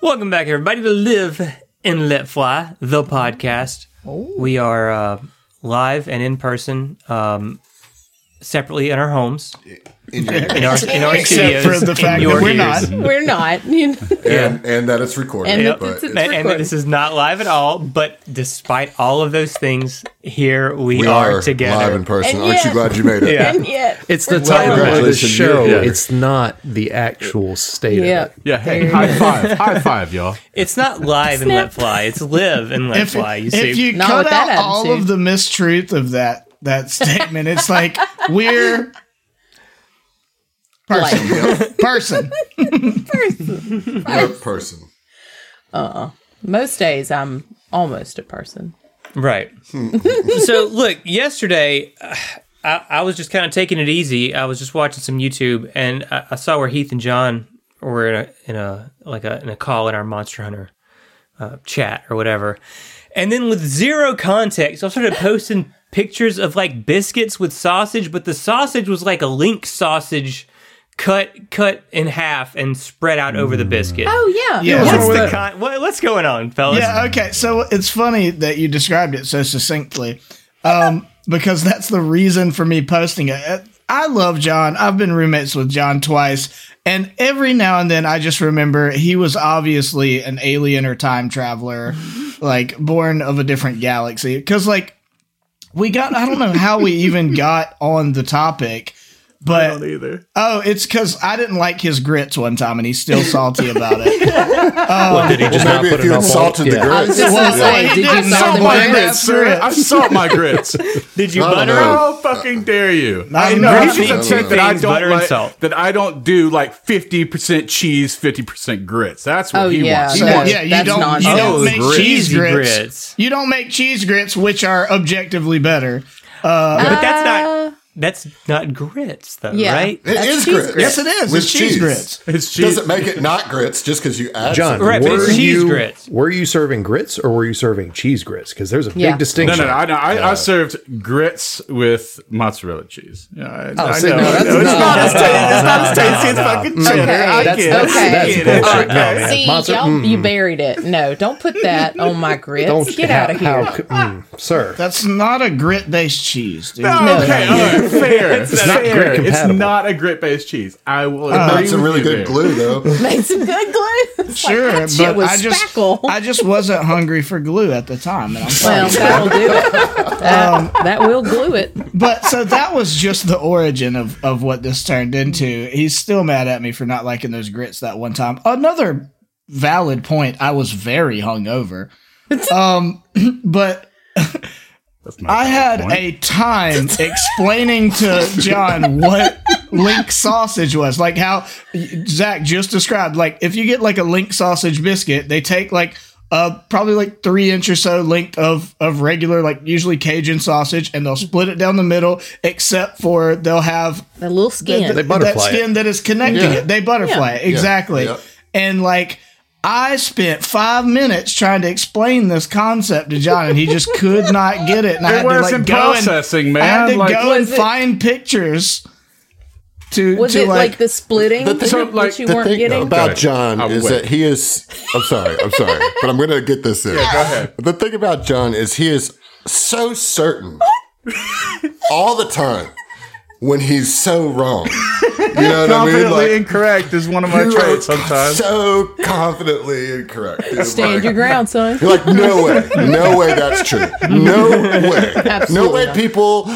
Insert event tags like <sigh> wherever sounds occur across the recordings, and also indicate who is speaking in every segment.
Speaker 1: Welcome back, everybody, to Live and Let Fly, the podcast.
Speaker 2: Oh.
Speaker 1: We are uh, live and in person, um, separately in our homes,
Speaker 3: in your-
Speaker 1: in our, in our
Speaker 2: Except
Speaker 1: studios.
Speaker 2: for the
Speaker 1: in
Speaker 2: fact that
Speaker 1: your
Speaker 2: we're
Speaker 1: ears.
Speaker 4: <laughs>
Speaker 2: not.
Speaker 4: We're not. You know.
Speaker 3: and, and that it's recorded.
Speaker 4: And
Speaker 1: Yep.
Speaker 4: that it's-
Speaker 3: but
Speaker 4: it's-
Speaker 3: it's-
Speaker 1: And, and this is not live at all, but despite all of those things, here we, are, together.
Speaker 3: live in person.
Speaker 4: And
Speaker 3: Aren't you
Speaker 4: yet-
Speaker 3: glad you made it?
Speaker 1: Yeah.
Speaker 4: And yet,
Speaker 5: It's the
Speaker 4: we're
Speaker 5: title
Speaker 4: not.
Speaker 5: of the
Speaker 3: Congratulations, you're
Speaker 5: show.
Speaker 3: here.
Speaker 5: It's not the actual state
Speaker 4: Yeah.
Speaker 5: of it.
Speaker 6: Yeah, hey, high five, high five, y'all.
Speaker 1: It's not live and let fly. It's live and let
Speaker 2: If,
Speaker 1: fly. You
Speaker 2: if
Speaker 1: see,
Speaker 2: you
Speaker 4: Not
Speaker 2: cut
Speaker 4: with that
Speaker 2: out all
Speaker 4: attitude.
Speaker 2: of the mistruth of that that statement, it's like we're person, person.
Speaker 3: You're a person.
Speaker 4: Most days I'm almost a person.
Speaker 1: right? so look, yesterday uh, I, I was just kind of taking it easy. I was just watching some YouTube, and I, I saw where Heath and John were in a, in a like a, in a call in our Monster Hunter uh, chat or whatever. And then with zero context, I started posting pictures of like biscuits with sausage, but the sausage was like a link sausage. Cut, cut in half and spread out over the biscuit.
Speaker 4: Oh yeah.
Speaker 2: Yeah.
Speaker 1: What's
Speaker 2: so
Speaker 1: the
Speaker 2: what-
Speaker 1: con- what, what's going on, fellas?
Speaker 2: yeah, okay. So it's funny that you described it so succinctly, um, <laughs> because that's the reason for me posting it. Uh, I love John. I've been roommates with John twice, and every now and then I just remember he was obviously an alien or time traveler, like born of a different galaxy. Because like we got, I don't know how we even got on the topic, but
Speaker 6: Either.
Speaker 2: oh, it's because I didn't like his grits one time, and he's still salty about it.
Speaker 5: <laughs> Did he
Speaker 3: Maybe
Speaker 5: just not put
Speaker 3: if you
Speaker 5: it up
Speaker 3: insulted
Speaker 5: on-
Speaker 3: the
Speaker 5: yeah.
Speaker 3: grace.
Speaker 4: Just
Speaker 2: Well,
Speaker 4: to say,
Speaker 2: it
Speaker 4: did you know
Speaker 2: didn't sound
Speaker 6: Salt
Speaker 4: the
Speaker 2: like
Speaker 6: my
Speaker 2: Butter
Speaker 4: difference?
Speaker 2: that.
Speaker 6: grits, sir. I salt my grits.
Speaker 1: Did you
Speaker 3: I don't
Speaker 1: butter
Speaker 3: know.
Speaker 1: them?
Speaker 6: How fucking dare you?
Speaker 2: I
Speaker 6: I
Speaker 2: know.
Speaker 6: know. He's
Speaker 1: Two
Speaker 6: just upset that I
Speaker 1: things, butter
Speaker 6: don't
Speaker 1: and
Speaker 6: like,
Speaker 1: salt.
Speaker 6: that I don't do like fifty percent cheese, fifty percent grits. That's what
Speaker 4: Oh,
Speaker 6: he
Speaker 4: yeah.
Speaker 6: wants.
Speaker 2: So,
Speaker 6: He
Speaker 4: That's-
Speaker 6: wants-
Speaker 2: yeah, you
Speaker 4: that's
Speaker 2: don't, you
Speaker 4: nonsense.
Speaker 2: don't
Speaker 6: Oh,
Speaker 2: make
Speaker 6: grits.
Speaker 2: cheese
Speaker 1: Cheesy
Speaker 2: grits.
Speaker 1: grits.
Speaker 2: You don't make cheese grits, which are objectively better.
Speaker 1: But that's not that's not grits though,
Speaker 4: yeah.
Speaker 1: right?
Speaker 3: It
Speaker 4: That's
Speaker 3: is
Speaker 4: cheese
Speaker 3: grits.
Speaker 4: grits. Yes,
Speaker 2: it is.
Speaker 3: With
Speaker 2: It's cheese grits.
Speaker 6: It's cheese.
Speaker 3: Doesn't make it not grits just because you add
Speaker 5: John,
Speaker 3: something.
Speaker 1: Right, but
Speaker 5: were,
Speaker 1: it's cheese
Speaker 5: you,
Speaker 1: grits.
Speaker 5: were you serving grits or were you serving cheese grits? Because there's a
Speaker 4: Yeah.
Speaker 5: big
Speaker 6: no,
Speaker 5: distinction.
Speaker 6: no, no. I, know. I, I served grits with mozzarella cheese. Yeah, I, I
Speaker 5: see,
Speaker 6: know.
Speaker 5: no, that's
Speaker 6: I know. it's
Speaker 5: not-
Speaker 6: not as tasty. It's not as tasty as fucking cheddar.
Speaker 4: Okay,
Speaker 6: I
Speaker 4: that's-
Speaker 6: get it.
Speaker 4: okay.
Speaker 6: I
Speaker 5: That's
Speaker 6: get it.
Speaker 5: bullshit. No, man.
Speaker 4: See,
Speaker 5: Monster-
Speaker 4: y'all,
Speaker 5: mm,
Speaker 4: you buried it. No, don't put that on my grits.
Speaker 5: don't
Speaker 4: Get
Speaker 5: how-
Speaker 4: out of here. <laughs>
Speaker 5: how c- mm, sir.
Speaker 2: That's not a grit based cheese, dude.
Speaker 6: No, okay, all right, fair. It's,
Speaker 5: not
Speaker 6: fair.
Speaker 5: grit
Speaker 6: it's
Speaker 5: compatible.
Speaker 6: not a grit based cheese. I will agree.
Speaker 3: That's some
Speaker 6: with
Speaker 3: really
Speaker 6: you
Speaker 3: good
Speaker 6: there.
Speaker 3: glue, though.
Speaker 4: Made some good glue. It's like,
Speaker 2: Sure,
Speaker 4: that shit
Speaker 2: but
Speaker 4: was
Speaker 2: I just
Speaker 4: spackle.
Speaker 2: I just wasn't hungry for glue at the time, and I'm sorry. <laughs>
Speaker 4: well, that'll do it. That, that will glue it.
Speaker 2: but so that was just the origin of of what this turned into. He's still mad at me for not liking those grits that one time. Another valid point. I was
Speaker 4: <laughs>
Speaker 2: very hungover. Um, <clears throat> but I had a time explaining to John what link sausage was, like how Zach just described. Like if you get like a link sausage biscuit, they take like uh probably like three inch or so length of of regular like usually Cajun sausage, and they'll split it down the middle, except for they'll have
Speaker 4: The little skin.
Speaker 5: They butterfly
Speaker 2: that skin that is connecting
Speaker 3: Yeah.
Speaker 2: it. They butterfly it. Exactly.
Speaker 3: Yeah.
Speaker 2: And like I spent five minutes trying to explain this concept to John, and
Speaker 4: <laughs>
Speaker 2: he just could not get it. And I
Speaker 6: It
Speaker 2: had to
Speaker 6: was
Speaker 2: like
Speaker 6: in
Speaker 2: go and,
Speaker 6: processing,
Speaker 2: I had
Speaker 6: man.
Speaker 2: to
Speaker 6: Like,
Speaker 2: go and
Speaker 4: Was it-
Speaker 2: find pictures to
Speaker 4: was
Speaker 2: to
Speaker 4: it like,
Speaker 2: like,
Speaker 4: the splitting
Speaker 3: The thing-
Speaker 6: So,
Speaker 4: that
Speaker 6: like,
Speaker 4: you
Speaker 3: The
Speaker 4: weren't
Speaker 3: thing
Speaker 4: getting?
Speaker 3: about John
Speaker 6: I'll
Speaker 3: is
Speaker 6: wait.
Speaker 3: that he is. I'm sorry. I'm sorry, but I'm going to get this in. The thing about John is he is so certain all the time when he's so wrong. You know what I mean?
Speaker 6: Confidently
Speaker 3: Like,
Speaker 6: incorrect is one of my
Speaker 3: you are
Speaker 6: traits sometimes.
Speaker 3: so confidently incorrect. You're
Speaker 4: <laughs> Stand
Speaker 3: like-
Speaker 4: your ground, son.
Speaker 3: You're like, no way, no way, that's true.
Speaker 4: <laughs>
Speaker 3: No way, no
Speaker 4: Absolutely
Speaker 3: way,
Speaker 4: not.
Speaker 3: people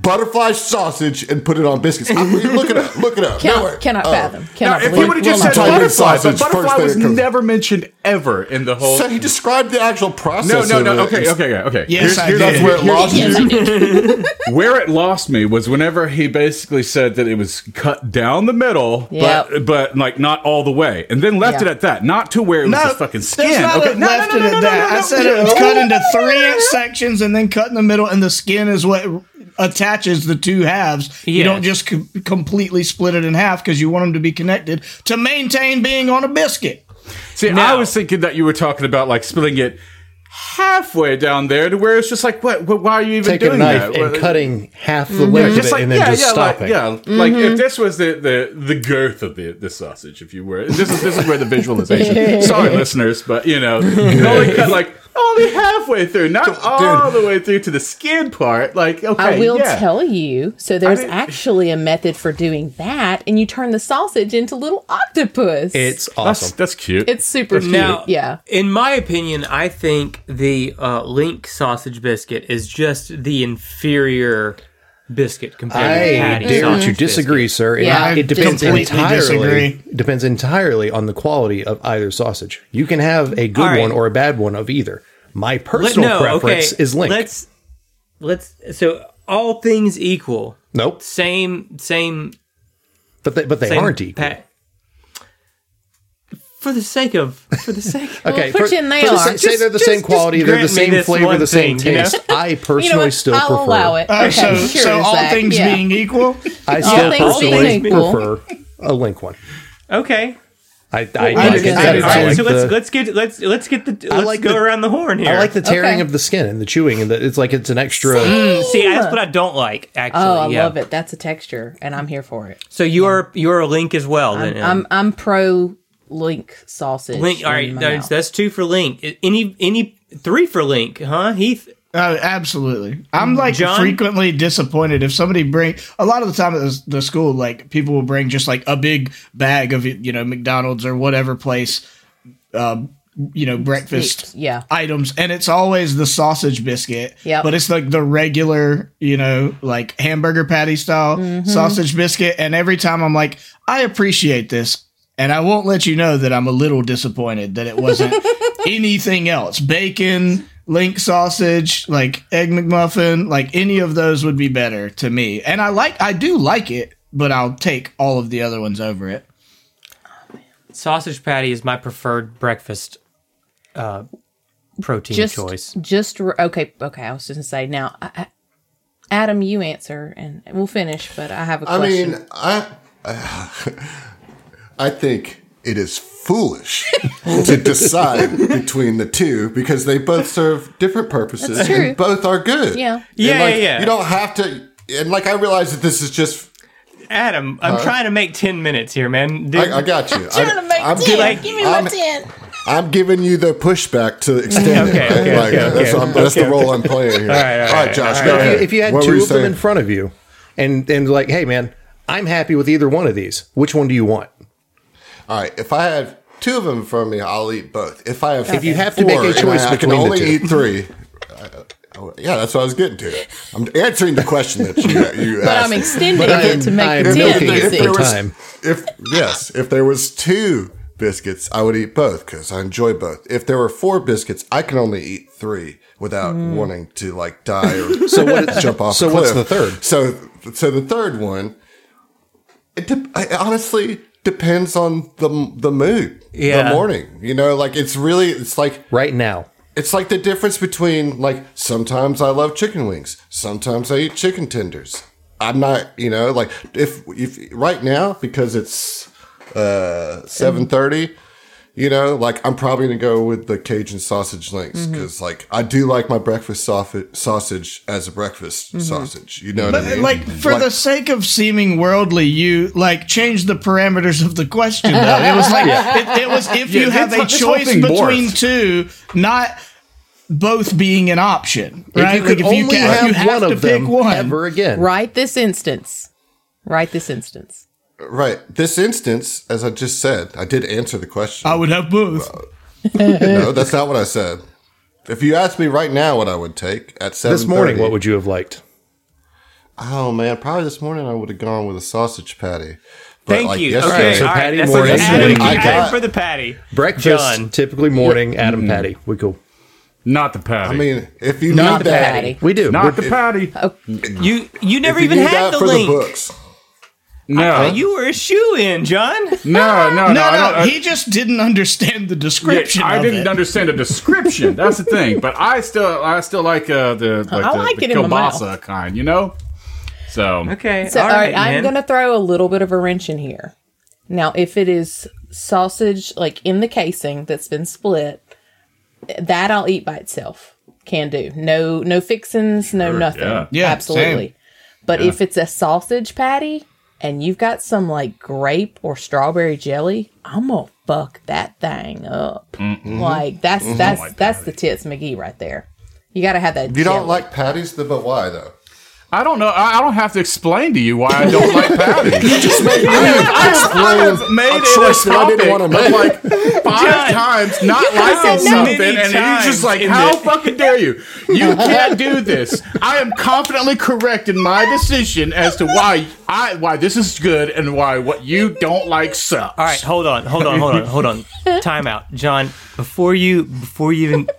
Speaker 3: butterfly sausage and put it on biscuits. I- look it up, look it up.
Speaker 4: Cannot,
Speaker 3: no way.
Speaker 4: cannot
Speaker 3: Oh.
Speaker 4: fathom.
Speaker 6: Now,
Speaker 4: Cannot
Speaker 6: if
Speaker 4: believe.
Speaker 6: you would have
Speaker 4: will
Speaker 6: just
Speaker 4: not
Speaker 6: said
Speaker 3: Type in
Speaker 4: believe. <laughs>
Speaker 6: butterfly,
Speaker 3: sausage
Speaker 6: but butterfly
Speaker 3: first
Speaker 6: was
Speaker 3: thing that comes-
Speaker 6: never mentioned ever in the whole.
Speaker 3: So he described the actual process.
Speaker 6: no, no,
Speaker 3: of
Speaker 6: no.
Speaker 3: it.
Speaker 6: Okay, okay, okay, okay.
Speaker 2: Yes, I did.
Speaker 3: That's where it lost you.
Speaker 6: Where it lost me was whenever he basically said that it was cut down the middle,
Speaker 4: Yep.
Speaker 6: but but like not all the way, and then left
Speaker 4: Yeah.
Speaker 6: it at that, not to where it was
Speaker 2: no,
Speaker 6: the fucking
Speaker 2: there's
Speaker 6: skin.
Speaker 2: Not
Speaker 6: Okay,
Speaker 2: a left it at that. I said it was cut into three inch sections and then cut in the middle, and the skin is what attaches the two halves. You
Speaker 1: Yes.
Speaker 2: don't just com- completely split it in half because you want them to be connected to maintain being on a biscuit.
Speaker 6: See,
Speaker 1: No.
Speaker 6: I was thinking that you were talking about like spilling it halfway down there to where it's just like, what? what why are you even
Speaker 5: Take
Speaker 6: doing
Speaker 5: a knife
Speaker 6: that?
Speaker 5: and
Speaker 6: What-
Speaker 5: cutting half the length of it Mm-hmm. and then just
Speaker 6: yeah,
Speaker 5: stopping.
Speaker 6: Like, yeah, like if this was the, the the girth of the the sausage, if you were, this is this is where
Speaker 4: <laughs>
Speaker 6: the <laughs>
Speaker 3: <laughs>
Speaker 6: visualization. Sorry, listeners, but you know, you only cut like only halfway through, not all the way through to the skin part. Like, okay,
Speaker 4: I will
Speaker 6: yeah.
Speaker 4: tell you. So there's
Speaker 6: mean-
Speaker 4: actually a method for doing that, and you turn the sausage into little octopus.
Speaker 5: It's
Speaker 6: That's
Speaker 5: awesome.
Speaker 6: that's cute.
Speaker 4: it's super cute.
Speaker 1: Now,
Speaker 4: yeah.
Speaker 1: In my opinion, I think the uh, Link sausage biscuit is just the inferior biscuit compared to the
Speaker 5: I
Speaker 1: patty
Speaker 5: dare
Speaker 1: sausage
Speaker 5: to disagree, sir. It-
Speaker 4: Yeah, I
Speaker 5: it depends
Speaker 4: completely
Speaker 5: entirely.
Speaker 2: disagree.
Speaker 5: It Depends entirely on the quality of either sausage. You can have a good
Speaker 1: All right.
Speaker 5: one or a bad one of either. My
Speaker 1: Let-
Speaker 5: personal preference is link.
Speaker 1: Let's let's so all things equal,
Speaker 5: nope,
Speaker 1: same same
Speaker 5: but they, but they
Speaker 1: same
Speaker 5: aren't equal.
Speaker 1: pa- for the sake of for the sake of
Speaker 5: <laughs> Okay,
Speaker 4: Well,
Speaker 5: for-
Speaker 4: pretend they
Speaker 5: for the sa-
Speaker 4: are.
Speaker 5: say they're the
Speaker 1: Just-
Speaker 5: same
Speaker 1: just
Speaker 5: quality, they're the
Speaker 1: grant me
Speaker 5: same
Speaker 1: this
Speaker 5: flavor,
Speaker 1: one
Speaker 5: the same
Speaker 1: thing, you know?
Speaker 5: taste. I personally
Speaker 4: You know what?
Speaker 5: still
Speaker 4: I'll
Speaker 5: prefer.
Speaker 4: allow it.
Speaker 2: Uh,
Speaker 4: Okay,
Speaker 2: so,
Speaker 4: sure
Speaker 2: so
Speaker 4: as
Speaker 2: all
Speaker 4: that.
Speaker 2: things
Speaker 4: Yeah.
Speaker 2: being equal,
Speaker 5: I still
Speaker 4: thanks,
Speaker 5: personally
Speaker 4: being equal.
Speaker 5: prefer a link one.
Speaker 1: okay.
Speaker 5: I, I,
Speaker 4: I
Speaker 5: like I
Speaker 4: just-
Speaker 5: said,
Speaker 4: I
Speaker 5: it's
Speaker 1: All right,
Speaker 5: like
Speaker 1: so let's
Speaker 5: the-
Speaker 1: let's get let's let's get the let's
Speaker 5: like
Speaker 1: go
Speaker 5: the-
Speaker 1: around the horn here.
Speaker 5: I like the tearing
Speaker 4: Okay.
Speaker 5: of the skin and the chewing, and the, it's like it's an extra.
Speaker 1: See, that's what I don't like. Actually,
Speaker 4: Mm. Oh, I
Speaker 1: yeah.
Speaker 4: love it. That's a texture, and I'm here for it.
Speaker 1: So you are you are a link as well. then, Em.
Speaker 4: I'm I'm pro link sausage.
Speaker 1: Link. All right,
Speaker 4: in my
Speaker 1: that's,
Speaker 4: mouth.
Speaker 1: that's two for Link. Any any three for Link, huh? Heath.
Speaker 2: Uh, absolutely. I'm like
Speaker 1: John?
Speaker 2: frequently disappointed if somebody bring a lot of the time at the, the school, like people will bring just like a big bag of you know McDonald's or whatever place, um, you know breakfast
Speaker 4: Yeah.
Speaker 2: items, and it's always the sausage biscuit.
Speaker 4: Yep.
Speaker 2: but it's like the regular you know like hamburger patty style
Speaker 4: Mm-hmm.
Speaker 2: sausage biscuit, and every time I'm like, I appreciate this. And I won't let you know that I'm a little disappointed that
Speaker 4: <laughs>
Speaker 2: it wasn't anything else. Bacon, link sausage, like egg McMuffin, like any of those would be better to me. And I like I do like it, but I'll take all of the other ones over it.
Speaker 1: Sausage patty is my preferred breakfast uh, protein
Speaker 4: Just
Speaker 1: choice.
Speaker 4: Just r- okay. Okay. I was just gonna say now. I, I, Adam, you answer, and we'll finish. But I have a
Speaker 3: I
Speaker 4: question.
Speaker 3: mean, I <laughs> I think it is foolish <laughs> to decide between the two because they both serve different purposes
Speaker 4: That's true.
Speaker 3: and both are good.
Speaker 4: Yeah.
Speaker 3: And,
Speaker 1: Yeah,
Speaker 3: like,
Speaker 1: yeah, yeah.
Speaker 3: You don't have to. And like I realize that this is just.
Speaker 1: Adam, I'm trying to make ten minutes here, man. Dude,
Speaker 3: I, I got
Speaker 4: <laughs>
Speaker 3: you. I, I'm
Speaker 1: ten.
Speaker 3: giving-
Speaker 1: like- Give
Speaker 4: me
Speaker 3: my I'm-
Speaker 4: ten.
Speaker 3: I'm giving you the pushback to
Speaker 1: <laughs>
Speaker 3: extend
Speaker 1: Okay,
Speaker 3: it. Right?
Speaker 1: okay,
Speaker 3: like,
Speaker 1: okay,
Speaker 3: that's
Speaker 1: okay.
Speaker 3: I'm- that's the role I'm playing here. All
Speaker 1: right, all right,
Speaker 3: Josh,
Speaker 1: all
Speaker 3: go
Speaker 1: right.
Speaker 5: if,
Speaker 3: ahead.
Speaker 5: you, if you had
Speaker 3: What were
Speaker 5: two
Speaker 3: you
Speaker 5: of them
Speaker 3: saying?
Speaker 5: in front of you, and and like, hey man, I'm happy with either one of these. Which one do you want?
Speaker 3: All right, if I have two of them in front of me, I'll eat both. If I have,
Speaker 5: If you have to
Speaker 3: four
Speaker 5: make a
Speaker 3: and
Speaker 5: choice
Speaker 3: I can
Speaker 5: between the
Speaker 3: only
Speaker 5: two.
Speaker 3: eat three. uh, oh, yeah, that's what I was getting to. I'm answering the question that you, you
Speaker 4: But
Speaker 3: asked.
Speaker 4: I'm
Speaker 3: me.
Speaker 4: extending
Speaker 5: But
Speaker 4: it
Speaker 5: I'm-
Speaker 4: to make
Speaker 5: I'm
Speaker 4: it ten.
Speaker 5: milking
Speaker 4: You
Speaker 5: it
Speaker 4: see.
Speaker 5: for time.
Speaker 3: If yes, if there was two biscuits, I would eat both because I enjoy both. If there were four biscuits, I can only eat three without
Speaker 4: Mm.
Speaker 3: wanting to like die or
Speaker 5: So what?
Speaker 3: <laughs> jump off.
Speaker 5: So
Speaker 3: a
Speaker 5: what's
Speaker 3: cliff.
Speaker 5: the third?
Speaker 3: So so the third one, it de- I- it honestly depends on the the mood,
Speaker 1: Yeah.
Speaker 3: the morning. You know, like it's really it's like
Speaker 5: Right now,
Speaker 3: it's like the difference between like sometimes I love chicken wings, sometimes I eat chicken tenders. I'm not, you know, like if if right now because it's uh 7:30, you know, like I'm probably going to go with the Cajun sausage links
Speaker 2: Mm-hmm.
Speaker 3: cuz like I do like my breakfast sausage sausage as a breakfast sausage. You know what I
Speaker 2: Mm-hmm. But
Speaker 3: mean?
Speaker 2: like for the sake of seeming worldly, you like changed the parameters of the question. Though
Speaker 5: <laughs>
Speaker 2: it was
Speaker 1: <laughs>
Speaker 2: like it, it was if you
Speaker 6: Yeah,
Speaker 2: have
Speaker 6: this-
Speaker 2: a
Speaker 6: this whole
Speaker 2: choice
Speaker 6: thing
Speaker 2: between
Speaker 6: morphed.
Speaker 2: two, not both being an option, right?
Speaker 5: if you could
Speaker 2: like
Speaker 5: only
Speaker 2: ca-
Speaker 5: have, one of them ever again,
Speaker 4: Right this instance. Right this instance.
Speaker 3: right. This instance as I just said, I did answer the question.
Speaker 2: I would have both.
Speaker 3: no, that's not what I said. If you asked me right now what I would take at 7:30
Speaker 5: this morning, what would you have liked?
Speaker 3: Oh man, probably this morning I would have gone with a sausage patty. But
Speaker 1: Thank
Speaker 3: like
Speaker 1: you.
Speaker 3: yesterday-
Speaker 1: Okay,
Speaker 5: So
Speaker 1: all right.
Speaker 5: patty
Speaker 1: That's
Speaker 5: morning,
Speaker 1: like Adam,
Speaker 5: link,
Speaker 1: Adam
Speaker 3: I got-
Speaker 1: for the patty.
Speaker 5: Breakfast,
Speaker 1: John.
Speaker 5: typically morning. Adam patty, we cool.
Speaker 6: Not the patty.
Speaker 3: I mean, if you
Speaker 4: Not
Speaker 3: need
Speaker 4: the
Speaker 3: that,
Speaker 4: patty.
Speaker 5: We do.
Speaker 6: not
Speaker 5: We're-
Speaker 6: the patty.
Speaker 1: You you
Speaker 3: if
Speaker 1: never
Speaker 3: you
Speaker 1: even
Speaker 3: need
Speaker 1: had
Speaker 3: that
Speaker 1: the
Speaker 3: for
Speaker 1: link.
Speaker 3: the books.
Speaker 6: no,
Speaker 1: You were a shoe in, John.
Speaker 4: Ah,
Speaker 6: no, no, no,
Speaker 2: No,
Speaker 6: I
Speaker 2: no,
Speaker 6: don't- I-
Speaker 2: he just didn't understand the
Speaker 6: Yeah,
Speaker 2: description.
Speaker 6: I
Speaker 2: of
Speaker 6: didn't
Speaker 2: it.
Speaker 6: understand the description. That's the thing. But I still, I still like uh, the like
Speaker 4: I
Speaker 6: the,
Speaker 4: like
Speaker 6: the
Speaker 4: it in my
Speaker 6: kielbasa kind. You know. So
Speaker 1: Okay.
Speaker 4: So, all right, I'm
Speaker 1: man.
Speaker 4: going to throw a little bit of a wrench in here. Now, if it is sausage, like in the casing that's been split, that I'll eat by itself. Can do. No, no fixins. No
Speaker 6: Sure,
Speaker 4: nothing.
Speaker 6: yeah.
Speaker 2: Yeah,
Speaker 4: absolutely. But if it's a sausage patty and you've got some like grape or strawberry jelly, I'm gonna fuck that thing up.
Speaker 6: Mm-hmm.
Speaker 4: Like that's
Speaker 6: Oh
Speaker 4: that's that's the tits McGee right there. You got to have that.
Speaker 3: You don't
Speaker 4: jelly.
Speaker 3: like patties, th- but why though?
Speaker 6: I don't know. I, I don't have to explain to you why I
Speaker 3: <laughs>
Speaker 6: don't
Speaker 1: <laughs>
Speaker 6: like patties.
Speaker 3: Just make me explain
Speaker 6: made
Speaker 3: a
Speaker 6: it a
Speaker 3: choice that I didn't
Speaker 6: topic.
Speaker 3: want to make.
Speaker 4: <laughs>
Speaker 6: like five times not liking
Speaker 4: said no.
Speaker 6: something,
Speaker 1: Many
Speaker 6: and you're
Speaker 1: times
Speaker 6: just like,
Speaker 1: in
Speaker 6: "How
Speaker 1: the-
Speaker 6: fucking dare you? <laughs> You can't do this." I am confidently correct in my decision as to why I why this is good and why what you don't like sucks.
Speaker 1: All right, hold on, hold on, hold on, hold on. Time out, John. Before you, before you even. <laughs>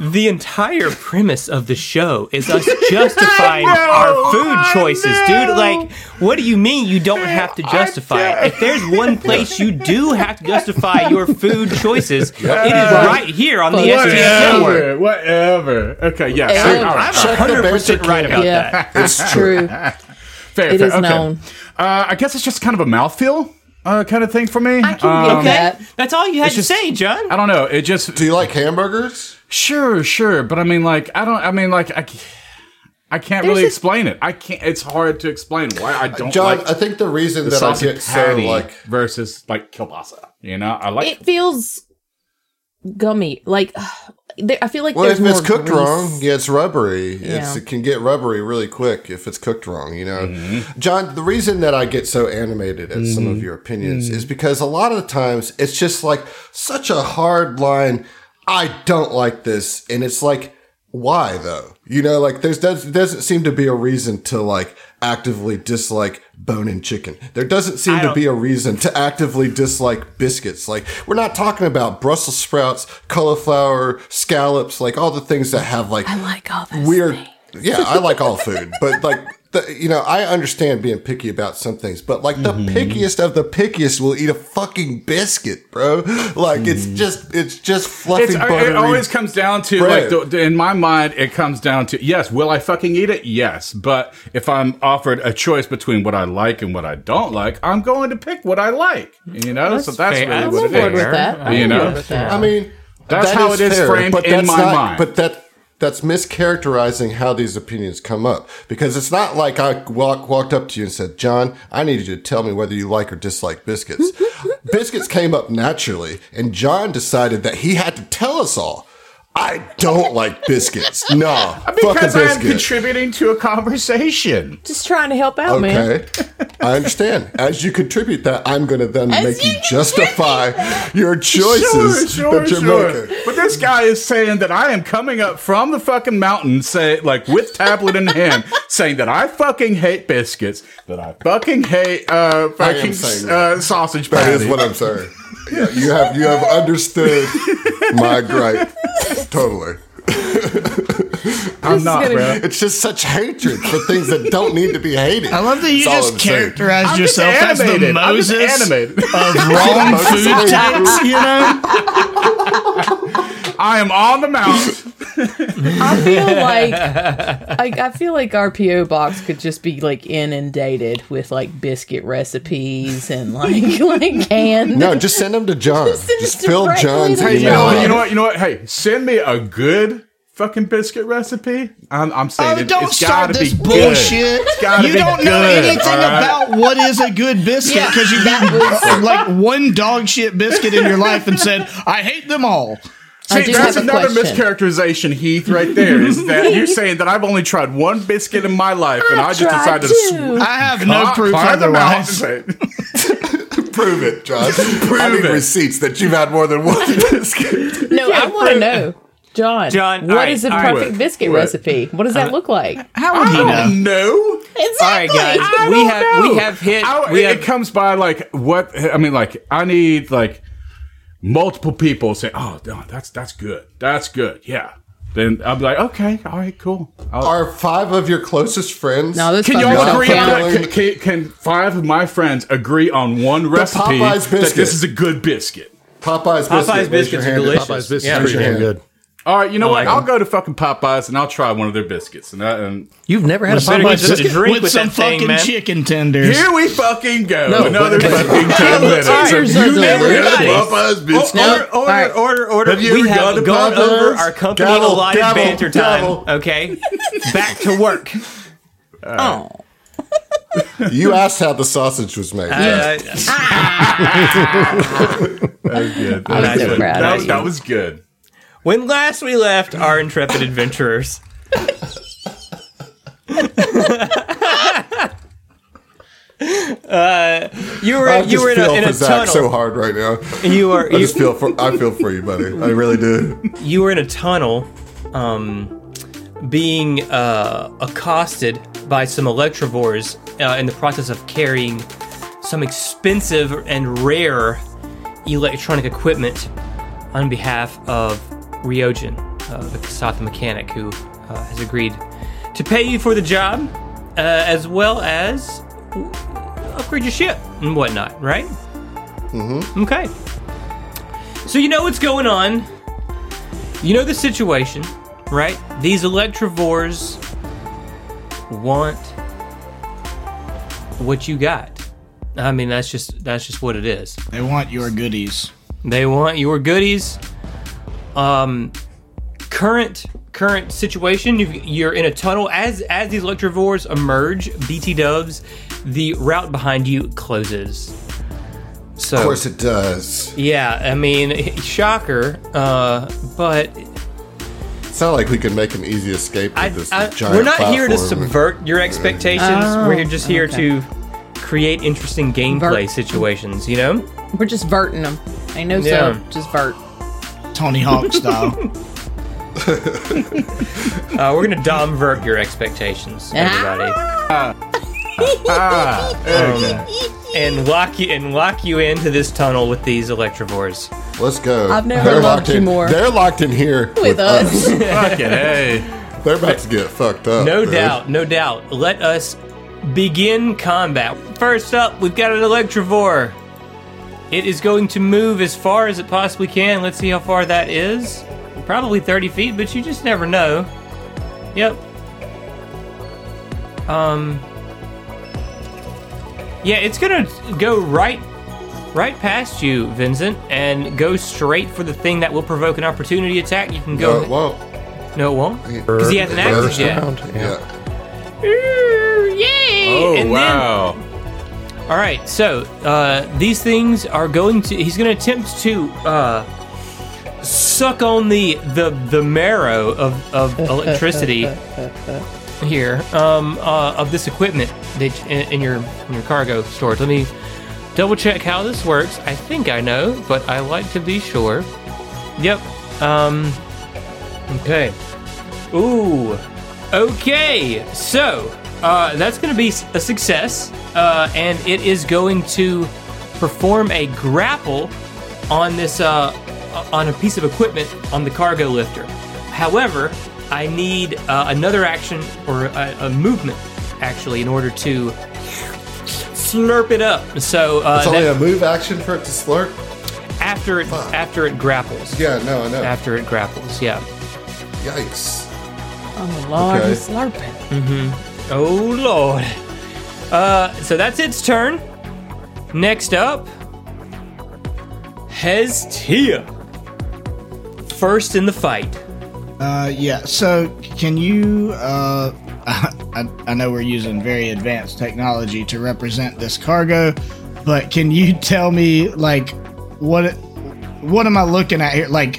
Speaker 1: The entire premise of the show is us justifying
Speaker 6: I know,
Speaker 1: our
Speaker 6: I
Speaker 1: food choices, dude.
Speaker 6: know.
Speaker 1: Like, what do you mean you don't have to
Speaker 6: I
Speaker 1: justify
Speaker 6: know.
Speaker 1: it? If there's one place you do have to justify your food choices, it is
Speaker 6: Yeah.
Speaker 1: right here on the
Speaker 4: Whatever.
Speaker 1: STS network.
Speaker 6: Whatever, whatever. Okay, yeah,
Speaker 4: Yeah.
Speaker 6: sure, all right,
Speaker 1: I'm
Speaker 6: all right.
Speaker 3: Check the
Speaker 1: 100%
Speaker 3: basic
Speaker 1: right about
Speaker 4: Yeah.
Speaker 1: that.
Speaker 3: It's true.
Speaker 4: True.
Speaker 6: fair,
Speaker 4: It
Speaker 6: fair.
Speaker 4: is
Speaker 6: okay.
Speaker 4: known.
Speaker 6: Uh, I guess it's just kind of a mouthfeel uh, kind of thing for me.
Speaker 4: I can get
Speaker 6: Um,
Speaker 4: that.
Speaker 1: That's all you had to
Speaker 6: just-
Speaker 1: say, John.
Speaker 6: I don't know. It just
Speaker 3: Do you like hamburgers?
Speaker 6: Sure, sure, but I mean, like, I don't. I mean, like, I, c- I can't really
Speaker 4: There's a-
Speaker 6: explain it. I can't. It's hard to explain why I don't
Speaker 3: John,
Speaker 6: like
Speaker 3: I think the reason
Speaker 6: the
Speaker 3: that I
Speaker 6: sausage
Speaker 3: get so
Speaker 6: patty
Speaker 3: like
Speaker 6: versus like kielbasa. You know, I like.
Speaker 4: It feels gummy. Like <sighs> there, I feel like
Speaker 3: well,
Speaker 4: there's
Speaker 3: if it's
Speaker 4: more
Speaker 3: cooked
Speaker 4: grease.
Speaker 3: wrong, yeah, it's rubbery. It's,
Speaker 4: Yeah.
Speaker 3: it can get rubbery really quick if it's cooked wrong. You know, John, the reason that I get so animated at some of your opinions is because a lot of the times it's just like such a hard line. I don't like this, and it's like why though? You know, like there's does, doesn't seem to be a reason to like actively dislike bone and chicken. There doesn't seem to
Speaker 1: don't-
Speaker 3: be a reason to actively dislike biscuits. Like we're not talking about Brussels sprouts, cauliflower, scallops, like all the things that have like
Speaker 4: I like all those
Speaker 3: weird.
Speaker 4: things.
Speaker 3: Yeah, I like all food, but like the, you know, I understand being picky about some things, but like the pickiest of the pickiest will eat a fucking biscuit, bro. Like it's just it's just fluffy
Speaker 6: it's,
Speaker 3: buttery.
Speaker 6: it always comes down to
Speaker 3: bread.
Speaker 6: like the, in my mind it comes down to yes will i fucking eat it yes but if i'm offered a choice between what i like and what i don't like i'm going to pick what i like you know so that's
Speaker 1: fair.
Speaker 6: really
Speaker 1: I'm
Speaker 6: what
Speaker 1: on
Speaker 6: it
Speaker 1: board
Speaker 6: is
Speaker 1: with
Speaker 4: that. I'm
Speaker 6: you
Speaker 4: on
Speaker 6: know
Speaker 4: board with that.
Speaker 3: I mean,
Speaker 6: That's
Speaker 3: that
Speaker 6: how it is framed in
Speaker 3: that's
Speaker 6: my
Speaker 3: not-
Speaker 6: mind.
Speaker 3: But that that's mischaracterizing how these opinions come up because it's not like I walk, walked up to you and said, "John, I need you to tell me whether you like or dislike
Speaker 6: <laughs>
Speaker 3: biscuits." biscuits came up naturally, and John decided that he had to tell us all. I don't like
Speaker 6: <laughs>
Speaker 3: biscuits. No,
Speaker 6: because
Speaker 3: fuck a
Speaker 6: i'm
Speaker 3: biscuit.
Speaker 6: contributing Oh, to a conversation
Speaker 4: Just trying to help out, man.
Speaker 3: Okay. <laughs> I understand. As you contribute that, I'm going to then
Speaker 4: As
Speaker 3: make
Speaker 4: you
Speaker 3: you, justify your choices that you're making.
Speaker 6: But this guy is saying that I am coming up from the fucking mountain, say like with tablet in hand, <laughs> saying that I fucking hate biscuits, that I fucking hate uh fucking
Speaker 3: saying that.
Speaker 6: uh, sausage
Speaker 3: That
Speaker 6: patties.
Speaker 3: is what I'm saying. Yeah, you have you have understood my gripe totally.
Speaker 6: I'm not,
Speaker 4: gonna
Speaker 6: bro.
Speaker 3: It's just such hatred for things that don't need to be hated.
Speaker 2: I love that you
Speaker 3: That's all
Speaker 2: just
Speaker 3: I'm saying.
Speaker 2: characterized
Speaker 6: I'm just
Speaker 2: yourself as the
Speaker 6: animated. I'm just
Speaker 2: Moses
Speaker 6: animated.
Speaker 2: of wrong food tax, you know?
Speaker 6: <laughs> I am on
Speaker 3: <laughs>
Speaker 6: the mountain.
Speaker 4: I
Speaker 1: <laughs>
Speaker 4: feel like, like I feel like our PO box could just be like inundated with like biscuit recipes and <laughs> like like canned.
Speaker 3: No, just send them to John. Just,
Speaker 4: send it
Speaker 3: fill
Speaker 4: directly
Speaker 3: John's email.
Speaker 4: to
Speaker 6: Hey, you know what?
Speaker 3: out.
Speaker 6: You know what? You know what? Hey, send me a good fucking biscuit recipe. I'm, I'm saying
Speaker 2: Oh,
Speaker 6: it,
Speaker 2: don't
Speaker 6: has
Speaker 2: start
Speaker 6: gotta
Speaker 2: this
Speaker 6: be Good.
Speaker 2: bullshit.
Speaker 6: gotta
Speaker 2: You
Speaker 6: be
Speaker 2: don't know
Speaker 6: good,
Speaker 2: anything
Speaker 6: all right?
Speaker 2: about what is a good biscuit
Speaker 4: Yeah.
Speaker 2: because you've
Speaker 6: <laughs>
Speaker 2: had <laughs> like one dog shit biscuit in your life and said, I hate them all.
Speaker 4: I
Speaker 6: See,
Speaker 4: do
Speaker 6: that's
Speaker 4: have a
Speaker 6: another
Speaker 4: question.
Speaker 6: mischaracterization, Heath, right there. Is
Speaker 4: <laughs>
Speaker 6: that you're saying that I've only tried one biscuit in my life, and I,
Speaker 4: I
Speaker 6: just
Speaker 4: tried
Speaker 6: decided to
Speaker 4: to.
Speaker 2: I have no
Speaker 6: sw-
Speaker 2: proof
Speaker 6: climb the
Speaker 2: otherwise.
Speaker 6: mountain.
Speaker 3: Prove it, John. Prove
Speaker 6: I need
Speaker 3: it.
Speaker 6: receipts
Speaker 3: receipts that you've had more than one biscuit.
Speaker 4: No, I want to know, John.
Speaker 1: John, all
Speaker 4: what
Speaker 1: right,
Speaker 4: is the
Speaker 1: all right.
Speaker 4: perfect biscuit
Speaker 6: What?
Speaker 4: recipe? What does that look like?
Speaker 2: How would he know?
Speaker 6: no,
Speaker 1: All right, guys,
Speaker 6: I
Speaker 1: we
Speaker 6: don't
Speaker 1: have
Speaker 6: know.
Speaker 1: we have hit.
Speaker 6: I,
Speaker 1: we
Speaker 6: it,
Speaker 1: have,
Speaker 6: it comes by like what I mean. Like I need like multiple people saying, "Oh, no, that's that's good. That's good. Yeah." Then I'm like, "Okay, all right, cool." I'll-
Speaker 3: Are five of your closest friends?
Speaker 4: No, this
Speaker 6: Can
Speaker 4: fucking
Speaker 6: y'all
Speaker 3: Not
Speaker 6: agree on
Speaker 4: doesn't count.
Speaker 3: fulfilling-
Speaker 6: that? Can, can, can five of my friends agree on one recipe
Speaker 3: Popeye's
Speaker 6: that
Speaker 3: biscuit.
Speaker 6: this is a good biscuit?
Speaker 3: Popeye's biscuit.
Speaker 1: Popeye's
Speaker 3: Raise your
Speaker 1: biscuits are
Speaker 3: hand.
Speaker 1: delicious.
Speaker 5: Popeye's biscuits
Speaker 1: Yeah.
Speaker 5: are pretty damn good.
Speaker 6: All right, you know
Speaker 1: I
Speaker 6: what?
Speaker 1: like
Speaker 6: I'll
Speaker 1: 'em.
Speaker 6: go to fucking Popeyes and I'll try one of their biscuits. And, I, and
Speaker 5: You've never had a
Speaker 1: Better
Speaker 5: Popeye
Speaker 1: get you a
Speaker 5: biscuit?
Speaker 1: drink
Speaker 2: with,
Speaker 1: with
Speaker 2: some
Speaker 1: that thing,
Speaker 2: fucking
Speaker 1: man.
Speaker 2: chicken tenders.
Speaker 6: here we fucking go.
Speaker 5: No,
Speaker 6: Another
Speaker 5: but-
Speaker 6: fucking ten minutes.
Speaker 4: Tenders are
Speaker 3: you never
Speaker 4: delicious.
Speaker 3: had a Popeyes biscuit.
Speaker 1: Order, order,
Speaker 4: Alright.
Speaker 1: order, order.
Speaker 3: Have you
Speaker 1: we
Speaker 3: ever
Speaker 1: have
Speaker 3: gone to
Speaker 1: gone
Speaker 3: Popeyes?
Speaker 1: over our company
Speaker 3: Gavel,
Speaker 1: allotted
Speaker 3: gavel,
Speaker 1: banter time.
Speaker 3: gavel.
Speaker 1: Okay, back to
Speaker 3: <laughs>
Speaker 1: work.
Speaker 4: Oh,
Speaker 3: You asked how the sausage was made.
Speaker 1: Uh,
Speaker 6: That was good. That
Speaker 4: I'm
Speaker 6: was
Speaker 4: so
Speaker 6: good.
Speaker 4: proud
Speaker 6: That
Speaker 4: of
Speaker 6: was-
Speaker 4: you.
Speaker 6: that was good.
Speaker 1: when last we left our intrepid
Speaker 3: <laughs>
Speaker 1: adventurers, uh, you were
Speaker 3: I
Speaker 1: you
Speaker 3: just
Speaker 1: were in
Speaker 3: feel
Speaker 1: a, in
Speaker 3: for
Speaker 1: a
Speaker 3: Zach
Speaker 1: tunnel.
Speaker 3: so hard right now.
Speaker 1: you were
Speaker 3: I
Speaker 1: you,
Speaker 3: just feel for I feel for you, buddy. I really do.
Speaker 1: you were in a tunnel, um, being uh, accosted by some electrovores uh, in the process of carrying some expensive and rare electronic equipment on behalf of Ryojin, uh, the Kasatha mechanic, who uh, has agreed to pay you for the job, uh, as well as upgrade your ship and whatnot, right? Mm-hmm. Okay. So you know what's going on. You know the situation, right? These electrovores want what you got. I mean, that's just that's just what it is.
Speaker 2: They want your goodies.
Speaker 1: They want your goodies. Um, current current situation. You've, you're in a tunnel. As as these electrovores emerge, BT Dubs, the route behind you closes. So
Speaker 3: Of course it does.
Speaker 1: yeah, I mean, <laughs> shocker. Uh, but
Speaker 3: It's not like we could make an easy escape with
Speaker 1: I,
Speaker 3: this
Speaker 1: I-
Speaker 3: giant
Speaker 1: we're not here to
Speaker 3: platform.
Speaker 1: subvert your expectations.
Speaker 4: Oh,
Speaker 1: we're just here
Speaker 4: okay.
Speaker 1: to create interesting gameplay
Speaker 4: Vert.
Speaker 1: situations. You know?
Speaker 4: we're just verting them. Ain't no
Speaker 1: Yeah.
Speaker 4: sub, just vert.
Speaker 2: Tony Hawk style.
Speaker 1: Uh, we're gonna domvert your expectations,
Speaker 4: Ah.
Speaker 1: everybody,
Speaker 4: Oh,
Speaker 1: and lock you and lock you into this tunnel with these electrovores.
Speaker 3: Let's go.
Speaker 4: I've never loved
Speaker 3: locked
Speaker 4: you
Speaker 3: in,
Speaker 4: more.
Speaker 3: They're locked in here with,
Speaker 4: With
Speaker 3: us. <laughs>
Speaker 4: us.
Speaker 6: Fucking hey.
Speaker 3: They're about to get fucked up.
Speaker 1: No
Speaker 3: dude.
Speaker 1: doubt, no doubt. Let us begin combat. First up, we've got an electrovore. It is going to move as far as it possibly can. Let's see how far that is. Probably 30 feet, but you just never know. Yep. Um. Yeah, it's gonna go right, right past you, Vincent, and go straight for the thing that will provoke an opportunity attack. You can
Speaker 3: No,
Speaker 1: go.
Speaker 3: it won't.
Speaker 1: No, it won't. Because he hasn't
Speaker 3: First
Speaker 1: acted yet. Uh,
Speaker 5: round. Yeah.
Speaker 3: Yeah.
Speaker 1: Yay!
Speaker 6: Oh
Speaker 1: And then-
Speaker 6: wow.
Speaker 1: all right, so uh, these things are going to. He's going to attempt to uh, suck on the the the marrow of of electricity here um, uh, of this equipment that in, in your in your cargo storage. Let me double check how this works. I think I know, but I like to be sure. Yep. Um, okay. Ooh. Okay. So uh, that's going to be s- a success, uh, and it is going to perform a grapple on this uh, o- on a piece of equipment on the cargo lifter. However, I need uh, another action or a, a movement actually in order to slurp it up. So uh,
Speaker 3: It's only
Speaker 1: that-
Speaker 3: a move action for it to slurp.
Speaker 1: after it after it grapples.
Speaker 3: Yeah, no, I know.
Speaker 1: After it grapples. Yeah.
Speaker 3: Yikes.
Speaker 4: Oh Lord,
Speaker 3: Okay.
Speaker 4: he's slurping.
Speaker 1: Oh lord. Uh, so that's its turn. Next up, Hestia. First in the fight.
Speaker 2: Uh, yeah. So can you? Uh, <laughs> I, I know we're using very advanced technology to represent this cargo, but can you <laughs> tell me like what what am I looking at here? Like,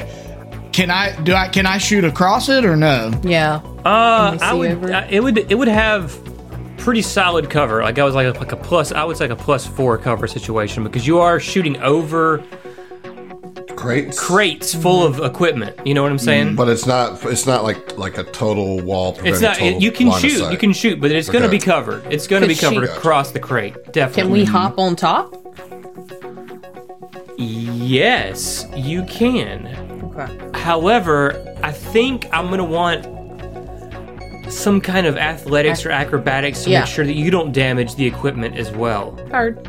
Speaker 2: can I do I can I shoot across it or no?
Speaker 4: Yeah.
Speaker 1: Uh,
Speaker 4: Can we
Speaker 1: I
Speaker 4: see
Speaker 1: would.
Speaker 4: over?
Speaker 1: Uh, it would. It would have pretty solid cover. Like I was like a, like a plus. I would say like a plus four cover situation because you are shooting over
Speaker 3: Great.
Speaker 1: crates full of equipment. You know what I'm saying?
Speaker 3: But it's not. It's not like like a total wall.
Speaker 1: It's
Speaker 3: preventing
Speaker 1: not.
Speaker 3: total
Speaker 1: you can
Speaker 3: line of
Speaker 1: shoot.
Speaker 3: sight.
Speaker 1: You can shoot, but it's going to
Speaker 3: Okay.
Speaker 1: be covered. It's going to
Speaker 4: Could
Speaker 1: be covered
Speaker 4: she-
Speaker 1: across the crate. Definitely.
Speaker 4: Can we hop on top?
Speaker 1: Yes, you can.
Speaker 4: Okay.
Speaker 1: However, I think I'm going to want some kind of athletics or acrobatics to
Speaker 4: Yeah.
Speaker 1: make sure that you don't damage the equipment as well,
Speaker 4: Hard.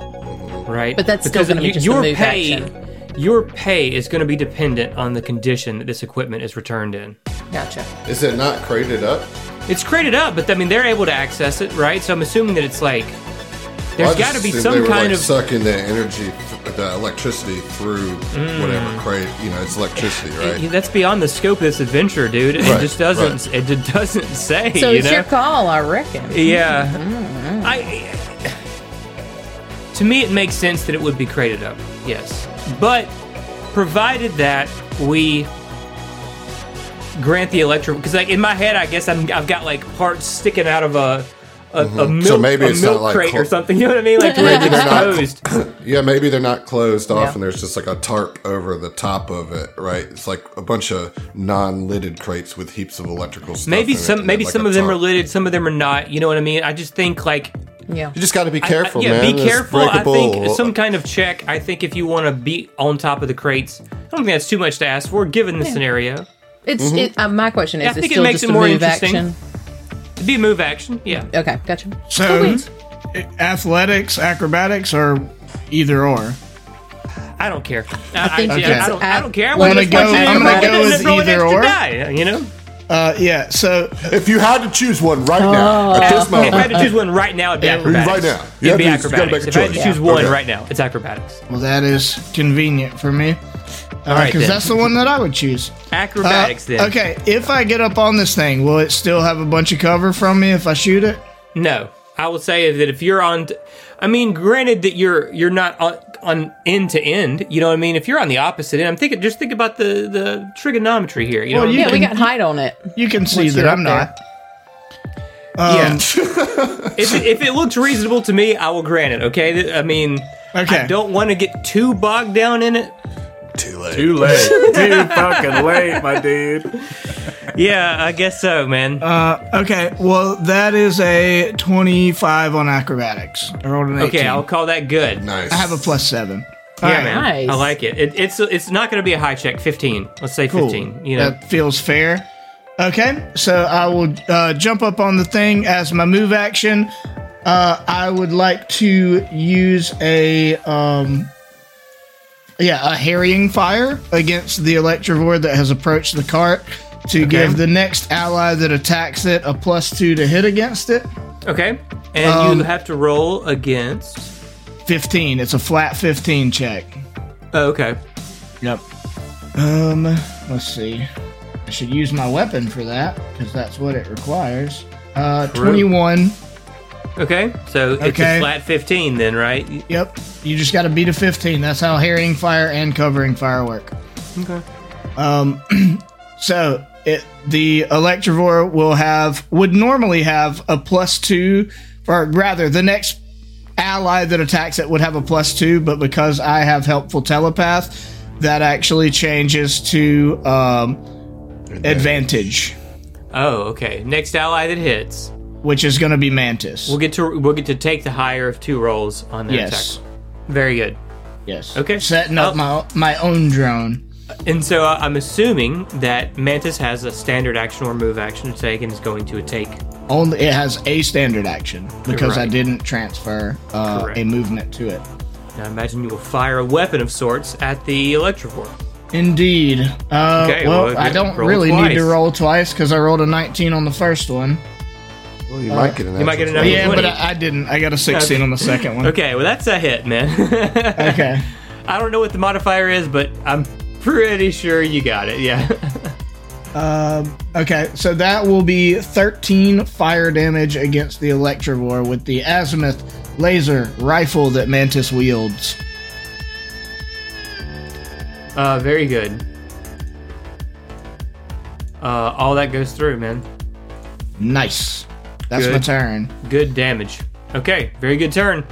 Speaker 1: right?
Speaker 4: But that's still
Speaker 1: Because
Speaker 4: gonna be
Speaker 1: you-
Speaker 4: just a
Speaker 1: your
Speaker 4: move
Speaker 1: pay.
Speaker 4: action.
Speaker 1: Your pay is going to be dependent on the condition that this equipment is returned in.
Speaker 4: Gotcha.
Speaker 3: Is it not crated up?
Speaker 1: It's crated up, but I mean they're able to access it, right? So I'm assuming that it's like
Speaker 3: Well, I
Speaker 1: there's got to
Speaker 3: just
Speaker 1: be
Speaker 3: assumed
Speaker 1: some
Speaker 3: they were,
Speaker 1: kind
Speaker 3: like,
Speaker 1: of
Speaker 3: sucking the energy, th- the electricity through
Speaker 1: Mm.
Speaker 3: whatever crate. You know, it's electricity, right?
Speaker 1: Yeah, That's beyond the scope of this adventure, dude. It
Speaker 3: Right,
Speaker 1: just doesn't. It just doesn't <laughs> say.
Speaker 4: So
Speaker 1: you
Speaker 4: it's
Speaker 1: know?
Speaker 4: your call, I reckon.
Speaker 1: Yeah. I. To me, it makes sense that it would be crated up. Yes, but provided that we grant the electro, because like in my head, I guess I'm, I've got like parts sticking out of a a, a milk,
Speaker 3: Mm-hmm. So maybe
Speaker 1: a
Speaker 3: it's
Speaker 1: milk
Speaker 3: not, like,
Speaker 1: crate
Speaker 3: cl-
Speaker 1: or something. You know what I mean? Like where it's
Speaker 3: Maybe they're not-
Speaker 1: exposed.
Speaker 3: Yeah, maybe they're not closed off,
Speaker 4: Yeah.
Speaker 3: and there's just like a tarp over the top of it, right? It's like a bunch of non-lidded crates with heaps of electrical stuff.
Speaker 1: Maybe
Speaker 3: in it,
Speaker 1: some
Speaker 3: and
Speaker 1: maybe
Speaker 3: like
Speaker 1: some
Speaker 3: a
Speaker 1: of them are
Speaker 3: tarp.
Speaker 1: lidded, some of them are not. You know what I mean? I just think like
Speaker 4: Yeah.
Speaker 3: You just got to be
Speaker 1: I- I-
Speaker 3: careful,
Speaker 1: yeah,
Speaker 3: man.
Speaker 1: be
Speaker 3: It's
Speaker 1: careful. I think
Speaker 3: breakable.
Speaker 1: some kind of check. I think if you want to be on top of the crates, I don't think that's too much to ask for, given the scenario.
Speaker 4: It's it, uh, my question
Speaker 1: Mm-hmm.
Speaker 4: is:
Speaker 1: Yeah, I
Speaker 4: it's
Speaker 1: think it
Speaker 4: still
Speaker 1: makes
Speaker 4: just
Speaker 1: it
Speaker 4: a
Speaker 1: more
Speaker 4: move
Speaker 1: interesting.
Speaker 4: action.
Speaker 1: It'd be move action. Yeah.
Speaker 4: Okay, gotcha.
Speaker 2: So, athletics, acrobatics, or either or.
Speaker 1: I don't care. I,
Speaker 4: think
Speaker 1: I,
Speaker 4: you
Speaker 1: yeah,
Speaker 4: just
Speaker 1: I don't, I
Speaker 4: add-
Speaker 1: don't care. I
Speaker 4: Wanna
Speaker 1: want to
Speaker 2: go- I'm gonna go with either or.
Speaker 1: Die, you know.
Speaker 2: Uh, yeah. So
Speaker 3: If you had to choose one right
Speaker 1: Oh.
Speaker 3: now, at this
Speaker 1: If I had
Speaker 3: moment,
Speaker 1: to choose one right now, it'd be acrobatics.
Speaker 3: Right now.
Speaker 1: it'd
Speaker 3: You have
Speaker 1: be
Speaker 3: to- you gotta
Speaker 1: acrobatics.
Speaker 3: make a
Speaker 1: If I had to
Speaker 3: choice.
Speaker 1: choose one
Speaker 3: Okay.
Speaker 1: right now, it's acrobatics.
Speaker 2: well, that is convenient for me. All
Speaker 1: right,
Speaker 2: because
Speaker 1: then.
Speaker 2: that's the one that I would choose. Uh,
Speaker 1: Acrobatics. then.
Speaker 2: Okay, if I get up on this thing, will it still have a bunch of cover from me if I shoot it?
Speaker 1: No, I will say that if you're on, I mean, granted that you're you're not on, on end to end. You know what I mean? If you're on the opposite end, I'm thinking just think about the the trigonometry here. You know,
Speaker 2: Well,
Speaker 1: what I
Speaker 2: you-
Speaker 1: mean?
Speaker 4: Yeah, we got hide on it.
Speaker 2: You can see
Speaker 4: Once
Speaker 2: that
Speaker 4: you're up
Speaker 2: I'm not.
Speaker 1: Yeah.
Speaker 2: Um,
Speaker 1: if it, if it looks reasonable to me, I will grant it. Okay, Th- I mean,
Speaker 2: Okay.
Speaker 1: I don't want to get too bogged down in it.
Speaker 3: too late.
Speaker 6: Too late. Too fucking late, my dude.
Speaker 1: Yeah, I guess so, man.
Speaker 2: Uh, okay, well, that is a 25 on acrobatics. I rolled an 18.
Speaker 1: okay, I'll call that good.
Speaker 3: Nice.
Speaker 2: I have a plus seven.
Speaker 1: Yeah,
Speaker 2: Alright,
Speaker 1: man.
Speaker 4: Nice.
Speaker 1: I like it. it it's it's not going to be a high check. Fifteen. Let's say
Speaker 2: cool.
Speaker 1: fifteen. You know.
Speaker 2: That feels fair. Okay, so I will uh, jump up on the thing as my move action. Uh, I would like to use a um, yeah, a harrying fire against the electrovore that has approached the cart to give the next ally that attacks it a plus two to hit against it.
Speaker 1: Okay. And
Speaker 2: Um,
Speaker 1: you have to roll against.
Speaker 2: Fifteen. It's a flat fifteen check.
Speaker 1: Oh, okay.
Speaker 2: Yep. Um, let's see. I should use my weapon for that because that's what it requires. Uh, twenty-one.
Speaker 1: Okay, so it's
Speaker 2: Okay.
Speaker 1: a flat 15 then, right?
Speaker 2: Yep. You just got to beat a fifteen. That's how harrying fire and covering fire work. Um,
Speaker 1: Okay.
Speaker 2: <clears throat> So it the electrovore will have would normally have a plus two, or rather, the next ally that attacks it would have a plus two, but because I have helpful telepath, that actually changes to um, advantage,
Speaker 1: Oh, okay. Next ally that hits,
Speaker 2: which is going to be Mantis.
Speaker 1: we'll get to we'll get to take the higher of two rolls on that
Speaker 2: yes.
Speaker 1: attack. Very good.
Speaker 2: Yes.
Speaker 1: Okay.
Speaker 2: Setting up
Speaker 1: Oh.
Speaker 2: my my own drone.
Speaker 1: And so uh, I'm assuming that Mantis has a standard action or move action to take and is going to take.
Speaker 2: Only it has a standard action because I
Speaker 1: Right.
Speaker 2: didn't transfer uh, a
Speaker 1: Correct.
Speaker 2: movement to it.
Speaker 1: I imagine you will fire a weapon of sorts at the Electrovore.
Speaker 2: Indeed. Uh,
Speaker 1: Okay,
Speaker 2: well,
Speaker 1: well,
Speaker 2: I
Speaker 1: good.
Speaker 2: don't
Speaker 1: Roll
Speaker 2: really need to
Speaker 1: twice.
Speaker 2: roll twice because I rolled a 19 on the first one.
Speaker 3: Well, you might get an.
Speaker 1: you might get an
Speaker 3: actual
Speaker 1: actual-
Speaker 3: choice.
Speaker 2: Yeah,
Speaker 1: 20.
Speaker 2: but I, I didn't. I got a 16 on the second one.
Speaker 1: Okay, well that's a hit, man. <laughs>
Speaker 2: Okay.
Speaker 1: I don't know what the modifier is, but I'm pretty sure you got it. Yeah. <laughs>
Speaker 2: Um, okay, so that will be 13 fire damage against the Electrovore with the azimuth laser rifle that Mantis wields.
Speaker 1: Uh, very good. Uh, all that goes through, man.
Speaker 2: Nice. That's my
Speaker 1: Good.
Speaker 2: turn.
Speaker 1: Good damage. Okay, very good turn.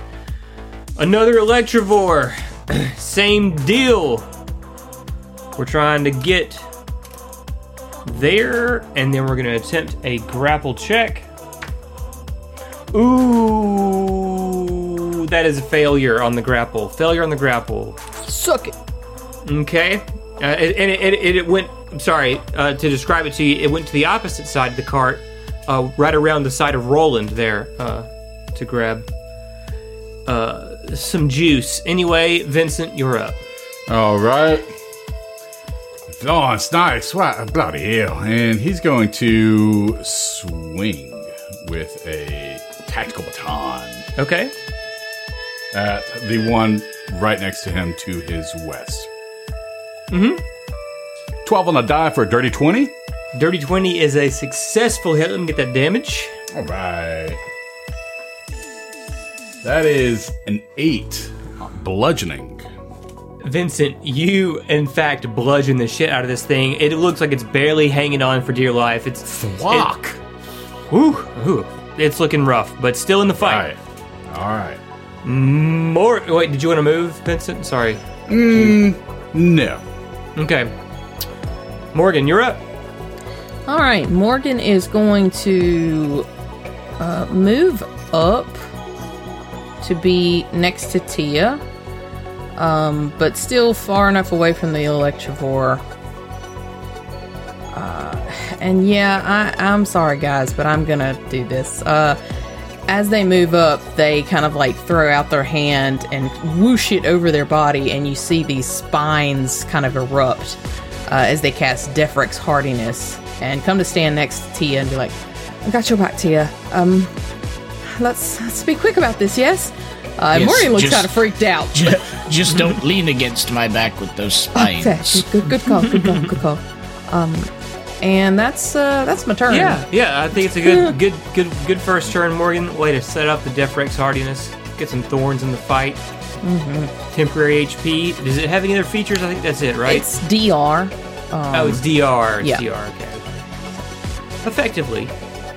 Speaker 1: Another Electrovore. <clears throat> Same deal. We're trying to get there, and then we're going to attempt a grapple check. Ooh, that is a failure on the grapple. Failure on the grapple.
Speaker 4: Suck it.
Speaker 1: Okay. Uh, it, and it, it, it went, I'm sorry, uh, to describe it to you, it went to the opposite side of the cart, uh, right around the side of Roland there uh, to grab uh, some juice. Anyway, Vincent, you're up.
Speaker 6: All right. Oh, it's nice. What a bloody hell. And he's going to swing with a tactical baton
Speaker 1: Okay.
Speaker 6: at the one right next to him to his west.
Speaker 1: Mm-hmm.
Speaker 6: Mm hmm. 12 on a die for a dirty 20.
Speaker 1: Dirty 20 is a successful hit. Let me get that damage.
Speaker 6: All right. That is an 8. Bludgeoning.
Speaker 1: Vincent, you in fact bludgeon the shit out of this thing. It looks like it's barely hanging on for dear life. It's
Speaker 6: Block.
Speaker 1: It, whew, whew. it's looking rough, but still in the
Speaker 6: All
Speaker 1: fight.
Speaker 6: right. All right.
Speaker 1: More. Wait, did you want to move, Vincent? Sorry.
Speaker 6: No.
Speaker 1: Okay. Morgan, you're up.
Speaker 4: All right, Morgan is going to uh, move up to be next to Tia, um, but still far enough away from the Electivore. Uh, and yeah, I, I'm sorry, guys, but I'm gonna do this. Uh, as they move up, they kind of like throw out their hand and whoosh it over their body, and you see these spines kind of erupt uh, as they cast Defrek's Hardiness and come to stand next to Tia and be like, I got your back, Tia. Um, let's, let's be quick about this, yes? Uh,
Speaker 2: Yes,
Speaker 4: Morian looks
Speaker 2: just-
Speaker 4: kind of freaked out.
Speaker 2: Ju- Just don't lean against my back with those spines.
Speaker 4: Fair. Good, good call. Good call. Good call. Um, and that's uh, that's my turn.
Speaker 1: Yeah, yeah. I think it's a
Speaker 4: <laughs>
Speaker 1: good, good, good, good first turn, Morgan. Way to set up the Defrex hardiness. Get some thorns in the fight. Temporary HP. Does it have any other features? I think that's it, right?
Speaker 4: Mm-hmm. It's DR.
Speaker 1: oh, it's DR. It's
Speaker 4: yeah.
Speaker 1: DR. Okay. Effectively,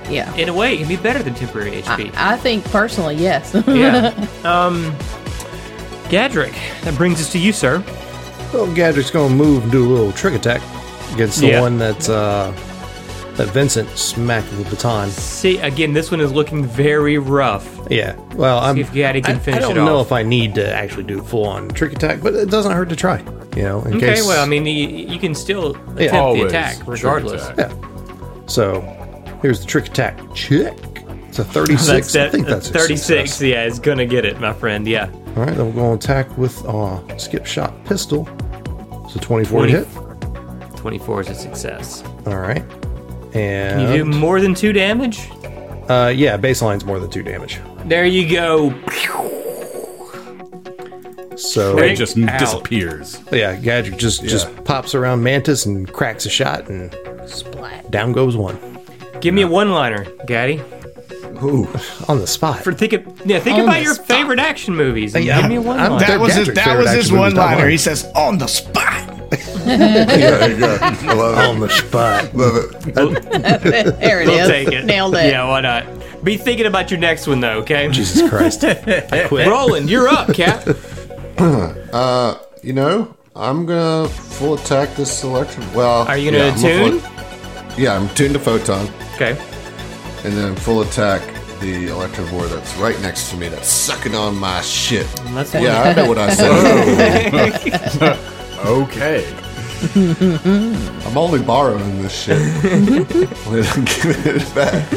Speaker 4: Yeah.
Speaker 1: in a way, it can be better than temporary HP.
Speaker 4: I think personally, yes. <laughs>
Speaker 1: yeah. Um, Gadrick, that brings us to you, sir.
Speaker 5: Well, Gadget's gonna move and do a little trick attack against the
Speaker 1: Yeah.
Speaker 5: one that's uh that Vincent smacked with the baton.
Speaker 1: See, again, this one is looking very rough.
Speaker 5: Yeah. Well, I'm.
Speaker 1: if Gaddy can
Speaker 5: I-
Speaker 1: finish
Speaker 5: I don't
Speaker 1: it
Speaker 5: know
Speaker 1: off.
Speaker 5: if I need to actually do full on trick attack, but it doesn't hurt to try. You know, in
Speaker 1: Okay,
Speaker 5: case.
Speaker 1: well, I mean, you, you can still attempt
Speaker 5: Yeah.
Speaker 1: the
Speaker 6: Always
Speaker 1: attack
Speaker 6: trick
Speaker 1: regardless.
Speaker 6: attack.
Speaker 5: So here's the trick attack. Check. It's a
Speaker 1: <laughs>
Speaker 5: 36.
Speaker 1: That's that,
Speaker 5: I think that's a
Speaker 1: 36.
Speaker 5: success.
Speaker 1: Yeah, it's gonna get it, my friend. Yeah,
Speaker 5: All right, I'm going to attack with uh, skip shot pistol. It's a 24
Speaker 1: Twenty-
Speaker 5: to hit.
Speaker 1: 24 is a success.
Speaker 5: All right.
Speaker 1: You
Speaker 5: And
Speaker 1: do more than two damage.
Speaker 5: uh, yeah, baseline's more than two damage.
Speaker 1: There you go.
Speaker 5: So
Speaker 1: Great.
Speaker 6: It just
Speaker 1: Out.
Speaker 6: disappears.
Speaker 5: yeah, Gadget just just pops around Mantis and cracks a shot and
Speaker 4: Splat.
Speaker 5: down goes one
Speaker 1: Give me a one-liner, Gaddy.
Speaker 5: on the spot.
Speaker 1: For think of, yeah, think
Speaker 4: On
Speaker 1: about
Speaker 4: the
Speaker 1: your
Speaker 4: spot.
Speaker 1: favorite action movies. and
Speaker 5: Yeah,
Speaker 1: give me a
Speaker 5: I'm-
Speaker 1: one-liner.
Speaker 5: They're
Speaker 2: That was his,
Speaker 5: Gadget's
Speaker 2: that
Speaker 5: favorite
Speaker 2: was his
Speaker 5: action movie,
Speaker 2: one
Speaker 5: not
Speaker 2: liner.
Speaker 5: mine.
Speaker 2: He says, on the spot.
Speaker 3: There you go. I love
Speaker 5: on
Speaker 3: it.
Speaker 5: the spot.
Speaker 3: Love it.
Speaker 4: There it is.
Speaker 1: We'll take it.
Speaker 4: Nailed it.
Speaker 1: Yeah, why not? Be thinking about your next one though. Okay.
Speaker 5: Jesus
Speaker 1: <laughs>
Speaker 5: Christ. I quit.
Speaker 1: Roland, you're up,
Speaker 5: <laughs>
Speaker 1: Cap.
Speaker 3: Uh, You know, I'm gonna full attack this selection. Well,
Speaker 1: Are you gonna
Speaker 3: yeah, I'm a
Speaker 1: attune?
Speaker 3: full- yeah, I'm tuned to photon,
Speaker 1: Okay.
Speaker 3: and then full attack the electrovore that's right next to me that's sucking on my shit.
Speaker 1: That's Oh.
Speaker 3: Yeah, I know what I
Speaker 1: <laughs>
Speaker 3: said.
Speaker 6: Okay.
Speaker 3: <laughs> I'm only borrowing this
Speaker 1: <laughs>
Speaker 3: shit. I'm gonna give it back.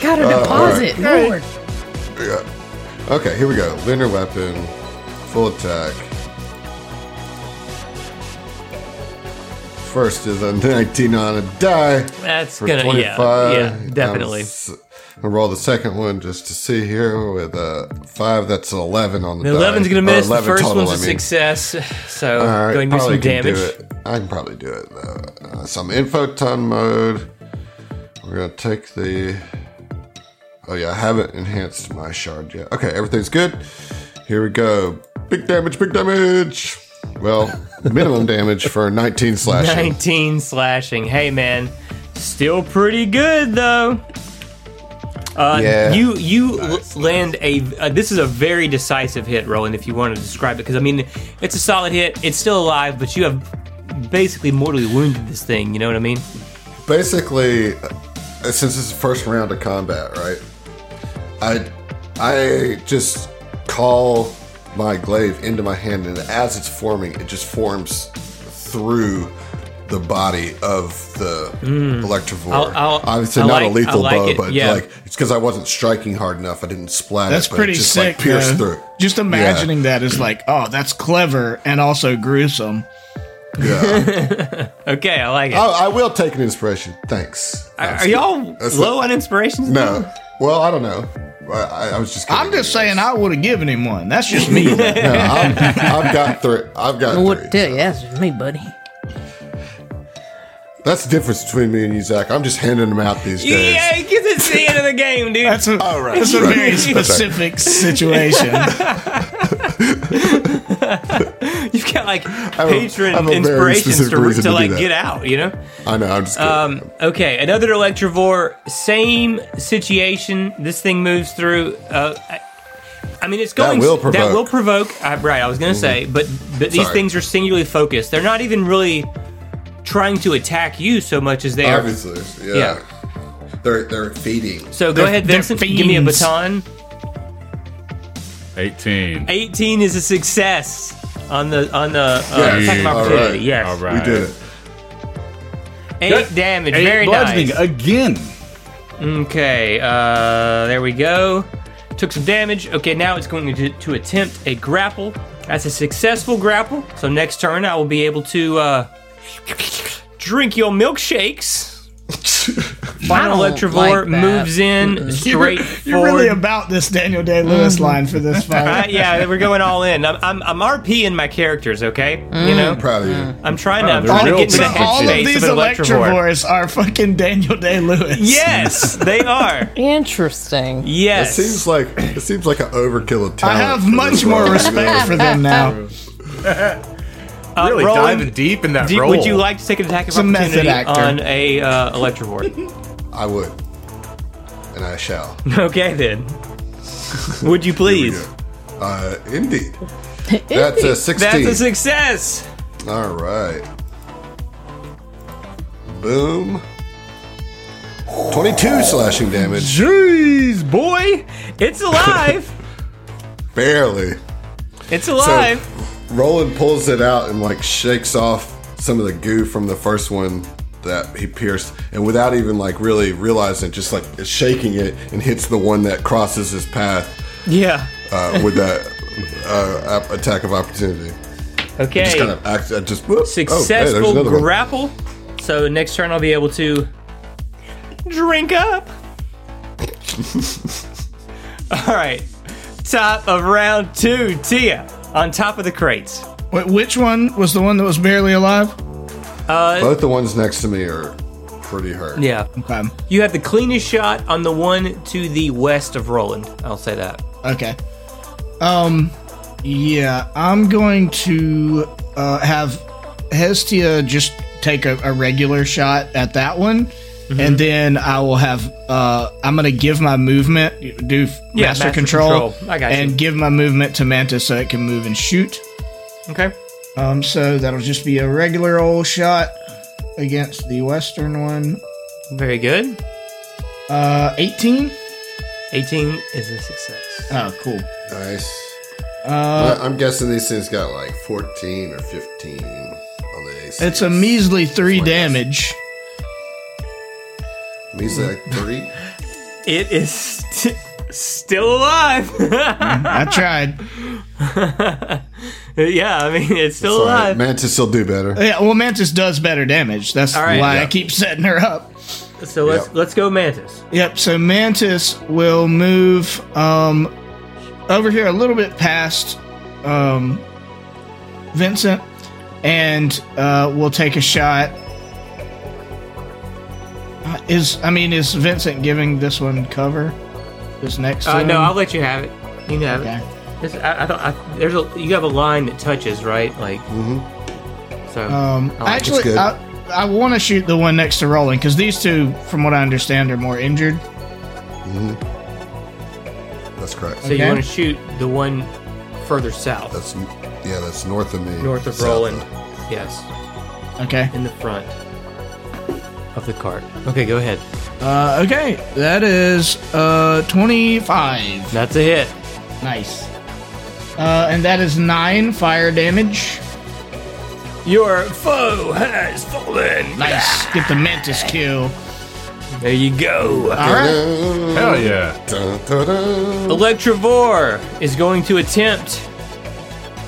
Speaker 4: Got a deposit. Lord.
Speaker 3: Okay, here we go. Lunar weapon, full attack. First is a 19 on a die.
Speaker 1: That's
Speaker 3: for
Speaker 1: gonna.
Speaker 3: 25.
Speaker 1: Yeah. Yeah. Definitely.
Speaker 3: I'm s- I'll roll the second one just to see here with a five. That's an eleven on the.
Speaker 1: The
Speaker 3: die.
Speaker 1: 11's gonna
Speaker 3: Or
Speaker 1: miss. The
Speaker 3: 11
Speaker 1: first
Speaker 3: total,
Speaker 1: one's
Speaker 3: I
Speaker 1: a
Speaker 3: mean.
Speaker 1: success. <laughs> So
Speaker 3: All right,
Speaker 1: go ahead and do
Speaker 3: probably
Speaker 1: some
Speaker 3: can do
Speaker 1: damage.
Speaker 3: it. I can probably do it though. Uh, some infoton mode. We're gonna take the. Oh yeah, I haven't enhanced my shard yet. Okay, everything's good. Here we go. Big damage. Big damage. Well, minimum damage for 19
Speaker 1: <laughs>
Speaker 3: slashing. <laughs>
Speaker 1: 19 slashing. Hey, man, still pretty good though. Uh,
Speaker 3: Yeah.
Speaker 1: You you l- land a. Uh, this is a very decisive hit, Roland. If you want to describe it, because I mean, it's a solid hit. It's still alive, but you have basically mortally wounded this thing. You know what I mean?
Speaker 3: basically uh, since this is the first round of combat right i i just call my glaive into my hand and as it's forming it just forms through the body of the electrovore.
Speaker 1: Mm. I'll- I'll-
Speaker 3: I would say
Speaker 1: I
Speaker 3: not a
Speaker 1: like-
Speaker 3: lethal
Speaker 1: I like
Speaker 3: bow,
Speaker 1: it,
Speaker 3: but
Speaker 1: yeah.
Speaker 3: like it's because I wasn't striking hard enough. I didn't splat.
Speaker 2: That's
Speaker 3: it, but it
Speaker 2: pretty
Speaker 3: just,
Speaker 2: sick.
Speaker 3: Like, pierced
Speaker 2: though.
Speaker 3: through.
Speaker 2: Just imagining that is like, oh, that's clever and also gruesome. <laughs>
Speaker 3: Yeah.
Speaker 1: Okay, I like it.
Speaker 3: I, I will take an inspiration. Thanks.
Speaker 1: Are are y'all
Speaker 3: Oh, That's
Speaker 1: low
Speaker 3: what-
Speaker 1: on inspirations?
Speaker 3: No. Well, I don't know. I, I, I was just.
Speaker 2: I'm
Speaker 3: kidding.
Speaker 2: just saying, I would have given him one. That's just me. <laughs> though.
Speaker 3: No, I'm, I've got three. I've got
Speaker 4: I would
Speaker 3: three.
Speaker 4: tell you, that's just me, buddy.
Speaker 3: That's the difference between me and you, Zach. I'm just handing them out these days.
Speaker 1: Yeah, because it's the end of the game, dude.
Speaker 3: <laughs>
Speaker 2: That's a,
Speaker 3: All right.
Speaker 2: that's a
Speaker 3: Right.
Speaker 2: very
Speaker 1: That's right.
Speaker 2: specific <laughs> situation.
Speaker 1: You've got like
Speaker 3: a-
Speaker 1: patron
Speaker 3: <laughs> I have a very
Speaker 1: inspirations
Speaker 3: specific
Speaker 1: to, to,
Speaker 3: reason to do
Speaker 1: like
Speaker 3: that.
Speaker 1: get out, you know?
Speaker 3: I know. I'm just kidding.
Speaker 1: Um, okay, another Electrovore, same situation. This thing moves through. Uh, I, I mean, it's going.
Speaker 3: will
Speaker 1: That
Speaker 3: provoke. Mm-hmm.
Speaker 1: will provoke. Uh, right, I was going to say, but but these
Speaker 3: Sorry.
Speaker 1: things are singularly focused. They're not even really trying to attack you so much as they are.
Speaker 3: Obviously, yeah. They're they're feeding.
Speaker 1: So go
Speaker 2: They're-
Speaker 1: ahead,
Speaker 2: they're
Speaker 1: Vincent. Give me a
Speaker 2: fiends.
Speaker 1: baton.
Speaker 6: 18.
Speaker 1: 18 is a success on the on the uh,
Speaker 3: Yes.
Speaker 1: attack of
Speaker 3: All
Speaker 1: opportunity.
Speaker 3: right.
Speaker 1: Yes,
Speaker 6: All
Speaker 3: We
Speaker 6: right.
Speaker 3: did it.
Speaker 1: eight
Speaker 6: Good.
Speaker 1: damage.
Speaker 6: Eight
Speaker 1: Very
Speaker 6: bludgeoning
Speaker 1: nice.
Speaker 6: again.
Speaker 1: Okay, uh, there we go. Took some damage. Okay, now it's going to, to attempt a grapple. That's a successful grapple. So next turn, I will be able to uh, drink your milkshakes. Final
Speaker 4: I don't
Speaker 1: Electrovore
Speaker 4: like that.
Speaker 1: moves in straight
Speaker 2: You're
Speaker 1: forward.
Speaker 2: really about this Daniel Day Lewis line for this
Speaker 1: Uh, <laughs>
Speaker 2: fight.
Speaker 1: yeah, we're going all in. I'm, I'm, I'm RPing my characters, okay? You know,
Speaker 4: Mm.
Speaker 3: Proud of you.
Speaker 1: I'm trying to. I'm
Speaker 6: they're
Speaker 1: trying to
Speaker 6: real
Speaker 1: get to the
Speaker 2: So
Speaker 6: bad.
Speaker 2: all of
Speaker 1: headspace
Speaker 2: these
Speaker 1: of an Electrovore.
Speaker 2: electrovores are fucking Daniel Day Lewis.
Speaker 1: Yes, they are.
Speaker 4: Interesting.
Speaker 3: It
Speaker 1: Yes.
Speaker 3: seems like it seems like an overkill of
Speaker 2: I
Speaker 3: talent.
Speaker 2: have
Speaker 3: for this
Speaker 2: much more
Speaker 3: role.
Speaker 2: respect for them <laughs> now.
Speaker 6: really
Speaker 1: Uh, Roland,
Speaker 6: diving deep in that
Speaker 1: Do you-
Speaker 6: role.
Speaker 1: would you like to take an attack of
Speaker 2: a method
Speaker 1: opportunity
Speaker 2: actor.
Speaker 1: on a uh,
Speaker 3: <laughs>
Speaker 1: electrovore?
Speaker 3: I would, and I shall.
Speaker 1: okay
Speaker 3: <laughs>
Speaker 1: then. Would you please?
Speaker 3: Uh, indeed. That's a
Speaker 1: That's
Speaker 3: sixteen.
Speaker 1: a success.
Speaker 3: All right. Boom. Twenty-two slashing damage.
Speaker 1: Jeez, boy,
Speaker 2: <laughs>
Speaker 1: it's alive.
Speaker 3: Barely.
Speaker 1: it's alive.
Speaker 3: Roland pulls it out and like shakes off some of the goo from the first one that he pierced, and without even like really realizing, just like shaking it and hits the one that crosses his path
Speaker 1: yeah.
Speaker 3: uh,
Speaker 1: <laughs>
Speaker 3: with that uh, app- attack of opportunity.
Speaker 1: Okay.
Speaker 3: Just kind of act, uh, just whoop. Oh, hey, there's
Speaker 1: Successful
Speaker 3: another one.
Speaker 1: grapple. So next turn I'll be able to drink
Speaker 3: <laughs>
Speaker 1: up. All right. Top of round two, Tia on top of the crates.
Speaker 2: Wait, which one was the one that was barely alive?
Speaker 3: Both the ones next to me are pretty hurt.
Speaker 1: Yeah.
Speaker 2: Okay.
Speaker 1: You have the cleanest shot on the one to the west of Roland. I'll say that.
Speaker 2: Okay. Um, yeah, I'm going to uh, have Hestia just take a, a regular shot at that one,
Speaker 1: Mm-hmm.
Speaker 2: and then I will have uh, I'm going to give my movement do f-
Speaker 1: Yeah,
Speaker 2: master,
Speaker 1: master
Speaker 2: control,
Speaker 1: control. I got you.
Speaker 2: and give my movement to Mantis so it can move and shoot.
Speaker 1: Okay.
Speaker 2: Um, so that'll just be a regular old shot against the western one.
Speaker 1: Very good.
Speaker 2: Uh, 18.
Speaker 1: 18 is a success.
Speaker 2: Oh, cool.
Speaker 3: Nice. Uh, I'm guessing these things got like 14 or 15 on the AC.
Speaker 2: It's a measly three
Speaker 3: Slice.
Speaker 2: damage.
Speaker 3: Means like three.
Speaker 1: It is st- still alive. <laughs>
Speaker 2: I tried.
Speaker 1: yeah, I mean, it's <laughs> still
Speaker 3: Sorry,
Speaker 1: alive.
Speaker 3: Mantis will do better.
Speaker 2: Yeah, well, Mantis does better damage. That's
Speaker 1: right.
Speaker 2: why I
Speaker 3: Yeah.
Speaker 2: keep setting her up.
Speaker 1: So let's
Speaker 3: Yep.
Speaker 1: let's go Mantis. Uh,
Speaker 2: Yep. So Mantis will move um over here a little bit past um Vincent, and uh, we'll take a shot. Uh, Is I mean, is Vincent giving this one cover? This next
Speaker 1: Uh,
Speaker 2: one?
Speaker 1: no, I'll let you have it. You can have
Speaker 2: Okay.
Speaker 1: it. This, I, I don't, I, there's a you have a line that touches right, like.
Speaker 3: Mm-hmm.
Speaker 1: So
Speaker 3: Uh,
Speaker 2: Um,
Speaker 1: I like it.
Speaker 2: actually,
Speaker 3: good.
Speaker 2: I, I want to shoot the one next to Roland because these two, from what I understand, are more injured.
Speaker 3: That's correct.
Speaker 1: so you
Speaker 2: okay.
Speaker 1: want to shoot the one further south,
Speaker 3: That's yeah. That's north of me.
Speaker 1: north of
Speaker 3: South
Speaker 1: Roland. Yes,
Speaker 2: Okay.
Speaker 1: in the front of the cart. Okay, go ahead.
Speaker 2: Uh, okay, that is uh 25.
Speaker 1: That's a hit.
Speaker 2: Nice. Uh, and that is nine fire damage.
Speaker 1: Your foe has fallen.
Speaker 2: Nice. Get the mantis kill.
Speaker 1: There you go.
Speaker 2: All right.
Speaker 6: Hell yeah.
Speaker 3: Dun, dun, dun.
Speaker 1: Electrovore is going to attempt.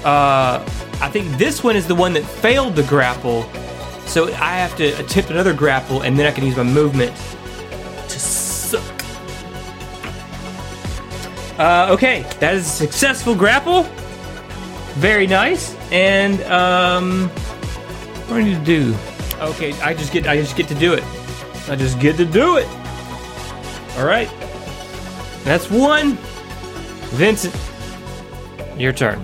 Speaker 1: Uh, I think this one is the one that failed the grapple, so I have to attempt another grapple, and then I can use my movement to suck. Uh, okay, that is a successful grapple. Very nice. And um, what do I need to do? Okay, I just get I just get to do it. I just get to do it. All right. That's one. Vincent, your turn.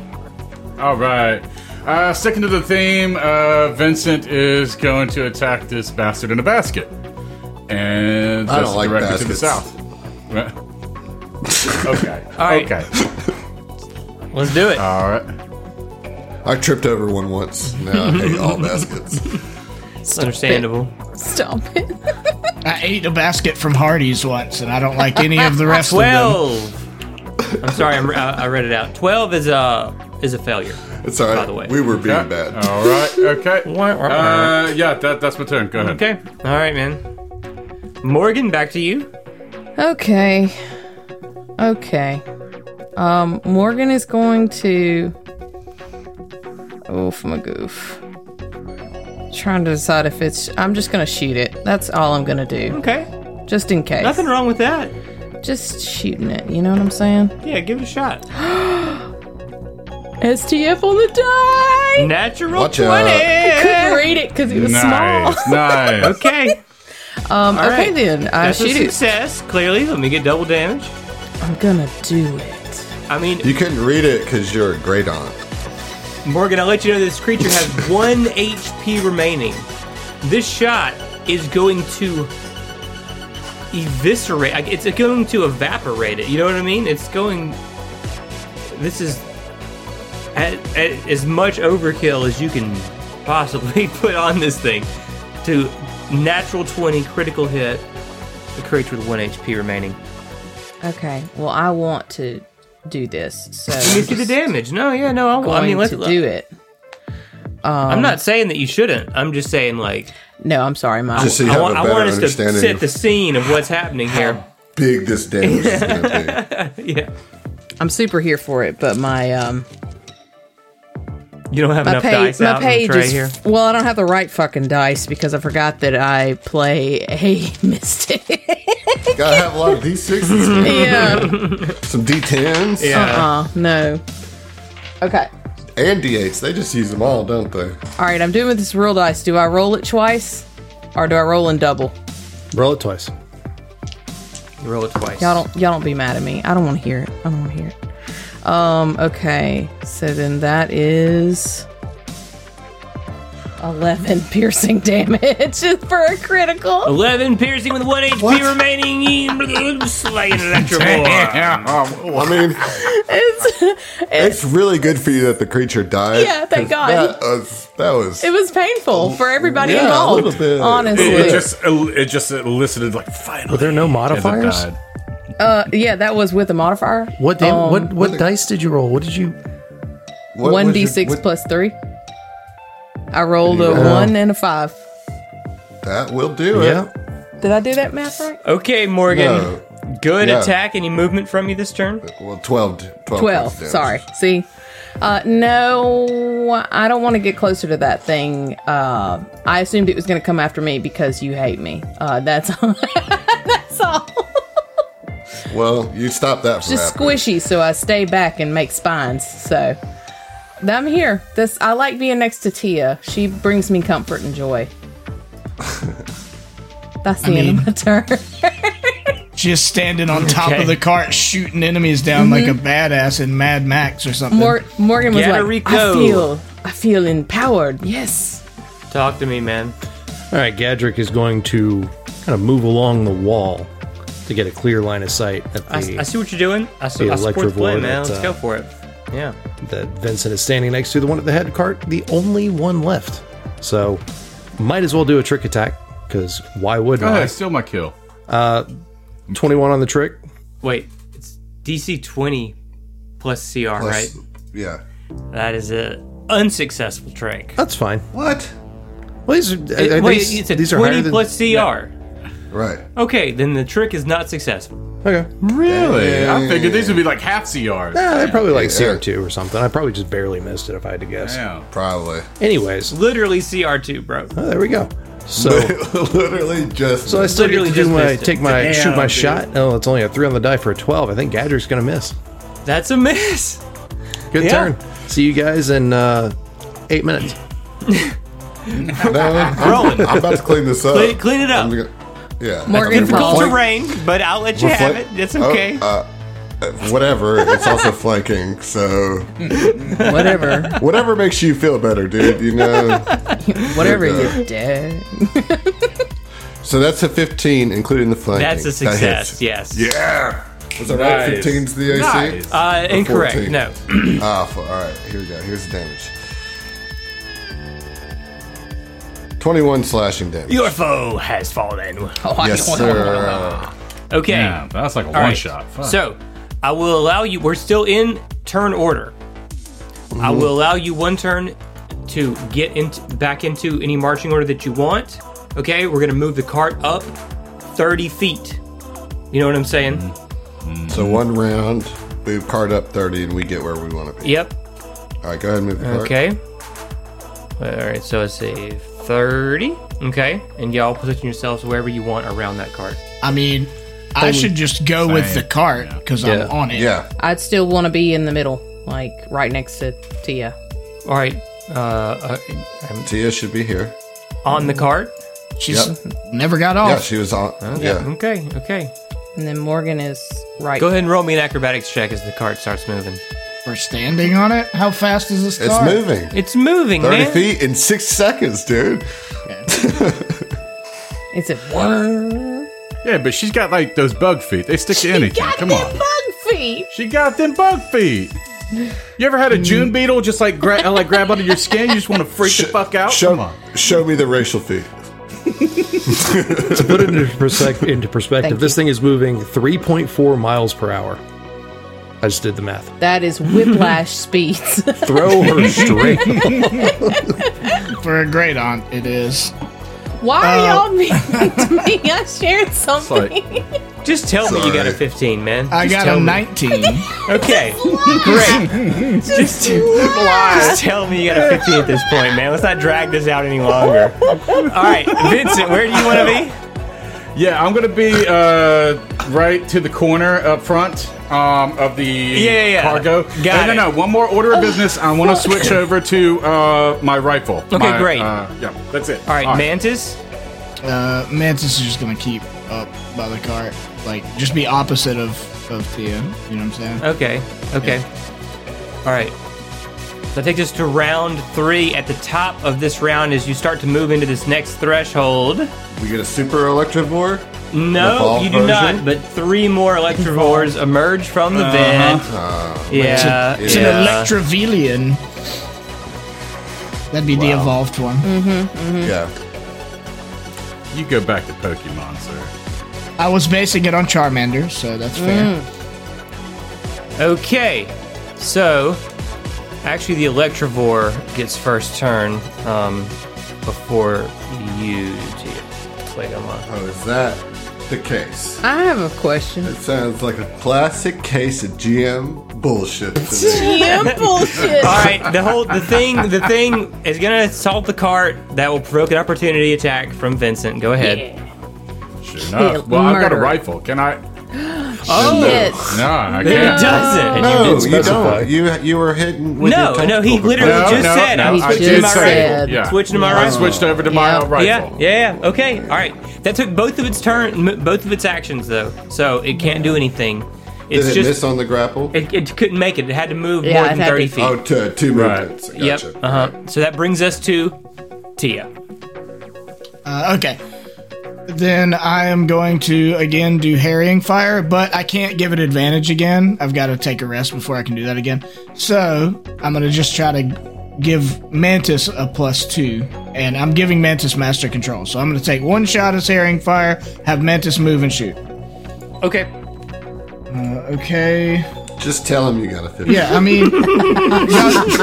Speaker 6: All right. Uh, sticking to the theme, uh, Vincent is going to attack this bastard in a basket, and
Speaker 3: I don't
Speaker 6: that's
Speaker 3: like
Speaker 6: directly to
Speaker 3: baskets.
Speaker 6: the
Speaker 3: <laughs>
Speaker 6: south. Right. okay.
Speaker 1: right.
Speaker 6: Okay.
Speaker 1: Let's do it.
Speaker 6: All right.
Speaker 3: I tripped over one once. Now I
Speaker 1: <laughs>
Speaker 3: hate all baskets.
Speaker 1: it's understandable.
Speaker 4: Stop it.
Speaker 2: I ate a basket from Hardee's once, and I don't like any of the rest of them.
Speaker 1: Twelve. <laughs> I'm sorry, I'm, I, I read it out. Twelve is a is a failure.
Speaker 3: It's all right.
Speaker 1: By the way.
Speaker 3: we were being
Speaker 6: Yeah. Oh.
Speaker 3: bad.
Speaker 6: All right. Okay.
Speaker 1: <laughs> Wah, wah, wah.
Speaker 6: Uh, yeah, that, that's my turn. Go ahead.
Speaker 1: Okay. All right, man. Morgan, back to you.
Speaker 4: Okay. Okay. Um, Morgan is going to. Oof, my goof. Trying to decide if it's. I'm just gonna shoot it. That's all I'm gonna do,
Speaker 1: Okay.
Speaker 4: just in case.
Speaker 1: Nothing wrong with that.
Speaker 4: Just shooting it. You know what I'm saying?
Speaker 1: Yeah, give it a shot.
Speaker 4: STF on the die.
Speaker 1: Natural
Speaker 3: Watch
Speaker 1: twenty.
Speaker 3: out.
Speaker 4: Couldn't read it because it was small.
Speaker 6: Nice. Nice.
Speaker 1: <laughs> Okay.
Speaker 4: Um, okay
Speaker 1: right.
Speaker 4: then. I
Speaker 1: That's a
Speaker 4: shoot it.
Speaker 1: success. Clearly, let me get double damage.
Speaker 4: I'm gonna do it.
Speaker 1: I mean,
Speaker 3: You couldn't read it because you're a great aunt.
Speaker 1: Morgan, I'll let you know this creature has one HP remaining. This shot is going to eviscerate. like, It's going to evaporate it. You know what I mean? It's going. This is a a- as much overkill as you can possibly <laughs> put on this thing. To natural 20 critical hit the creature with one HP remaining.
Speaker 4: Okay. Well, I want to do this. So
Speaker 1: Let me see the damage. No, yeah, no. I, I
Speaker 4: going
Speaker 1: mean, let's
Speaker 4: to do it.
Speaker 1: I'm not saying that you shouldn't. I'm just saying like.
Speaker 4: No, I'm sorry, my
Speaker 3: Just so you
Speaker 1: I,
Speaker 3: have
Speaker 1: want,
Speaker 3: a
Speaker 1: I
Speaker 3: better
Speaker 1: want us to
Speaker 3: understanding
Speaker 1: set
Speaker 3: of
Speaker 1: the scene of what's happening here. <laughs>
Speaker 3: big this damage is going to be.
Speaker 1: yeah.
Speaker 4: I'm super here for it, but my um
Speaker 1: You don't have
Speaker 4: my
Speaker 1: enough
Speaker 4: page
Speaker 1: dice
Speaker 4: my
Speaker 1: out
Speaker 4: page
Speaker 1: on the tray
Speaker 4: is
Speaker 1: here.
Speaker 4: well, I don't have the right fucking dice because I forgot that I play <laughs> a
Speaker 1: <laughs>
Speaker 4: mystic.
Speaker 3: Gotta have a lot of D6s,
Speaker 4: yeah.
Speaker 3: some D10s,
Speaker 4: Uh-uh. No. Okay.
Speaker 3: and D8s. They just use them all, don't they?
Speaker 4: All right, I'm doing with this real dice. Do I roll it twice or do I roll and double?
Speaker 5: Roll it twice.
Speaker 1: Roll it twice.
Speaker 4: Y'all don't y'all don't be mad at me. I don't want to hear it. I don't want to hear it. Um, okay. So then that is 11 <laughs> piercing damage <laughs> for a critical.
Speaker 1: 11 piercing with 1 HP remaining. Eem, <laughs> Slaying Electrovore.
Speaker 3: I mean,
Speaker 4: It's,
Speaker 3: it's really good for you that the creature died.
Speaker 4: Yeah,
Speaker 3: 'cause
Speaker 4: thank God.
Speaker 3: That was. That was
Speaker 4: it was painful for everybody
Speaker 3: Oh, Yeah, a
Speaker 4: involved.
Speaker 3: little bit.
Speaker 4: Honestly.
Speaker 6: It, it just el- it just elicited like finally.
Speaker 5: Were there no modifiers?
Speaker 6: And it died.
Speaker 4: uh, yeah, that was with a modifier.
Speaker 5: What dam-
Speaker 4: Um,
Speaker 5: what what dice did you roll? What did you?
Speaker 3: what was your-
Speaker 4: 1d6
Speaker 3: what-
Speaker 4: plus 3. I rolled a
Speaker 3: Yeah.
Speaker 4: 1 and a 5.
Speaker 3: That will do Uh, it.
Speaker 5: Yeah.
Speaker 4: Did I do that math right?
Speaker 1: Okay, Morgan.
Speaker 3: No.
Speaker 1: Good
Speaker 3: Yeah.
Speaker 1: attack. Any movement from you this turn?
Speaker 3: Well, 12. d- 12.
Speaker 4: 12
Speaker 3: points damage.
Speaker 4: sorry see uh no i don't want to get closer to that thing uh i assumed it was going to come after me because you hate me uh that's <laughs> all that's all
Speaker 3: Well, you stop that from
Speaker 4: just
Speaker 3: happening.
Speaker 4: squishy so i stay back and make spines so i'm here this i like being next to tia she brings me comfort and joy that's the end of my turn
Speaker 2: Just standing on top
Speaker 1: Okay.
Speaker 2: of the cart, shooting enemies down like
Speaker 3: Mm-hmm.
Speaker 2: a badass in Mad Max or something.
Speaker 4: Mor- morgan was
Speaker 1: Gotta
Speaker 4: like
Speaker 1: reco.
Speaker 4: i feel i feel empowered yes
Speaker 1: Talk to me, man.
Speaker 5: All right, Gadrick is going to kind of move along the wall to get a clear line of sight at
Speaker 1: I,
Speaker 5: the
Speaker 1: I see what you're doing. I, see,
Speaker 5: the
Speaker 1: I support the play,
Speaker 5: Electrovore
Speaker 1: man.
Speaker 5: that,
Speaker 1: Let's
Speaker 5: uh,
Speaker 1: go for it. Yeah.
Speaker 5: that Vincent is standing next to the one at the head cart, the only one left. So, might as well do a trick attack because why wouldn't
Speaker 6: Go
Speaker 5: I?
Speaker 6: ahead, steal my kill.
Speaker 5: Twenty-one on the trick.
Speaker 1: Wait. It's DC 20 plus CR,
Speaker 3: Plus-
Speaker 1: right?
Speaker 3: Yeah.
Speaker 1: That is it. unsuccessful trick.
Speaker 5: That's fine.
Speaker 3: What?
Speaker 5: Well, these are,
Speaker 1: It-
Speaker 5: I- I-
Speaker 1: wait,
Speaker 5: these,
Speaker 1: it's a
Speaker 5: these are higher
Speaker 1: 20
Speaker 5: than-
Speaker 1: plus CR.
Speaker 3: Right.
Speaker 1: Okay, then the trick is not successful.
Speaker 5: Okay.
Speaker 6: Really? I figured these would be like half CRs.
Speaker 5: Nah, they're probably like
Speaker 3: Yeah.
Speaker 5: CR2 or something. I probably just barely missed it if I had to guess.
Speaker 6: Wow.
Speaker 3: Probably. <laughs>
Speaker 5: Anyways,
Speaker 1: Literally CR2, bro.
Speaker 5: oh, there we go. <laughs> So.
Speaker 3: Literally just.
Speaker 5: So I still get
Speaker 1: Literally
Speaker 5: to do
Speaker 1: just
Speaker 5: my,
Speaker 1: missed it.
Speaker 5: take my
Speaker 6: Damn,
Speaker 5: shoot my
Speaker 6: dude.
Speaker 5: shot. Oh, it's only a three on the die for a twelve. I think Gadrick's gonna miss.
Speaker 1: That's a miss. <laughs>
Speaker 5: Good
Speaker 1: Yeah.
Speaker 5: turn. See you guys in uh, eight minutes.
Speaker 3: No,
Speaker 1: <laughs>
Speaker 3: I'm,
Speaker 1: Rolling.
Speaker 3: I'm about to clean this up.
Speaker 1: Clean- clean it up.
Speaker 3: I'm gonna- yeah. I'm
Speaker 4: Morgan
Speaker 3: gonna
Speaker 4: Paul.
Speaker 1: Call
Speaker 3: flank-
Speaker 1: to rain, but I'll let you
Speaker 3: we're
Speaker 1: have
Speaker 3: flank-
Speaker 1: it. That's
Speaker 3: Oh,
Speaker 1: okay.
Speaker 3: uh, uh, whatever. It's also <laughs> flanking, so <laughs>
Speaker 4: Whatever.
Speaker 3: whatever makes you feel better, dude. You
Speaker 1: <laughs>
Speaker 3: know.
Speaker 4: Whatever
Speaker 3: Yeah.
Speaker 4: you do.
Speaker 3: So that's a 15, including the flanking.
Speaker 1: That's a
Speaker 3: That
Speaker 1: success,
Speaker 3: hits.
Speaker 1: yes.
Speaker 3: Yeah. Was I right?
Speaker 6: Nice.
Speaker 3: 15's the AC.
Speaker 6: Nice.
Speaker 1: Uh,
Speaker 3: Or
Speaker 1: incorrect.
Speaker 3: 14.
Speaker 1: No.
Speaker 3: Ah, fu- all right. Here we go. Here's the damage. 21 slashing damage.
Speaker 1: Your foe has fallen.
Speaker 3: yes,
Speaker 1: <laughs>
Speaker 3: sir.
Speaker 1: Okay.
Speaker 6: Damn, that's like a one
Speaker 1: All right.
Speaker 6: shot. Fuck.
Speaker 1: So, I will allow you. We're still in turn order. I
Speaker 3: Mm-hmm.
Speaker 1: will allow you one turn to get into back into any marching order that you want. Okay, we're gonna move the cart up thirty feet. You know what I'm saying?
Speaker 6: Mm-hmm.
Speaker 3: So one round, move card up 30, and we get where we want to be.
Speaker 1: Yep.
Speaker 3: All right, go ahead and move the card.
Speaker 1: Okay. All right. So it's a thirty. Okay, and y'all position yourselves wherever you want around that cart.
Speaker 2: I mean, I should just go with the cart because
Speaker 5: Yeah.
Speaker 2: I'm on it.
Speaker 3: Yeah.
Speaker 4: I'd still want to be in the middle, like right next to Tia.
Speaker 1: All right. Uh, uh, I'm
Speaker 3: Tia should be here.
Speaker 1: on the cart.
Speaker 2: She's never got off.
Speaker 3: Yeah, she was on. Yeah.
Speaker 1: Oh. Okay. Okay.
Speaker 4: And then Morgan is right.
Speaker 1: Go ahead and roll me an acrobatics check as the cart starts moving.
Speaker 2: We're standing on it. How fast is this
Speaker 3: It's
Speaker 2: car?
Speaker 3: moving.
Speaker 1: It's moving,
Speaker 3: 30
Speaker 1: man.
Speaker 3: feet in six seconds, dude.
Speaker 4: It's a one.
Speaker 6: yeah, but she's got like those bug feet. They stick to anything. Come on.
Speaker 4: bug feet.
Speaker 6: She got them bug feet. You ever had a June beetle just like gra- uh, like grab under your skin? You just want to freak the fuck out.
Speaker 3: Show,
Speaker 6: Come on.
Speaker 3: show me the racial feet.
Speaker 5: <laughs> to put it into, persec- into perspective,
Speaker 4: Thank
Speaker 5: this thing is moving three point four miles per hour. I just did the math.
Speaker 4: That is whiplash <laughs> speeds.
Speaker 5: Throw
Speaker 6: <laughs>
Speaker 5: her
Speaker 4: <laughs>
Speaker 5: straight.
Speaker 2: For a great aunt, it is.
Speaker 4: Why are y'all mean to me? I shared something.
Speaker 1: Just tell me you got a
Speaker 3: Sorry.
Speaker 1: 15, man.
Speaker 2: I
Speaker 1: Just
Speaker 2: got
Speaker 1: tell
Speaker 2: a
Speaker 1: me.
Speaker 2: 19.
Speaker 1: Okay, great.
Speaker 2: <laughs>
Speaker 1: just, <laughs> just tell me you got a 15 at this point, man. Let's not drag this out any longer. All right, Vincent, where do you want to be?
Speaker 6: Yeah, I'm gonna be uh, right to the corner up front um, of the
Speaker 1: yeah, yeah.
Speaker 6: cargo.
Speaker 1: Got
Speaker 6: no, no,
Speaker 1: it. Oh.
Speaker 6: no. One more order of business. I want to switch over to uh, my rifle. Okay,
Speaker 1: great.
Speaker 6: Uh, yeah, that's it.
Speaker 1: All right, Mantis.
Speaker 2: Uh, Mantis is just gonna keep up by the cart, like just be opposite of of Thea. You know what I'm saying?
Speaker 1: Okay, okay. All right. That takes us to round three. At the top of this round, as you start to move into this next threshold.
Speaker 3: We get a super electrovore. The
Speaker 1: No,
Speaker 3: ball
Speaker 1: you do
Speaker 3: version?
Speaker 1: not. But three more electrovores emerge from the vent. yeah,
Speaker 2: It's
Speaker 1: yeah.
Speaker 2: an Electrovelian. That'd be the evolved one.
Speaker 3: Yeah.
Speaker 6: You go back to Pokemon, sir.
Speaker 2: I was basing it on Charmander, so that's fair.
Speaker 1: Okay, so actually, the Electrovore gets first turn um, before you do. Play on my.
Speaker 3: Oh, is that the case?
Speaker 4: I have a question.
Speaker 3: It sounds like a classic case of GM
Speaker 1: <laughs>
Speaker 3: bullshit to me.
Speaker 4: GM bullshit.
Speaker 1: All right, the whole the thing the thing is gonna assault the cart. That will provoke an opportunity attack from Vincent. Go ahead.
Speaker 6: Sure enough. Well, I've got a
Speaker 4: murder.
Speaker 6: rifle. Can I?
Speaker 4: Shit.
Speaker 6: No, <laughs> I
Speaker 1: It
Speaker 6: can't.
Speaker 1: doesn't.
Speaker 5: You
Speaker 3: No,
Speaker 5: didn't
Speaker 3: you
Speaker 5: specify.
Speaker 3: don't. You you were hitting. With
Speaker 1: No,
Speaker 3: your
Speaker 1: no, he
Speaker 3: tactical
Speaker 1: literally
Speaker 3: device.
Speaker 1: just said,
Speaker 6: no,
Speaker 1: I'm
Speaker 6: I
Speaker 1: switching
Speaker 6: did
Speaker 1: to my
Speaker 6: say-
Speaker 1: rifle.
Speaker 4: said.
Speaker 6: Yeah.
Speaker 1: Switching to my
Speaker 6: I
Speaker 1: rifle.
Speaker 6: switched over to my
Speaker 4: Yeah.
Speaker 6: uh, rifle.
Speaker 1: Yeah, yeah, yeah. Okay, all right. That took both of its turn, m- both of its actions though, so it can't do anything.
Speaker 3: Did
Speaker 1: It's
Speaker 3: it
Speaker 1: just
Speaker 3: miss on the grapple?
Speaker 1: it, it couldn't make it. It had to move
Speaker 4: Yeah,
Speaker 1: more
Speaker 4: it
Speaker 1: than
Speaker 4: had
Speaker 1: thirty
Speaker 4: to-
Speaker 1: feet.
Speaker 3: oh, to two
Speaker 6: Right.
Speaker 3: movements. Gotcha.
Speaker 1: Yep. Uh huh. So that brings us to Tia.
Speaker 2: Uh, okay. Then I am going to again do harrying fire, but I can't give it advantage again. I've got to take a rest before I can do that again. So I'm gonna just try to give Mantis a plus two, and I'm giving Mantis master control. So I'm gonna take one shot as harrying fire, have Mantis move and shoot.
Speaker 1: Okay.
Speaker 2: Uh, okay.
Speaker 3: Just tell him you got a 50.
Speaker 2: Yeah, I mean,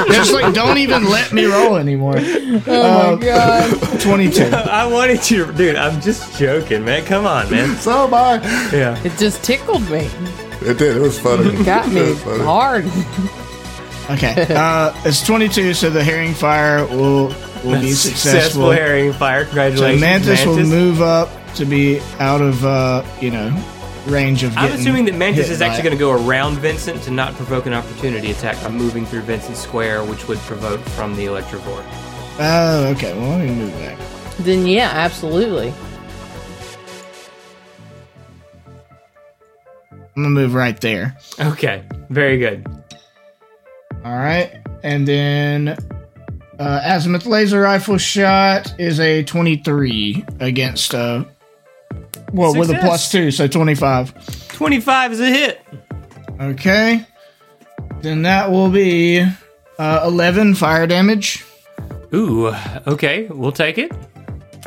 Speaker 2: <laughs> just like don't even let me roll anymore. Uh,
Speaker 4: Oh my god.
Speaker 2: Twenty-two.
Speaker 1: I wanted you, to, dude. I'm just joking, man. Come on, man.
Speaker 3: So bye.
Speaker 1: Yeah.
Speaker 4: It just tickled me.
Speaker 3: It did. It was funny.
Speaker 4: Got
Speaker 3: It
Speaker 4: me
Speaker 3: was funny.
Speaker 4: hard.
Speaker 2: Okay, uh, it's twenty-two. So the herring fire will will be
Speaker 1: Successful
Speaker 2: successful.
Speaker 1: herring fire.
Speaker 2: So
Speaker 1: Congratulations,
Speaker 2: Mantis, will
Speaker 1: Mantis.
Speaker 2: move up to be out of uh, you know range of.
Speaker 1: I'm
Speaker 2: getting
Speaker 1: assuming that Mantis
Speaker 2: hit
Speaker 1: is
Speaker 2: by
Speaker 1: actually
Speaker 2: it.
Speaker 1: going to go around Vincent to not provoke an opportunity attack by moving through Vincent Square, which would provoke from the Electrovore.
Speaker 2: Oh, okay. Well, let me move back.
Speaker 4: Then yeah, absolutely.
Speaker 2: I'm gonna move right there.
Speaker 1: Okay, very good.
Speaker 2: All right, and then uh, azimuth laser rifle shot is a 23 against uh, well with a
Speaker 1: Success.
Speaker 2: plus two, so 25.
Speaker 1: 25 is a hit.
Speaker 2: Okay, then that will be uh, 11 fire damage.
Speaker 1: Ooh, okay, we'll take it.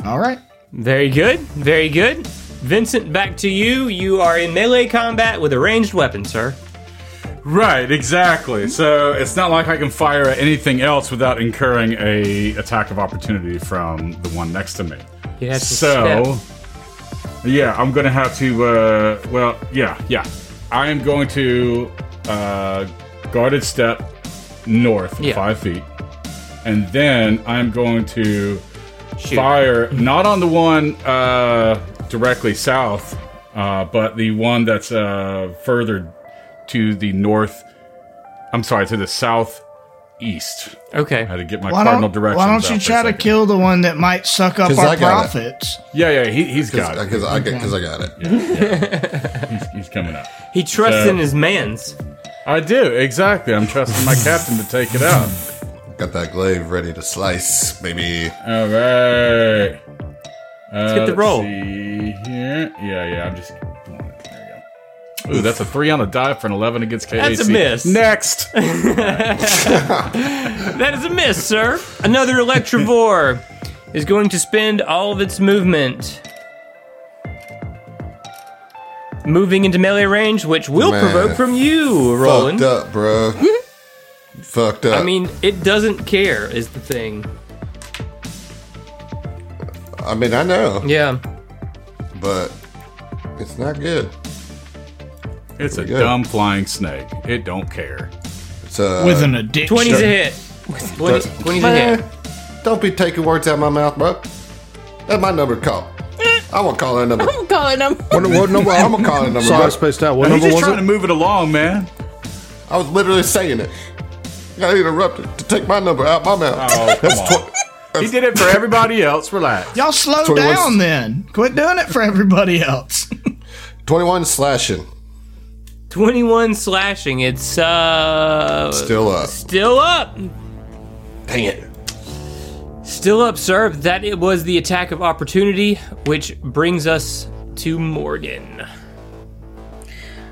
Speaker 2: All right.
Speaker 1: Very good, very good. Vincent, back to you. You are in melee combat with a ranged weapon, sir.
Speaker 6: Right, exactly. So it's not like I can fire at anything else without incurring a attack of opportunity from the one next to me.
Speaker 1: You have to
Speaker 6: so,
Speaker 1: step.
Speaker 6: yeah, I'm gonna have to. Uh, well, yeah, yeah. I am going to uh, guarded step north
Speaker 1: Yeah.
Speaker 6: five feet, and then I'm going to
Speaker 1: Shoot.
Speaker 6: fire not on the one uh, directly south, uh, but the one that's uh, further to the north. I'm sorry, to the southeast. I had
Speaker 1: Okay.
Speaker 6: to get my
Speaker 2: Why
Speaker 6: cardinal
Speaker 2: don't,
Speaker 6: directions.
Speaker 2: why don't
Speaker 6: out
Speaker 2: you
Speaker 6: for
Speaker 2: try
Speaker 6: a
Speaker 2: to
Speaker 6: second.
Speaker 2: kill the one that might suck up
Speaker 3: 'Cause I
Speaker 2: our
Speaker 3: got it.
Speaker 2: profits?
Speaker 6: Yeah, yeah, he, he's got it.
Speaker 3: Because I, got- 'cause I got it.
Speaker 6: He's, he's coming up.
Speaker 1: He trusts
Speaker 6: So-
Speaker 1: in his mans.
Speaker 6: I do exactly. I'm trusting my captain to take it out.
Speaker 3: Got that glaive ready to slice, baby.
Speaker 6: All right. uh, Let's
Speaker 1: get the roll.
Speaker 6: See here. Yeah, yeah. I'm just. There we go. Ooh, that's a three on a die for an eleven against KAC.
Speaker 1: That's a miss.
Speaker 6: Next.
Speaker 1: That is a miss, sir. Another Electrovore is going to spend all of its movement moving into melee range, which will
Speaker 3: Man.
Speaker 1: provoke from you, Roland.
Speaker 3: Fucked up, bro.
Speaker 4: <laughs>
Speaker 3: Fucked up.
Speaker 1: I mean, it doesn't care, is the thing.
Speaker 3: I mean, I know,
Speaker 1: Yeah.
Speaker 3: but it's not good.
Speaker 6: It's a
Speaker 3: good.
Speaker 6: dumb flying snake. It don't care.
Speaker 3: It's uh,
Speaker 2: With an addiction.
Speaker 1: 20's a hit. 20's, 20's a
Speaker 3: Man, <laughs>
Speaker 1: hit.
Speaker 3: Don't be taking words out of my mouth, bro. That's my number to call. I won't call that
Speaker 4: <laughs>
Speaker 3: number.
Speaker 4: Oh, I'm calling him.
Speaker 5: What, what number?
Speaker 3: I'm gonna call that number.
Speaker 5: Sorry, I
Speaker 3: Bro.
Speaker 5: spaced out. What
Speaker 6: He's
Speaker 5: number
Speaker 6: just
Speaker 5: was
Speaker 6: trying to
Speaker 5: it?
Speaker 6: move it along, man.
Speaker 3: I was literally saying it. I got interrupted to take my number out my mouth.
Speaker 6: Oh, come on. He did it for everybody else. Relax.
Speaker 2: Y'all slow
Speaker 3: 21.
Speaker 2: down then. Quit doing it for everybody else. <laughs>
Speaker 3: 21 slashing.
Speaker 1: 21 slashing. It's uh
Speaker 3: Still up.
Speaker 1: still up.
Speaker 3: Dang it.
Speaker 1: Still up, sir. That it was the attack of opportunity, which brings us to Morgan.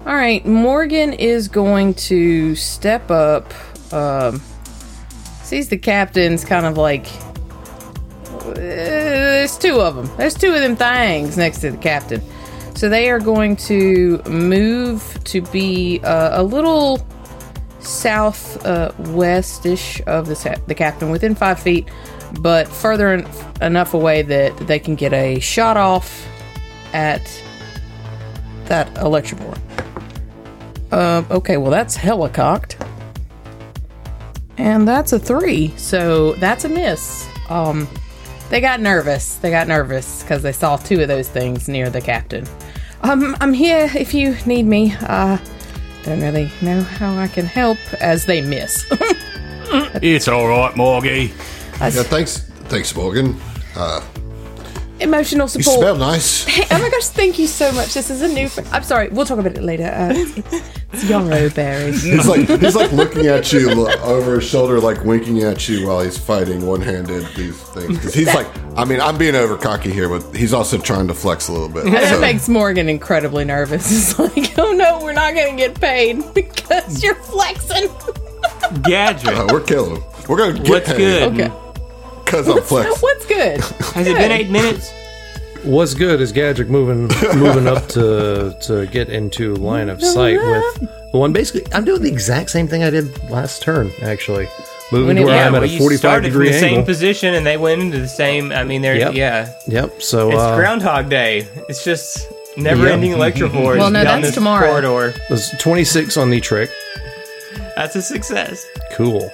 Speaker 4: All right, Morgan is going to step up. Um, sees the captain's kind of like. "Uh, There's two of them. There's two of them things next to the captain. So they are going to move to be uh, a little south uh, westish of the, sa- the captain within five feet, but further en- enough away that they can get a shot off at that electrobore. Um, okay, well, that's hella cocked. And that's a three, so that's a miss. Um, they got nervous. They got nervous because they saw two of those things near the captain. Um, I'm here if you need me. Uh, don't really know how I can help as they miss. <laughs>
Speaker 6: It's all right, Morgie.
Speaker 3: Yeah, thanks, thanks, Morgan. Uh,
Speaker 4: Emotional
Speaker 3: you
Speaker 4: support.
Speaker 3: smell nice.
Speaker 4: Hey, oh my gosh, thank you so much. This is a new. Fr- I'm sorry, we'll talk about it later. Uh, it's, it's yarrow berries.
Speaker 3: He's like he's like looking at you lo- over his shoulder, like winking at you while he's fighting one handed these things. 'Cause he's like, I mean, I'm being over cocky here, but he's also trying to flex a little bit.
Speaker 4: And
Speaker 3: So,
Speaker 4: that makes Morgan incredibly nervous. <laughs> It's like, oh no, we're not going to get paid <laughs> because you're flexing.
Speaker 3: uh,
Speaker 1: Gadget.
Speaker 3: we're killing him. We're gonna get
Speaker 1: What's good?
Speaker 4: Okay.
Speaker 3: because I'm flexing.
Speaker 4: <laughs> What's good?
Speaker 1: Has it been eight minutes?
Speaker 5: What's good is Gadrick moving moving up to to get into line of sight with one basically, I'm doing the exact same thing I did last turn, actually. Moving
Speaker 4: When
Speaker 5: to
Speaker 4: it-
Speaker 5: where
Speaker 4: yeah,
Speaker 5: I'm at
Speaker 1: well,
Speaker 5: a
Speaker 1: you
Speaker 5: 45
Speaker 1: started from
Speaker 5: degree
Speaker 1: the same
Speaker 5: angle.
Speaker 1: position and they went into the same. I mean, they're
Speaker 5: Yep.
Speaker 1: yeah.
Speaker 5: yep. So
Speaker 1: It's
Speaker 5: uh,
Speaker 1: Groundhog Day. It's just never-ending electrophores
Speaker 4: Well, no,
Speaker 1: down
Speaker 4: that's
Speaker 1: this
Speaker 4: tomorrow.
Speaker 1: corridor.
Speaker 5: it was 26 on the trick.
Speaker 1: That's a success.
Speaker 5: Cool.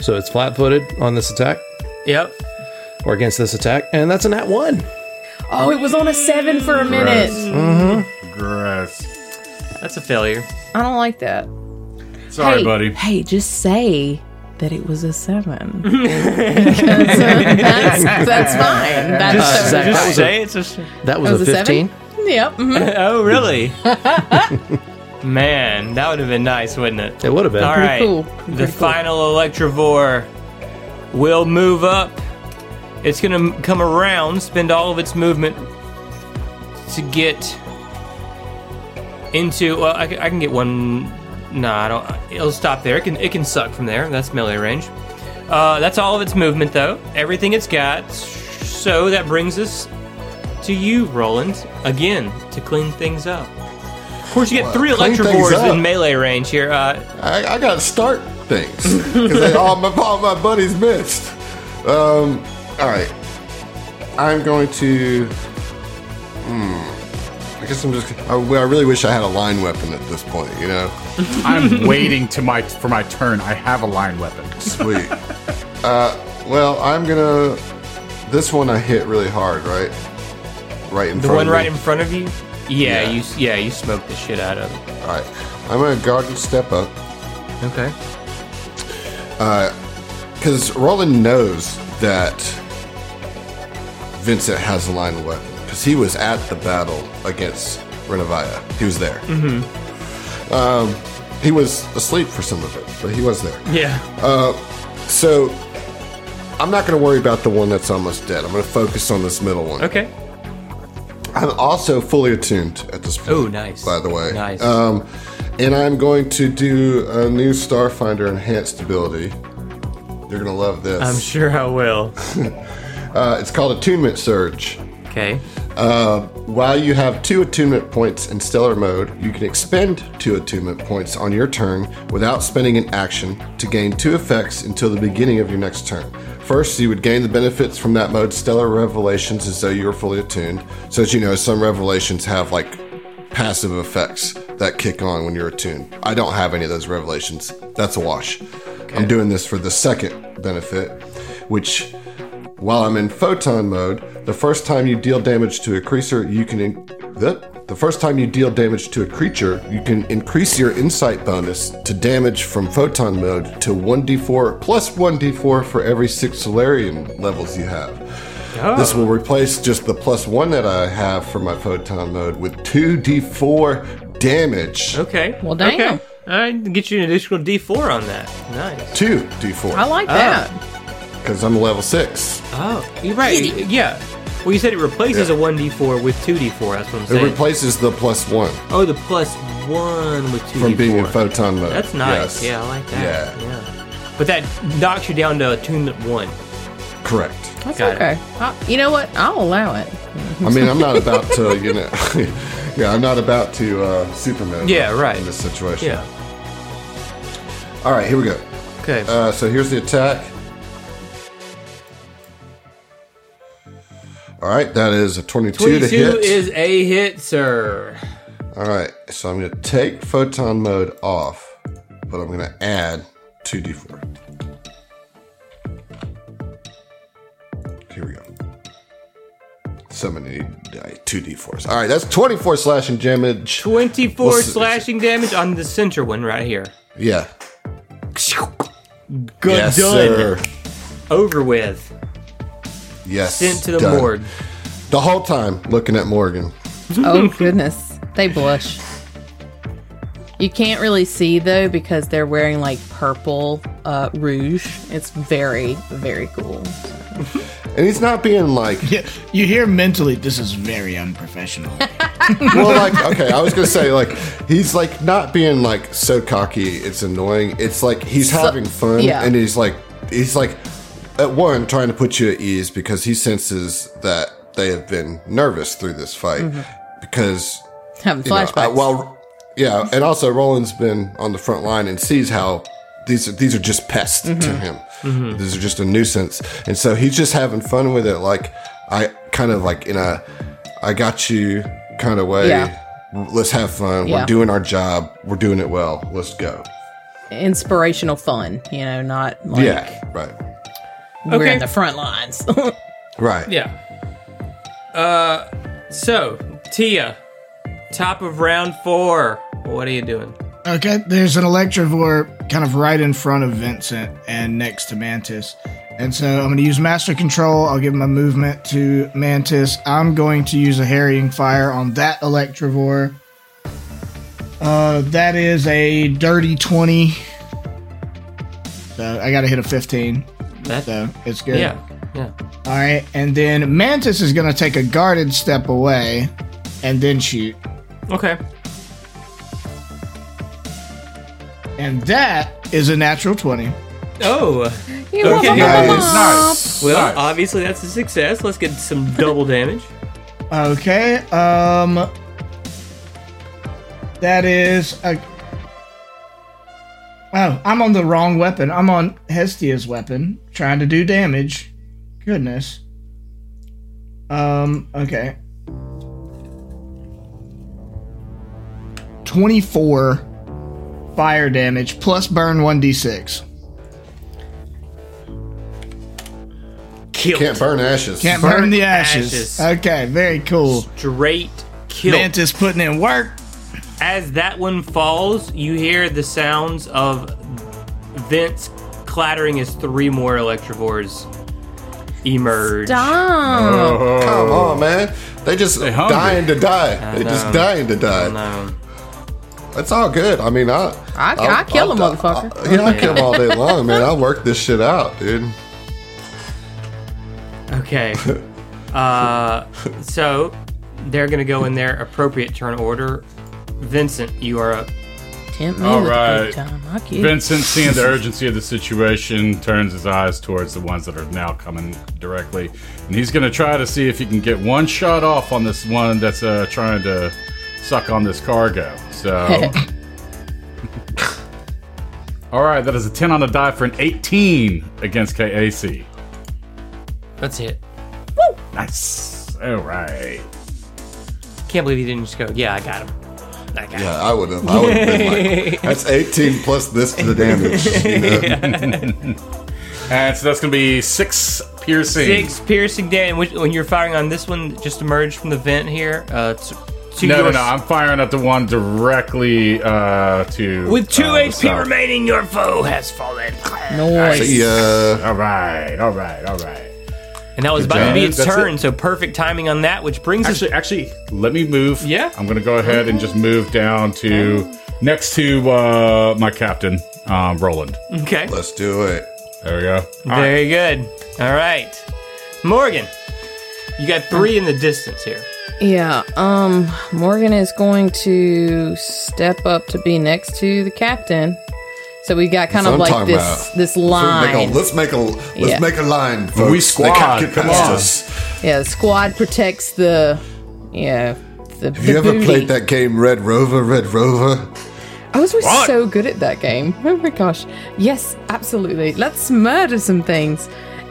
Speaker 5: So it's flat footed on this attack
Speaker 1: Yep.
Speaker 5: or against this attack, and that's an at one.
Speaker 4: Oh, it was on a seven for a minute.
Speaker 6: Gross.
Speaker 1: That's a failure.
Speaker 4: I don't like that.
Speaker 6: Sorry,
Speaker 4: hey,
Speaker 6: buddy.
Speaker 4: Hey, just say that it was a <laughs> seven. Because, uh, that's, that's fine. That's
Speaker 5: Just-
Speaker 4: totally
Speaker 5: Zach, that
Speaker 1: Just
Speaker 5: was
Speaker 4: fine.
Speaker 5: a-
Speaker 1: say it's just. <laughs>
Speaker 5: That was,
Speaker 4: That was
Speaker 5: a
Speaker 4: a
Speaker 5: 15.
Speaker 4: seven? Yep. mhm.
Speaker 1: Oh,
Speaker 5: <laughs>
Speaker 1: really? Man, that would have been nice, wouldn't it?
Speaker 5: It would have been.
Speaker 1: All right.
Speaker 4: cool.
Speaker 1: The final Electrovore will move up. It's going to come around, spend all of its movement to get into. Well, I, ca- I can get one. No, I don't. It'll stop there. It can it can suck from there. That's melee range. Uh, that's all of its movement, though. Everything it's got. So that brings us to you, Roland, again to clean things up. Of course, you get three
Speaker 3: clean things
Speaker 1: Electrovores
Speaker 3: up.
Speaker 1: in melee range here. Uh,
Speaker 3: I, I gotta start things because all my all my buddies missed. Um, all right, I'm going to. Hmm, I guess I'm just. I, I really wish I had a line weapon at this point. You know,
Speaker 6: I'm waiting to my for my turn. I have a line weapon.
Speaker 3: sweet. uh, well, I'm gonna. This one I hit really hard, right? Right in
Speaker 1: The
Speaker 3: front.
Speaker 1: one
Speaker 3: of
Speaker 1: right
Speaker 3: me.
Speaker 1: in front of you? Yeah,
Speaker 3: Yeah.
Speaker 1: you yeah, you smoked the shit out of it.
Speaker 3: All right, I'm gonna guard and step up.
Speaker 1: Okay.
Speaker 3: Because Roland knows that Vincent has a line of weapon. Because he was at the battle against Renovia. He was there. Mm-hmm. Um, he was asleep for some of it, but he was
Speaker 1: Mm-hmm.
Speaker 3: there. Uh,
Speaker 1: Yeah.
Speaker 3: So I'm not going to worry about the one that's almost dead. I'm going to focus on this middle one.
Speaker 1: Okay.
Speaker 3: I'm also fully attuned at this point.
Speaker 1: Oh, nice.
Speaker 3: By the way.
Speaker 1: Nice.
Speaker 3: Um, and I'm going to do a new Starfinder enhanced ability. You're going to love this.
Speaker 1: I'm sure I will.
Speaker 3: Uh, it's called Attunement Surge.
Speaker 1: Okay.
Speaker 3: Uh, while you have two attunement points in Stellar Mode, you can expend two attunement points on your turn without spending an action to gain two effects until the beginning of your next turn. First, you would gain the benefits from that mode's Stellar Revelations as though you were fully attuned. So, as you know, some revelations have like passive effects that kick on when you're attuned. I don't have any of those revelations. That's a wash. I'm doing this for the second benefit, which while I'm in photon mode, the first time you deal damage to a creature, you can in- the, the first time you deal damage to a creature, you can increase your insight bonus to damage from photon mode to 1d4 plus 1d4 for every 6 Solarian levels you have.
Speaker 1: Oh.
Speaker 3: This will replace just the plus 1 that I have for my photon mode with 2d4 damage.
Speaker 1: Okay.
Speaker 4: Well, damn.
Speaker 1: Okay. I get you an additional D4 on that. Nice.
Speaker 3: 2d4.
Speaker 4: I like that.
Speaker 3: Because I'm a level 6.
Speaker 1: Oh, you're right. Yeah. Well, you said it replaces a 1D4 with 2D4. That's what I'm
Speaker 3: It
Speaker 1: saying.
Speaker 3: replaces the plus 1
Speaker 1: oh, the plus 1 with 2D4.
Speaker 3: from being in photon mode.
Speaker 1: That's nice.
Speaker 3: Yes.
Speaker 1: Yeah, I like that.
Speaker 3: Yeah.
Speaker 1: yeah. But that knocks you down to attunement 1.
Speaker 3: Correct.
Speaker 4: That's
Speaker 1: Got it.
Speaker 4: okay. I- you know what? I'll allow it.
Speaker 3: I mean, I'm not about to, you know, <laughs> yeah, I'm not about to uh, Superman.
Speaker 1: Yeah, right.
Speaker 3: In this situation.
Speaker 1: Yeah.
Speaker 3: All right, here we go.
Speaker 1: Okay.
Speaker 3: Uh, so here's the attack. All right, that is a 22,
Speaker 1: 22
Speaker 3: to hit.
Speaker 1: is a hit, sir.
Speaker 3: All right, so I'm going to take photon mode off, but I'm going to add 2d4. Here we go. uh, Summoning 2d4s. All right, that's 24 slashing damage.
Speaker 1: 24
Speaker 3: Well, s-
Speaker 1: slashing damage on the center one right here.
Speaker 3: Yeah.
Speaker 1: Good
Speaker 3: yes,
Speaker 1: done.
Speaker 3: sir.
Speaker 1: Over with.
Speaker 3: Yes.
Speaker 1: Sent to the
Speaker 3: done.
Speaker 1: board.
Speaker 3: The whole time looking at Morgan.
Speaker 4: Oh goodness, they blush. You can't really see though because they're wearing like purple uh, rouge. It's very very cool.
Speaker 3: And he's not
Speaker 1: <laughs>
Speaker 3: being like,
Speaker 2: Yeah, you hear mentally, this is very unprofessional.
Speaker 3: well, like, okay, I was going to say, like, he's like not being like so cocky, it's annoying. It's like he's having fun
Speaker 4: yeah.
Speaker 3: and he's like, he's like, at one, trying to put you at ease because he senses
Speaker 1: Mm-hmm.
Speaker 3: that they have been nervous through this fight because
Speaker 4: Having
Speaker 3: you know,
Speaker 4: flashbacks.
Speaker 3: I- while yeah, and also Roland's been on the front line and sees how these are, these are just pests to
Speaker 4: Mm-hmm.
Speaker 3: him. These are just a nuisance, and so he's just having fun with it. Like I kind of like in a I got you kind of way.
Speaker 4: Yeah.
Speaker 3: Let's have fun.
Speaker 4: Yeah.
Speaker 3: We're doing our job. We're doing it well. Let's go.
Speaker 4: Inspirational fun, you know, not like
Speaker 3: yeah. Right.
Speaker 4: we're
Speaker 1: Okay.
Speaker 4: in the front lines. <laughs>
Speaker 3: Right.
Speaker 1: Yeah. Uh, so Tia, top of round four. What are you doing?
Speaker 2: Okay, there's an Electivore kind of right in front of Vincent and next to Mantis. And so I'm going to use Master Control. I'll give my movement to Mantis. I'm going to use a Harrying Fire on that Electivore. Uh, that is a dirty 20. So I got to hit a 15.
Speaker 1: That-
Speaker 2: So it's good.
Speaker 1: Yeah. Yeah.
Speaker 2: All right. And then Mantis is going to take a guarded step away and then shoot.
Speaker 1: Okay.
Speaker 2: And that is a natural 20.
Speaker 1: Oh.
Speaker 4: okay,
Speaker 6: Nice.
Speaker 1: Well,
Speaker 6: Nice.
Speaker 1: obviously that's a success. Let's get some double damage.
Speaker 2: Okay. Um. That is a. Oh, I'm on the wrong weapon. I'm on Hestia's weapon, trying to do damage. Goodness. Um. Okay. Twenty-four fire damage plus burn one d6.
Speaker 1: Killed.
Speaker 3: Can't burn ashes.
Speaker 2: Can't
Speaker 1: Burn
Speaker 2: burn, the ashes.
Speaker 1: ashes.
Speaker 2: Okay. Very cool.
Speaker 1: Straight kill.
Speaker 2: Mantis putting in work.
Speaker 1: As that one falls, you hear the sounds of Vince clattering as three more Electrovores
Speaker 4: <laughs>
Speaker 1: emerge.
Speaker 4: Stop.
Speaker 3: Come on, man. They just
Speaker 6: hungry.
Speaker 3: dying to die. They just dying to die.
Speaker 1: No.
Speaker 3: It's all good. I mean, I
Speaker 4: I- I kill a motherfucker.
Speaker 3: I, yeah, I kill 'em all day long, man. I work this shit out, dude.
Speaker 1: Okay. uh, so they're gonna go in their appropriate turn order. Vincent, you are up.
Speaker 4: Tempt me
Speaker 6: All
Speaker 4: with a
Speaker 6: right.
Speaker 4: good time. I get it.
Speaker 6: Vincent, seeing the urgency of the situation, turns his eyes towards the ones that are now coming directly, and he's going to try to see if he can get one shot off on this one that's uh, trying to suck on this cargo.
Speaker 1: <laughs>
Speaker 6: So, <laughs> all right, that is a ten on the die for an eighteen against KAC.
Speaker 1: That's it.
Speaker 6: Nice. All right.
Speaker 1: Can't believe you didn't just go. Yeah, I got him. I got him.
Speaker 3: Yeah, I would have. I would have been
Speaker 4: <laughs>
Speaker 3: like, that's 18 plus this for the damage. You know?
Speaker 6: And so that's going to be six piercing.
Speaker 1: Six piercing damage. Which, when you're firing on this one that just emerged from the vent here, uh, t- to
Speaker 6: No, no,
Speaker 1: your-
Speaker 6: no! I'm firing at the one directly uh, to
Speaker 1: With two
Speaker 6: uh, the
Speaker 1: HP
Speaker 6: south.
Speaker 1: remaining, your foe has fallen.
Speaker 4: Noise.
Speaker 3: See ya.
Speaker 6: All right, all right, all right.
Speaker 1: And that was about to
Speaker 6: job.
Speaker 1: be its
Speaker 6: That's
Speaker 1: turn, so perfect timing on that, which brings us.
Speaker 6: Actually, actually, let me move.
Speaker 1: Yeah?
Speaker 6: I'm gonna go ahead and just move down to next to uh, my captain, um, Roland.
Speaker 1: Okay.
Speaker 3: Let's do it.
Speaker 6: There we go.
Speaker 1: Very good. All right. Morgan, you got three in the distance here.
Speaker 4: Yeah, um, Morgan is going to step up to be next to the captain. So we got kind
Speaker 3: That's
Speaker 4: of
Speaker 3: what I'm
Speaker 4: like
Speaker 3: talking
Speaker 4: this
Speaker 3: about.
Speaker 4: this
Speaker 3: Let's make a
Speaker 4: line.
Speaker 3: let's make a, let's
Speaker 4: Yeah.
Speaker 3: make a line. Folks.
Speaker 6: We squad,
Speaker 3: captured
Speaker 6: come
Speaker 3: past
Speaker 6: on.
Speaker 3: us.
Speaker 4: yeah, the squad protects the yeah, the
Speaker 3: Have you ever played that game Red Rover, Red Rover?
Speaker 4: I was always so good at that game. Oh my gosh. Yes, absolutely. Let's murder some things.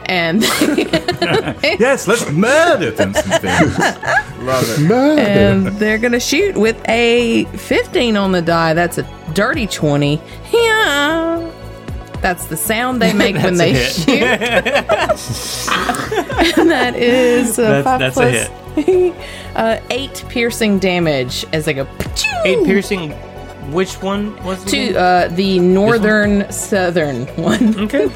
Speaker 4: And <laughs>
Speaker 6: Yes, let's murder them some things.
Speaker 4: and they're gonna shoot with a 15 on the die. That's a dirty 20. Yeah. That's the sound
Speaker 1: <laughs>
Speaker 4: they make when they
Speaker 1: hit.
Speaker 4: shoot.
Speaker 1: <laughs>
Speaker 4: <laughs> and that is uh,
Speaker 1: That's-
Speaker 4: five
Speaker 1: that's a
Speaker 4: plus- <laughs> uh, eight piercing damage as they go.
Speaker 1: Eight piercing. Which one was it?
Speaker 4: to
Speaker 1: again?
Speaker 4: uh, the northern southern one.
Speaker 1: Mm-hmm. Okay.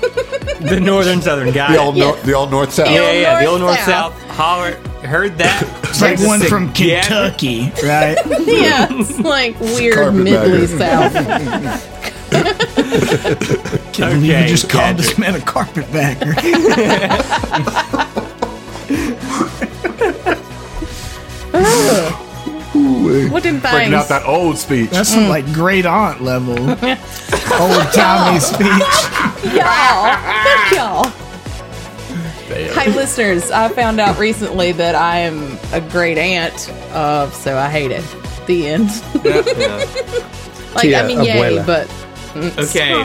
Speaker 1: the northern southern guy.
Speaker 3: The old, nor- the old North South.
Speaker 1: yeah, yeah, yeah, The old north
Speaker 4: north-south.
Speaker 1: south. Holler. Heard that.
Speaker 2: <laughs> It's like one from
Speaker 1: Yeah.
Speaker 2: Kentucky, right?
Speaker 4: <laughs> yeah, it's like weird
Speaker 3: Carpetbagger.
Speaker 4: middly south.
Speaker 2: Can't believe
Speaker 1: Okay,
Speaker 2: you just called
Speaker 1: Patrick.
Speaker 2: this man
Speaker 1: <laughs>
Speaker 2: a carpetbagger.
Speaker 4: Wooden
Speaker 6: Breaking out
Speaker 4: things.
Speaker 6: that old speech.
Speaker 2: That's some like great aunt level
Speaker 1: <laughs>
Speaker 2: old Tommy speech.
Speaker 4: y'all. Fuck y'all. Hey, listeners, I found out recently that I am a great aunt, uh, so I hate it. the end. <laughs> like
Speaker 5: Tia
Speaker 4: I mean, yay,
Speaker 5: Abuela.
Speaker 4: but
Speaker 1: Okay.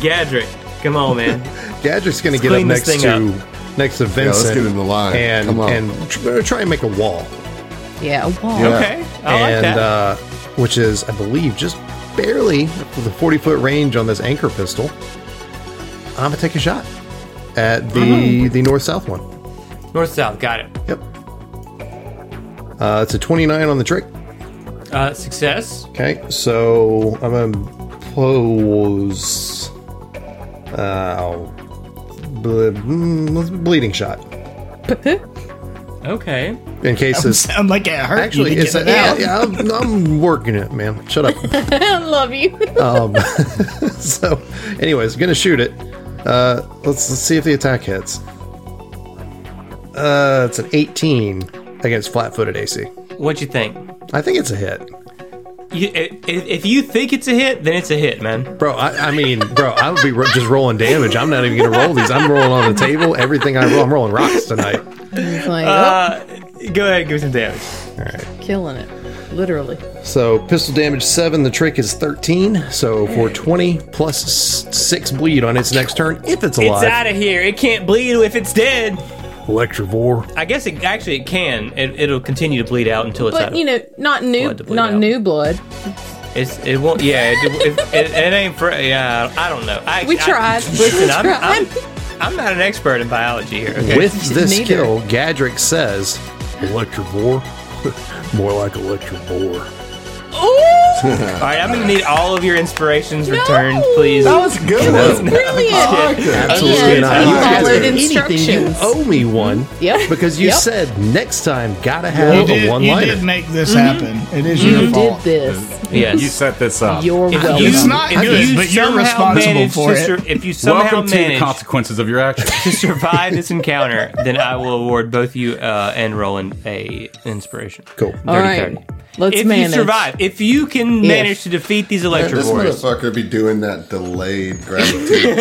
Speaker 1: Gadrick, come on, man.
Speaker 5: Gadget's going to get up
Speaker 1: clean this
Speaker 5: next
Speaker 1: thing
Speaker 5: to next to
Speaker 3: Yeah,
Speaker 5: Vincent
Speaker 3: let's get in the line.
Speaker 5: and
Speaker 3: Come on.
Speaker 5: and tr- try and make a wall,
Speaker 4: yeah, wow.
Speaker 3: Yeah.
Speaker 1: Okay. I like
Speaker 5: and
Speaker 1: that.
Speaker 5: uh, which is I believe just barely the forty foot range on this anchor pistol. I'm gonna take a shot at the
Speaker 1: Mm-hmm.
Speaker 5: the north south one.
Speaker 1: North South, got it.
Speaker 5: Yep. Uh, it's a 29 on the trick.
Speaker 1: Uh, success.
Speaker 5: Okay, so I'm gonna pose. Uh, I'll- ble- mm, let's- bleeding shot
Speaker 1: Okay.
Speaker 5: in case
Speaker 2: It <laughs>
Speaker 5: this
Speaker 2: sound like it hurt
Speaker 5: Actually,
Speaker 2: you to
Speaker 5: it's
Speaker 2: get
Speaker 5: a,
Speaker 2: it out.
Speaker 5: yeah, yeah, I'm, I'm working it, man.
Speaker 2: <laughs>
Speaker 5: Shut up.
Speaker 4: <laughs> I love you.
Speaker 5: so, anyways, gonna shoot it. Uh, let's let's see if the attack hits. Uh, it's an 18 against flat-footed AC.
Speaker 1: What'd you think?
Speaker 5: I think it's a hit,
Speaker 1: You, i- if, if you think it's a hit, then it's a hit, man.
Speaker 5: bro. I, I mean, bro, I would be ro- just rolling damage. I'm not even gonna roll these. I'm rolling on the table. Everything I roll, I'm rolling rocks tonight.
Speaker 4: It's like
Speaker 1: Uh, go ahead, give me some damage.
Speaker 4: oh, killing it, literally.
Speaker 5: So pistol damage seven. The trick is 13. So for 20 plus s- six bleed on its next turn, if
Speaker 1: It's
Speaker 5: it's alive.
Speaker 1: out of here. It can't bleed if it's dead.
Speaker 5: Electrovore.
Speaker 1: I guess it actually it can. It, it'll continue to bleed out until it's out.
Speaker 4: But you know, not new,
Speaker 1: Blood to bleed
Speaker 4: not
Speaker 1: out.
Speaker 4: new blood.
Speaker 1: it's, it won't. Yeah, it, it, it, it ain't for. Yeah, I don't know. I,
Speaker 4: We
Speaker 1: I-
Speaker 4: tried. We
Speaker 1: listen, I'm, I'm,
Speaker 4: tried.
Speaker 1: I'm not an expert in biology here. Okay?
Speaker 5: With this
Speaker 4: Neither.
Speaker 5: kill, Gadrick says, Electrovore? <laughs> More like Electrovore.
Speaker 4: <laughs> Ooh,
Speaker 1: All right, I'm gonna need all of your inspirations returned, please.
Speaker 3: That was a good one. I
Speaker 4: brilliant.
Speaker 3: like that.
Speaker 4: Absolutely
Speaker 5: Absolutely
Speaker 4: Yeah,
Speaker 5: not.
Speaker 4: not. you
Speaker 5: guys
Speaker 4: followed
Speaker 5: did Anything, you
Speaker 4: instructions.
Speaker 5: owe me one.
Speaker 4: Yep.
Speaker 5: Because you
Speaker 4: Yep.
Speaker 5: said next time, gotta
Speaker 2: You
Speaker 5: have a
Speaker 2: did,
Speaker 5: one
Speaker 2: you did
Speaker 5: liner.
Speaker 2: make this happen. It is your
Speaker 4: you did
Speaker 2: fault.
Speaker 4: this.
Speaker 1: Yes.
Speaker 6: You set this up.
Speaker 4: You're
Speaker 1: If
Speaker 4: welcome.
Speaker 1: you-
Speaker 2: It's not
Speaker 1: if
Speaker 2: good,
Speaker 1: you
Speaker 2: but you're
Speaker 1: somehow
Speaker 2: responsible
Speaker 1: manage
Speaker 2: for
Speaker 1: to
Speaker 2: it.
Speaker 1: sur- if you somehow
Speaker 6: Welcome to the
Speaker 1: manage
Speaker 6: consequences of your actions.
Speaker 1: to survive this encounter, then I will award both you uh, and Roland a inspiration.
Speaker 5: Cool.
Speaker 4: All
Speaker 1: Dirty
Speaker 4: right,
Speaker 1: thirty.
Speaker 4: let's
Speaker 1: If
Speaker 4: manage.
Speaker 1: you survive, if you can manage to defeat these
Speaker 3: Man, this
Speaker 1: electrovores,
Speaker 3: motherfucker be doing that delayed gravity shit.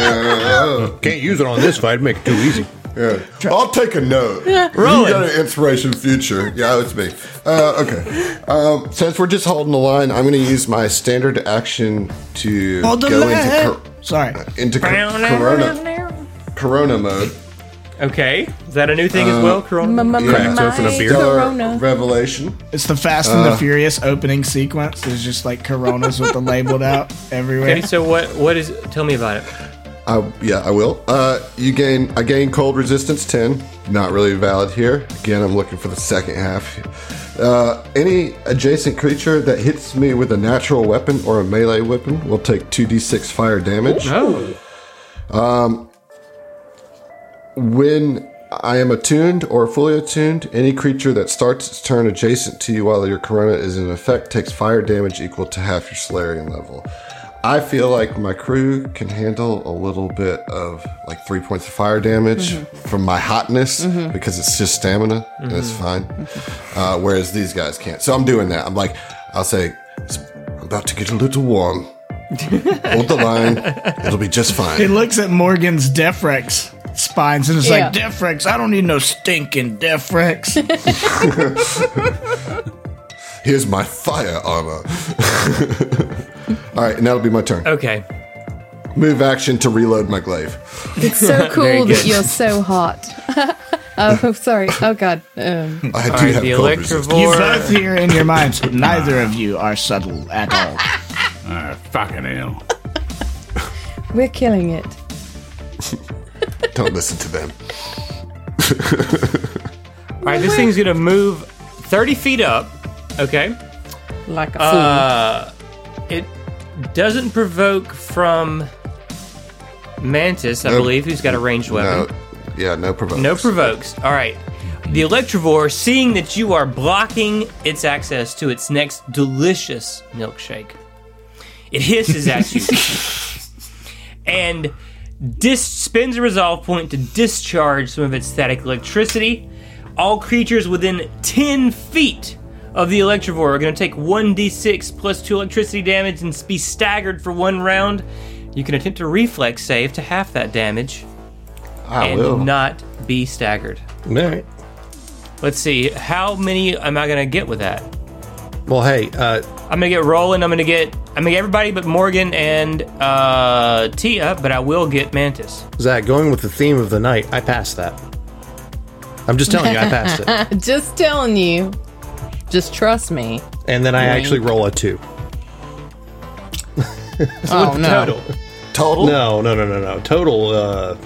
Speaker 3: man.
Speaker 5: Can't use it on this fight, make it too easy.
Speaker 3: Yeah. I'll take a note. You got
Speaker 1: Roland.
Speaker 3: an inspiration future. Yeah, it's me. Uh, okay. Um, since we're just holding the line, I'm going to use my standard action to
Speaker 2: Hold the
Speaker 3: go into,
Speaker 2: line.
Speaker 3: cor-
Speaker 2: Sorry.
Speaker 3: into cor- corona, corona mode.
Speaker 1: Okay, is that a new thing as well,
Speaker 4: Mm-hmm.
Speaker 1: Corona?
Speaker 3: Cracked
Speaker 5: open a beer.
Speaker 3: Stellar
Speaker 4: Corona.
Speaker 3: Revelation.
Speaker 2: It's the Fast and the Furious opening sequence. There's just like Coronas with the labeled out everywhere.
Speaker 1: Okay, so what? What is? Tell me about it.
Speaker 3: I, yeah, I will. Uh, you gain. I gain cold resistance ten. Not really valid here. Again, I'm looking for the second half. Uh, any adjacent creature that hits me with a natural weapon or a melee weapon will take two d6 fire damage.
Speaker 1: Oh,
Speaker 3: When I am attuned or fully attuned, any creature that starts its turn adjacent to you while your corona is in effect takes fire damage equal to half your Solarian level. I feel like my crew can handle a little bit of like three points of fire damage from my hotness because it's just stamina and it's fine. Uh, whereas these guys can't. So I'm doing that. I'm like, I'll say, "It's- I'm about to get a little warm. Hold the line. It'll be just fine.
Speaker 2: He looks at Morgan's Defrex spines and it's like,
Speaker 4: Yeah.
Speaker 2: Defrex, I don't need no stinking Defrex.
Speaker 3: Here's my fire armor. <laughs> All right, and that'll be my turn.
Speaker 1: okay.
Speaker 3: Move action to reload my glaive.
Speaker 4: It's so
Speaker 1: Very
Speaker 4: cool
Speaker 1: good.
Speaker 4: that you're so hot. <laughs> oh, sorry. Oh God. Um,
Speaker 3: I do
Speaker 1: All right,
Speaker 3: have
Speaker 1: the
Speaker 3: cold resistance.
Speaker 2: you
Speaker 1: electrovore.
Speaker 2: both hear in your minds, neither of you are subtle at all.
Speaker 6: Ah, fucking hell.
Speaker 4: we're killing it.
Speaker 3: Don't listen to them.
Speaker 1: All right, this thing's gonna move thirty feet up. Okay.
Speaker 4: Like a fool.
Speaker 1: It doesn't provoke from Mantis, I believe, who's got a ranged
Speaker 3: No,
Speaker 1: weapon.
Speaker 3: Uh, yeah, no provoke.
Speaker 1: No provokes. All right. The Electrovore, seeing that you are blocking its access to its next delicious milkshake, it hisses at you and dis- spends a resolve point to discharge some of its static electricity. All creatures within 10 feet of the Electrovore are going to take 1d6 plus 2 electricity damage and be staggered for one round. You can attempt a reflex save to half that damage
Speaker 3: I
Speaker 1: and
Speaker 3: will.
Speaker 1: not be staggered.
Speaker 5: All right.
Speaker 1: Let's see, how many am I gonna get with that?
Speaker 5: Well, hey, uh,
Speaker 1: I'm gonna get Roland. I'm gonna get I'm gonna get everybody but Morgan and uh, Tia, but I will get Mantis.
Speaker 5: Zach, going with the theme of the night, I passed that. I'm just telling you, I passed
Speaker 4: <laughs>
Speaker 5: it.
Speaker 4: Just telling you. Just trust me.
Speaker 5: And then I actually roll a two.
Speaker 4: oh no.
Speaker 5: Total.
Speaker 3: Total?
Speaker 5: No, no, no, no, no. Total, uh,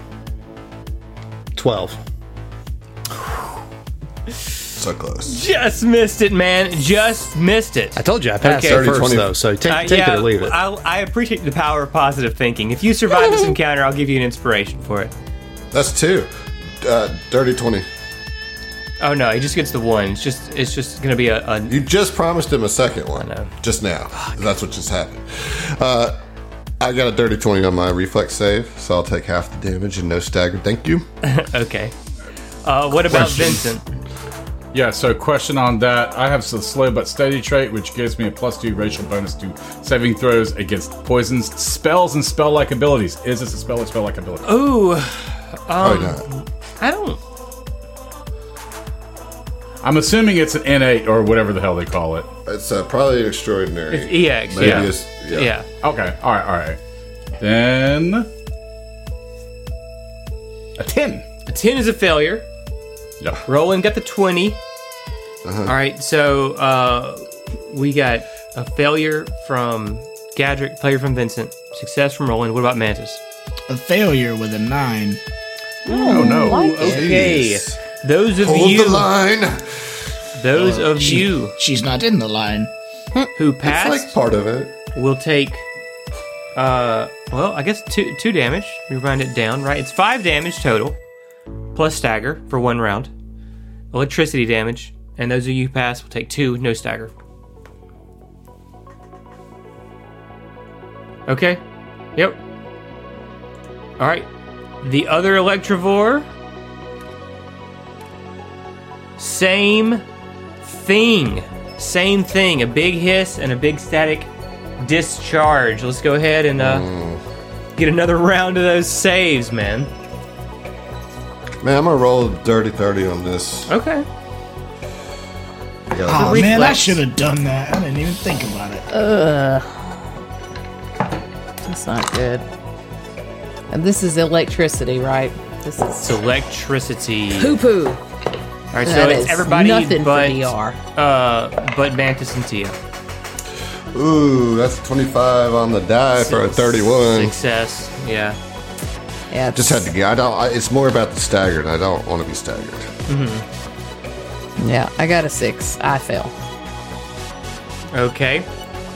Speaker 5: 12.
Speaker 3: So close.
Speaker 1: Just missed it, man. Just missed it.
Speaker 5: I told you I passed
Speaker 1: Okay.
Speaker 5: it first,
Speaker 3: 30,
Speaker 5: though, so take,
Speaker 1: Uh,
Speaker 5: take
Speaker 1: yeah,
Speaker 5: it or leave it.
Speaker 1: I, I appreciate the power of positive thinking. If you survive
Speaker 5: <laughs>
Speaker 1: this encounter, I'll give you an inspiration for it.
Speaker 3: That's two. Uh, dirty 20.
Speaker 1: Oh no, he just gets the one. It's just it's just gonna be a, a
Speaker 3: You just promised him a second one.
Speaker 1: know.
Speaker 3: Just now. That's what just happened. Uh, I got a dirty 20 on my reflex save, so I'll take half the damage and no stagger. Thank you.
Speaker 1: Um, okay. Uh, what about Vincent?
Speaker 6: Yeah, so question on that. I have the slow but steady trait, which gives me a plus two racial bonus to saving throws against poisons, spells, and spell like abilities. Is this a spell or spell like ability?
Speaker 1: Ooh,
Speaker 3: Probably not.
Speaker 1: I don't.
Speaker 6: I'm assuming it's an innate or whatever the hell they call it.
Speaker 3: It's uh, probably an extraordinary.
Speaker 1: It's EX,
Speaker 3: Maybe
Speaker 1: E yeah.
Speaker 3: it's-
Speaker 1: Yeah.
Speaker 6: Okay, alright, alright. Then. A 10.
Speaker 1: a ten is a failure.
Speaker 6: Yeah.
Speaker 1: Roland got the 20
Speaker 3: Uh-huh.
Speaker 1: All right, so uh, we got a failure from Gadrick, failure from Vincent, success from Roland. What about Mantis?
Speaker 2: A failure with a nine.
Speaker 6: Oh no.
Speaker 4: Like it.
Speaker 1: Okay,
Speaker 3: Jeez.
Speaker 1: those of
Speaker 3: Hold
Speaker 1: you,
Speaker 3: the line.
Speaker 1: those of
Speaker 2: She-
Speaker 1: you
Speaker 2: She's not in the line.
Speaker 1: who
Speaker 3: It's
Speaker 1: passed
Speaker 3: like part of it.
Speaker 1: will take. Uh, well, I guess two two damage. We round it down, right? It's five damage total, plus stagger for one round, electricity damage, and those of you who pass will take two, no stagger. Okay. Yep. All right. The other Electivore. Same thing. Same thing. A big hiss and a big static discharge. Let's go ahead and uh,
Speaker 3: Mm.
Speaker 1: get another round of those saves, man.
Speaker 3: Man, I'm gonna roll a dirty 30 on this.
Speaker 1: Okay.
Speaker 3: I got
Speaker 2: Oh man, I
Speaker 1: reflex.
Speaker 2: should have done that. I didn't even think about it.
Speaker 4: That's not good. And this is electricity, right? This
Speaker 1: It's
Speaker 4: is
Speaker 1: electricity.
Speaker 4: poo poo.
Speaker 1: All right, so
Speaker 4: That
Speaker 1: it's
Speaker 4: is
Speaker 1: everybody
Speaker 4: nothing
Speaker 1: but
Speaker 4: for DR.
Speaker 1: uh, but Mantis and Tia.
Speaker 3: a- Ooh, that's 25 on the die for a 31.
Speaker 1: Success. Yeah.
Speaker 4: Yeah,
Speaker 3: Just had to get. I don't. I, it's more about the staggered. I don't want to be staggered.
Speaker 4: Yeah, I got a six. I fail.
Speaker 1: Okay.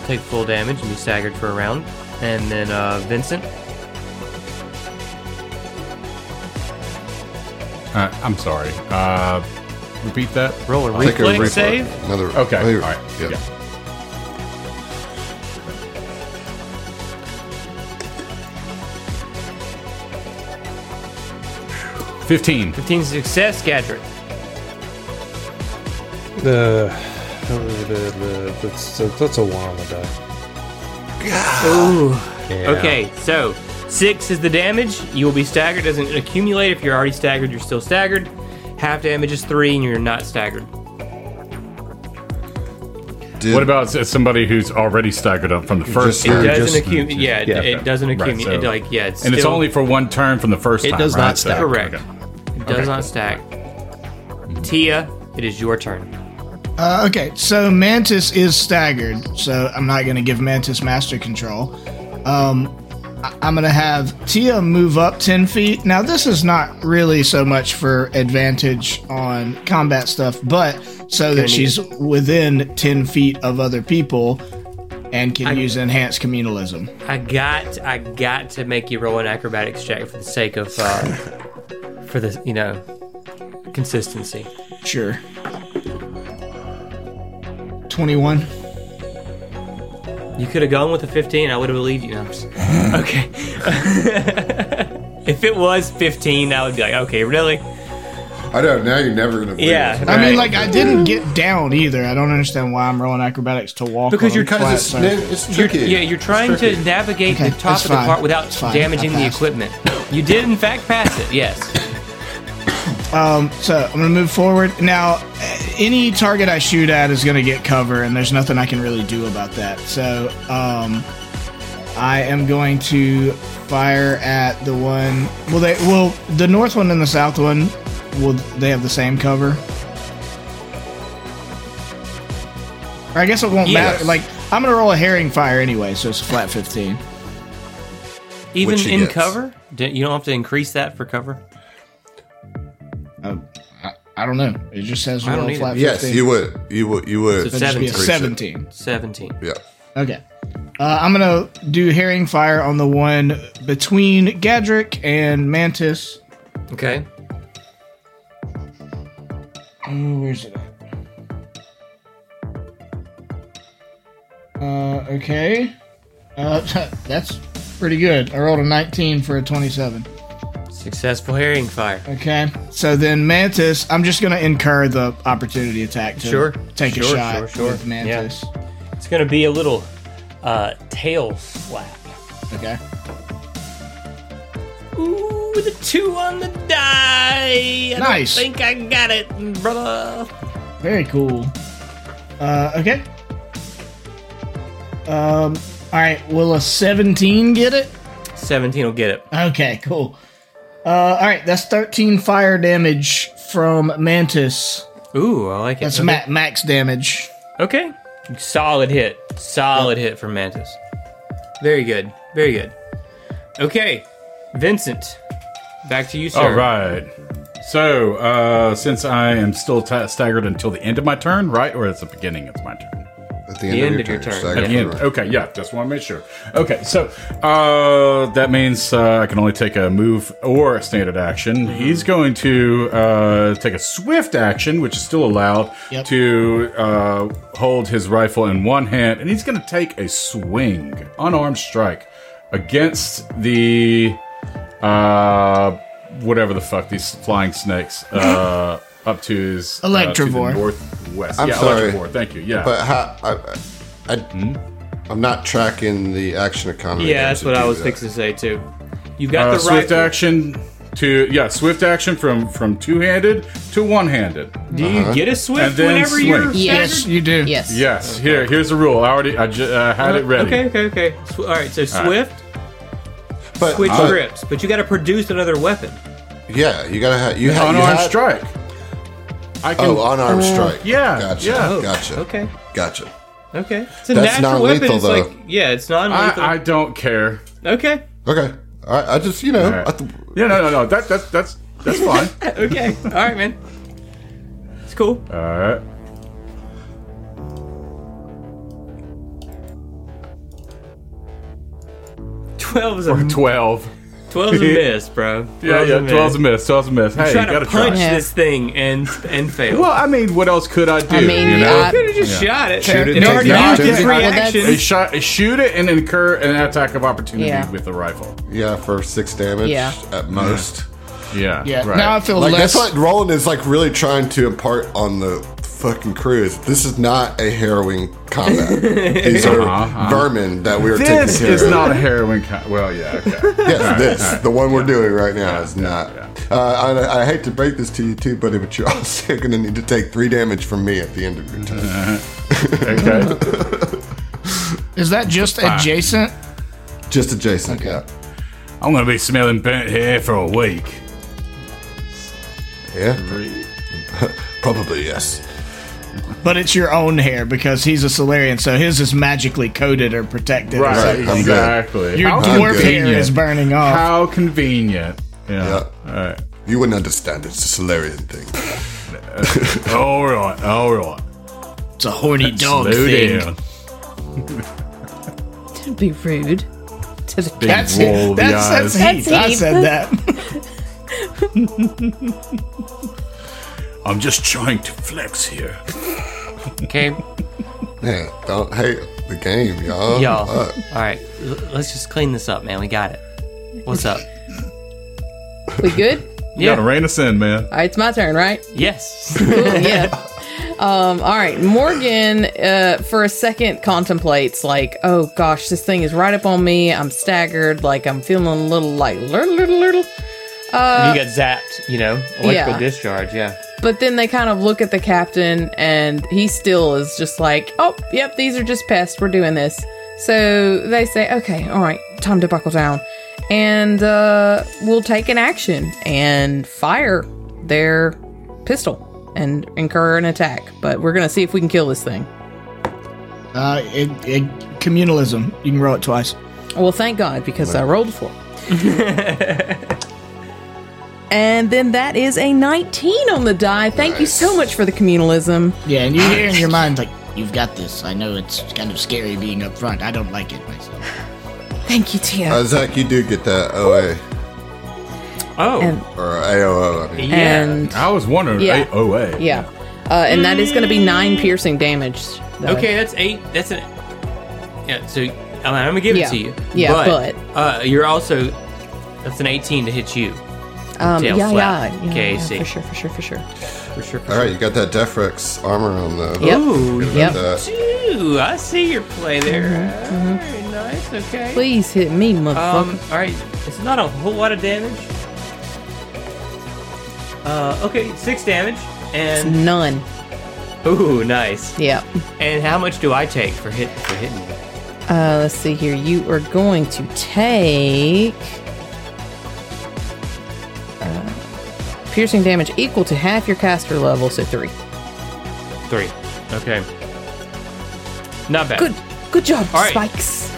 Speaker 1: Take full damage and be staggered for a round, and then uh, Vincent.
Speaker 6: Uh, I'm sorry. Uh, repeat that.
Speaker 1: Roll a
Speaker 3: Take a
Speaker 1: reflex
Speaker 3: reflex.
Speaker 1: save.
Speaker 3: Another.
Speaker 6: Okay,
Speaker 3: another-
Speaker 6: all right,
Speaker 3: Yeah.
Speaker 6: yeah. Fifteen.
Speaker 1: 15 success, Gadrick.
Speaker 5: Uh, that's, that's a one on the die.
Speaker 1: Ooh.
Speaker 5: Yeah.
Speaker 1: Okay, so six is the damage. You will be staggered. Doesn't accumulate if you're already staggered. You're still staggered. Half damage is three, and you're not staggered.
Speaker 3: Did-
Speaker 6: What about s- somebody who's already staggered up from the first
Speaker 3: It
Speaker 1: It
Speaker 3: Or
Speaker 6: turn?
Speaker 1: doesn't
Speaker 3: just-
Speaker 1: accumulate. Yeah, it-
Speaker 5: yeah.
Speaker 1: it doesn't
Speaker 6: Right,
Speaker 1: accumulate.
Speaker 6: so-
Speaker 1: Like yeah, it's
Speaker 6: and it's
Speaker 1: still-
Speaker 6: only for one turn from the first
Speaker 5: It
Speaker 6: time.
Speaker 5: does
Speaker 6: right?
Speaker 5: not
Speaker 6: So-
Speaker 5: stack.
Speaker 1: correct.
Speaker 6: okay.
Speaker 1: It does not stack. Tia, it is your turn.
Speaker 2: Uh, okay, so Mantis is staggered, so I'm not going to give Mantis master control. Um, I- I'm going to have Tia move up 10 feet. Now, this is not really so much for advantage on combat stuff, but so that she's within 10 feet of other people and can use enhanced communalism.
Speaker 1: I got, I got to make you roll an acrobatics check for the sake of,
Speaker 6: <laughs>
Speaker 1: uh, for the you know, consistency.
Speaker 2: Sure. 21.
Speaker 1: You could have gone with a 15. I would have believed you. No, I'm just-
Speaker 2: <laughs>
Speaker 1: okay. <laughs> if it was 15, I would be like, okay, really?
Speaker 3: I know. Now you're never gonna. believe
Speaker 1: Yeah.
Speaker 3: it.
Speaker 2: I mean,
Speaker 1: right.
Speaker 2: like, I didn't get down either. I don't understand why I'm rolling acrobatics to walk.
Speaker 1: Because
Speaker 2: on
Speaker 1: you're
Speaker 3: Because
Speaker 2: flat
Speaker 3: it's,
Speaker 2: surface.
Speaker 3: it's
Speaker 1: You're,
Speaker 3: tricky.
Speaker 1: yeah, you're trying to
Speaker 3: tricky.
Speaker 1: navigate
Speaker 2: Okay,
Speaker 1: the top
Speaker 2: it's
Speaker 1: of the
Speaker 2: fine.
Speaker 1: part without
Speaker 2: It's fine. I
Speaker 1: damaging the
Speaker 2: passed.
Speaker 1: equipment. You did, in fact, pass it. Yes.
Speaker 2: So I'm gonna move forward now. eh, any target I shoot at is going to get cover, and there's nothing I can really do about that. So, um, I am going to fire at the one. Well, they well the north one and the south one. Will they have the same cover? Or I guess it won't
Speaker 1: Yes.
Speaker 2: matter. Like I'm gonna roll a herring fire anyway, so it's a flat fifteen.
Speaker 1: Even
Speaker 3: she
Speaker 1: in
Speaker 3: gets.
Speaker 1: cover, D- you don't have to increase that for cover.
Speaker 2: Oh, I, I don't know. It just says
Speaker 1: don't
Speaker 2: roll a
Speaker 1: either.
Speaker 2: flat
Speaker 3: Yes,
Speaker 2: fifteen.
Speaker 3: you would. You would. You would.
Speaker 1: So
Speaker 2: That'd just be a
Speaker 1: Seventeen. Seventeen.
Speaker 2: seventeen.
Speaker 3: yeah.
Speaker 2: Okay. Uh, I'm gonna do herring fire on the one between Gadrick and Mantis.
Speaker 1: Okay.
Speaker 2: Oh, where's it at? Uh, okay. Uh, <laughs> that's pretty good. I rolled a 19 for a 27.
Speaker 1: Successful herring fire.
Speaker 2: Okay. So then Mantis, I'm just gonna incur the opportunity attack to
Speaker 1: Sure.
Speaker 2: take a
Speaker 1: Sure,
Speaker 2: shot
Speaker 1: sure, sure.
Speaker 2: with Mantis.
Speaker 1: It's gonna be a little uh, tail slap.
Speaker 2: Okay.
Speaker 1: Ooh, the two on the die. I
Speaker 2: Nice.
Speaker 1: Don't think I got it, brother.
Speaker 2: Very cool. Uh, okay. Um, all right. Will a 17 get it?
Speaker 1: Seventeen will get it.
Speaker 2: Okay, cool. Uh, all right. That's 13 fire damage from Mantis.
Speaker 1: Ooh, I like it.
Speaker 2: That's
Speaker 1: okay.
Speaker 2: ma- max damage.
Speaker 1: Okay. Solid hit. Solid hit from Mantis. Very good. Very good. Okay. Vincent. Back to you, sir.
Speaker 6: All right. So, uh, since I am still ta staggered until the end of my turn, right? Or it's the beginning, it's my turn.
Speaker 3: At the end, of your turn.
Speaker 1: turn.
Speaker 3: stagger
Speaker 1: At
Speaker 6: The end.
Speaker 3: right.
Speaker 6: Okay, yeah, just want to make sure. Okay, so uh, that means uh, I can only take a move or a standard action. He's going to uh, take a swift action, which is still allowed,
Speaker 2: Yep.
Speaker 6: to uh, hold his rifle in one hand, and he's going to take a swing, unarmed strike, against the uh, whatever the fuck these flying snakes uh, up to his uh, to the
Speaker 2: Electivore.
Speaker 6: northwest.
Speaker 3: I'm
Speaker 6: yeah,
Speaker 3: sorry,
Speaker 6: Electivore, Thank you. Yeah.
Speaker 3: But how, I, I, I, I'm not tracking the action economy.
Speaker 1: Hmm? Yeah, that's
Speaker 3: to
Speaker 1: what I
Speaker 3: do
Speaker 1: was
Speaker 3: that.
Speaker 1: fixing to say, too. You got
Speaker 6: Uh,
Speaker 1: the right.
Speaker 6: swift action to yeah, swift action from from two handed to one handed.
Speaker 1: Do you
Speaker 3: Uh-huh.
Speaker 1: get a
Speaker 6: And
Speaker 1: swift
Speaker 6: then
Speaker 1: whenever you're.
Speaker 6: swing.
Speaker 2: Yes, you do.
Speaker 4: Yes.
Speaker 6: Yes, here here's the rule. I already I ju- uh, had it ready.
Speaker 1: Okay, okay, okay. Sw- all right, so swift,
Speaker 3: But,
Speaker 1: switch
Speaker 3: but-
Speaker 1: grips, but you got to produce another weapon.
Speaker 3: Yeah, you gotta have you have you
Speaker 6: Unarmed
Speaker 3: had-
Speaker 6: strike. I can. uh,
Speaker 3: Oh, unarmed strike.
Speaker 6: yeah,
Speaker 3: gotcha.
Speaker 6: yeah. Oh,
Speaker 3: gotcha.
Speaker 1: okay.
Speaker 3: gotcha.
Speaker 1: Okay. It's a
Speaker 3: That's
Speaker 1: natural weapon.
Speaker 3: non-lethal,
Speaker 1: It's
Speaker 3: though.
Speaker 1: like, yeah, it's non lethal.
Speaker 6: I, I don't care.
Speaker 1: okay,
Speaker 3: Okay, all right. I just you know,
Speaker 6: All right.
Speaker 3: I th-
Speaker 6: Yeah, no, no, no. That that's that's that's fine.
Speaker 1: okay. all right, man. It's cool.
Speaker 6: All right.
Speaker 1: Twelve is a
Speaker 6: Twelve.
Speaker 1: 12's a miss, bro. 12's
Speaker 6: Yeah, yeah.
Speaker 1: a miss.
Speaker 6: Twelve's a miss. Twelve's a miss. Hey, you
Speaker 1: Try
Speaker 6: gotta
Speaker 1: to punch
Speaker 6: try.
Speaker 4: Yeah.
Speaker 1: this thing and and fail.
Speaker 6: Well, I mean, what else could I do?
Speaker 4: I mean,
Speaker 6: you know?
Speaker 4: I-
Speaker 1: could have just shot it.
Speaker 3: Shoot it,
Speaker 1: it
Speaker 3: take
Speaker 1: already
Speaker 3: the
Speaker 1: used its
Speaker 3: opportunity.
Speaker 4: Well, that's-
Speaker 1: reaction.
Speaker 6: A shot, a shoot it, and incur an attack of opportunity
Speaker 4: Yeah.
Speaker 6: with the rifle.
Speaker 3: yeah, for six damage
Speaker 4: Yeah.
Speaker 3: at most.
Speaker 6: Yeah,
Speaker 2: Yeah.
Speaker 6: right.
Speaker 2: Now I feel
Speaker 3: Like
Speaker 2: less.
Speaker 3: that's what Roland is like really trying to impart on the fucking crews. This is not a harrowing combat. These are vermin that we are
Speaker 6: Uh-huh, this
Speaker 3: taking care
Speaker 6: is
Speaker 3: of.
Speaker 6: not a heroin. Co- well, yeah,
Speaker 2: <laughs>
Speaker 6: okay.
Speaker 3: yes, this the one we're doing right now is not. Uh, I, I hate to break this to you too, buddy, but you're <laughs> also going to need to take three damage from me at the end of your turn.
Speaker 6: okay.
Speaker 2: Is that just adjacent?
Speaker 3: Just adjacent. Yeah.
Speaker 6: I'm gonna be smelling burnt hair for a week.
Speaker 3: Yeah. <laughs> Probably yes.
Speaker 2: But it's your own hair because he's a Solarian, so his is magically coated or protected. or
Speaker 6: Right,
Speaker 2: something.
Speaker 3: I'm good.
Speaker 6: exactly.
Speaker 2: Your
Speaker 6: How
Speaker 2: dwarf hair
Speaker 6: convenient.
Speaker 2: is burning off.
Speaker 6: How convenient. Yeah.
Speaker 3: Yeah. Uh, You wouldn't understand. It's a Solarian thing.
Speaker 6: All right. All right.
Speaker 2: it's a horny dog
Speaker 6: Slow
Speaker 2: thing.
Speaker 6: down.
Speaker 4: Don't be rude to the
Speaker 6: Big
Speaker 2: That's
Speaker 6: roll
Speaker 2: it.
Speaker 6: of the
Speaker 2: That's, that's,
Speaker 6: eyes.
Speaker 2: Heath.
Speaker 4: That's
Speaker 2: I
Speaker 4: Heath.
Speaker 2: said <laughs> that.
Speaker 6: I'm just trying to flex here.
Speaker 1: Okay,
Speaker 3: Man, don't hate the game, y'all. Uh,
Speaker 1: y'all. All
Speaker 3: Fuck.
Speaker 1: right, l- let's just clean this up, man. We got it. What's up?
Speaker 4: We good?
Speaker 6: You gotta
Speaker 1: Yeah.
Speaker 6: rein us in, man.
Speaker 4: All right, it's my turn, right?
Speaker 1: Yes.
Speaker 4: Cool, yeah. Um, all right, Morgan, uh, for a second, contemplates like, oh gosh, this thing is right up on me. I'm staggered, like I'm feeling a little like, little, little, little.
Speaker 1: you got zapped, you know, electrical
Speaker 4: Yeah.
Speaker 1: discharge. Yeah.
Speaker 4: But then they kind of look at the captain, and he still is just like, oh, yep, these are just pests. We're doing this. So they say, okay, all right, time to buckle down. And uh, we'll take an action and fire their pistol and incur an attack. But we're going to see if we can kill this thing.
Speaker 2: Uh, it, it, communalism. You can roll it twice.
Speaker 4: Well, thank God, because I rolled four. and then that is a 19 on the die. Thank you so much for the communalism.
Speaker 2: Yeah, and you hear in your mind like, "You've got this." I know it's kind of scary being up front. I don't like it myself.
Speaker 4: Thank you, Tia.
Speaker 3: Uh, Zach, you do get that OA
Speaker 1: Oh.
Speaker 4: And-
Speaker 3: or AOO. I mean.
Speaker 1: yeah.
Speaker 4: And
Speaker 6: I was wondering. eh, oh,
Speaker 4: Yeah.
Speaker 6: AOA.
Speaker 4: yeah. Uh, and that is going to be nine piercing damage. though.
Speaker 1: Okay, that's eight. That's an. Yeah, so I'm, I'm gonna give
Speaker 4: Yeah.
Speaker 1: it to you.
Speaker 4: Yeah,
Speaker 1: uh, you're also that's an 18 to hit you
Speaker 4: Um, yeah,
Speaker 1: Tail
Speaker 4: yeah,
Speaker 1: slap.
Speaker 4: yeah,
Speaker 1: Okay,
Speaker 4: yeah,
Speaker 1: see.
Speaker 4: for sure, for sure, for sure.
Speaker 1: for sure. For
Speaker 3: All right, you got that Defrex armor on though. uh,
Speaker 4: Yep.
Speaker 1: Ooh,
Speaker 3: Forget
Speaker 4: Yep.
Speaker 3: about that.
Speaker 1: Ooh, I see your play there. Very nice. Okay.
Speaker 4: Mm-hmm, Please hit me, motherfucker.
Speaker 1: Um. All right. It's not a whole lot of damage. Uh. Okay. Six damage. And
Speaker 4: None. Mm-hmm.
Speaker 1: ooh, nice.
Speaker 4: Yep.
Speaker 1: And how much do I take for hit for hitting? you?
Speaker 4: Uh, let's see here. You are going to take uh, piercing damage equal to half your caster level, so three.
Speaker 1: Three. Okay. Not bad.
Speaker 4: Good, good job,
Speaker 1: All right.
Speaker 4: Spikes.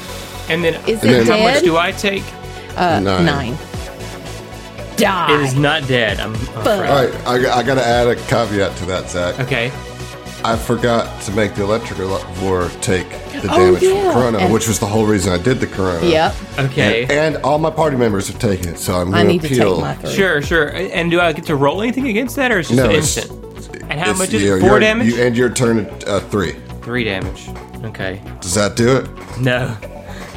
Speaker 1: And then
Speaker 4: Is
Speaker 3: And then-
Speaker 4: it
Speaker 1: how much
Speaker 4: dead?
Speaker 1: do I take?
Speaker 4: uh,
Speaker 3: Nine.
Speaker 4: nine. Die.
Speaker 1: It is not dead. I'm, I'm
Speaker 4: Fuck.
Speaker 3: All
Speaker 1: afraid.
Speaker 3: right, I, I got to add a caveat to that, Zach.
Speaker 1: Okay.
Speaker 3: I forgot to make the electric vor take the
Speaker 4: Oh,
Speaker 3: damage
Speaker 4: yeah.
Speaker 3: from Corona,
Speaker 4: And-
Speaker 3: which was the whole reason I did the Corona.
Speaker 4: Yep.
Speaker 1: Okay.
Speaker 3: And all my party members have taken it, so I'm
Speaker 4: I
Speaker 3: going
Speaker 4: need
Speaker 3: to
Speaker 4: to take
Speaker 3: appeal.
Speaker 4: my three.
Speaker 1: Sure, sure. And do I get to roll anything against that, or is it just
Speaker 3: No, it's-
Speaker 1: instant? And how
Speaker 3: It's-
Speaker 1: much is
Speaker 3: you know,
Speaker 1: it? Four
Speaker 3: your-
Speaker 1: damage?
Speaker 3: You end your turn at uh, three.
Speaker 1: Three damage. Okay.
Speaker 3: Does that do it?
Speaker 1: No.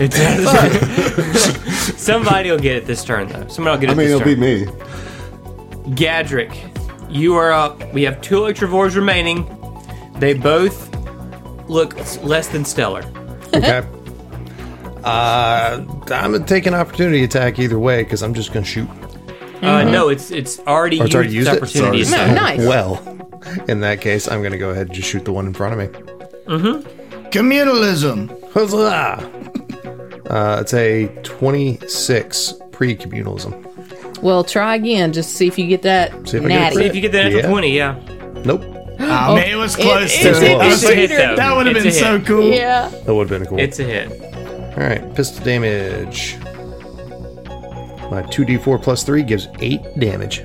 Speaker 1: It does. Somebody will get it this turn, though. Somebody will get it
Speaker 3: I mean,
Speaker 1: this
Speaker 3: it'll
Speaker 1: turn.
Speaker 3: be me.
Speaker 1: Gadrick, you are up. We have two Electrovores remaining. They both look s- less than stellar.
Speaker 5: Okay. Uh, I'm gonna take an opportunity attack either way because I'm just gonna shoot.
Speaker 1: Uh, no, it's it's already
Speaker 5: Or Oh, it's
Speaker 1: used its
Speaker 5: already used it?
Speaker 1: opportunity.
Speaker 5: Sorry.
Speaker 4: Mm-hmm. No, nice.
Speaker 5: Well, in that case, I'm gonna go ahead and just shoot the one in front of me.
Speaker 2: Communalism.
Speaker 5: Huzzah! Uh, it's a 26 pre-communalism.
Speaker 4: Well, try again. Just see if you get that
Speaker 5: See if
Speaker 1: See
Speaker 5: I get a
Speaker 4: natty.
Speaker 5: crit.
Speaker 1: if you get the natural
Speaker 5: Yeah.
Speaker 1: 20, yeah.
Speaker 5: Nope,
Speaker 2: Ah, man, it was close.
Speaker 4: it-
Speaker 2: to
Speaker 4: it's
Speaker 2: it.
Speaker 5: a-
Speaker 1: It's a hit, though.
Speaker 2: that would have
Speaker 1: It's
Speaker 2: been
Speaker 1: a
Speaker 2: so
Speaker 1: hit.
Speaker 2: cool.
Speaker 4: Yeah.
Speaker 5: that would have been cool.
Speaker 1: It's a hit.
Speaker 5: All right, pistol damage. My 2d4 plus 3 gives 8 damage.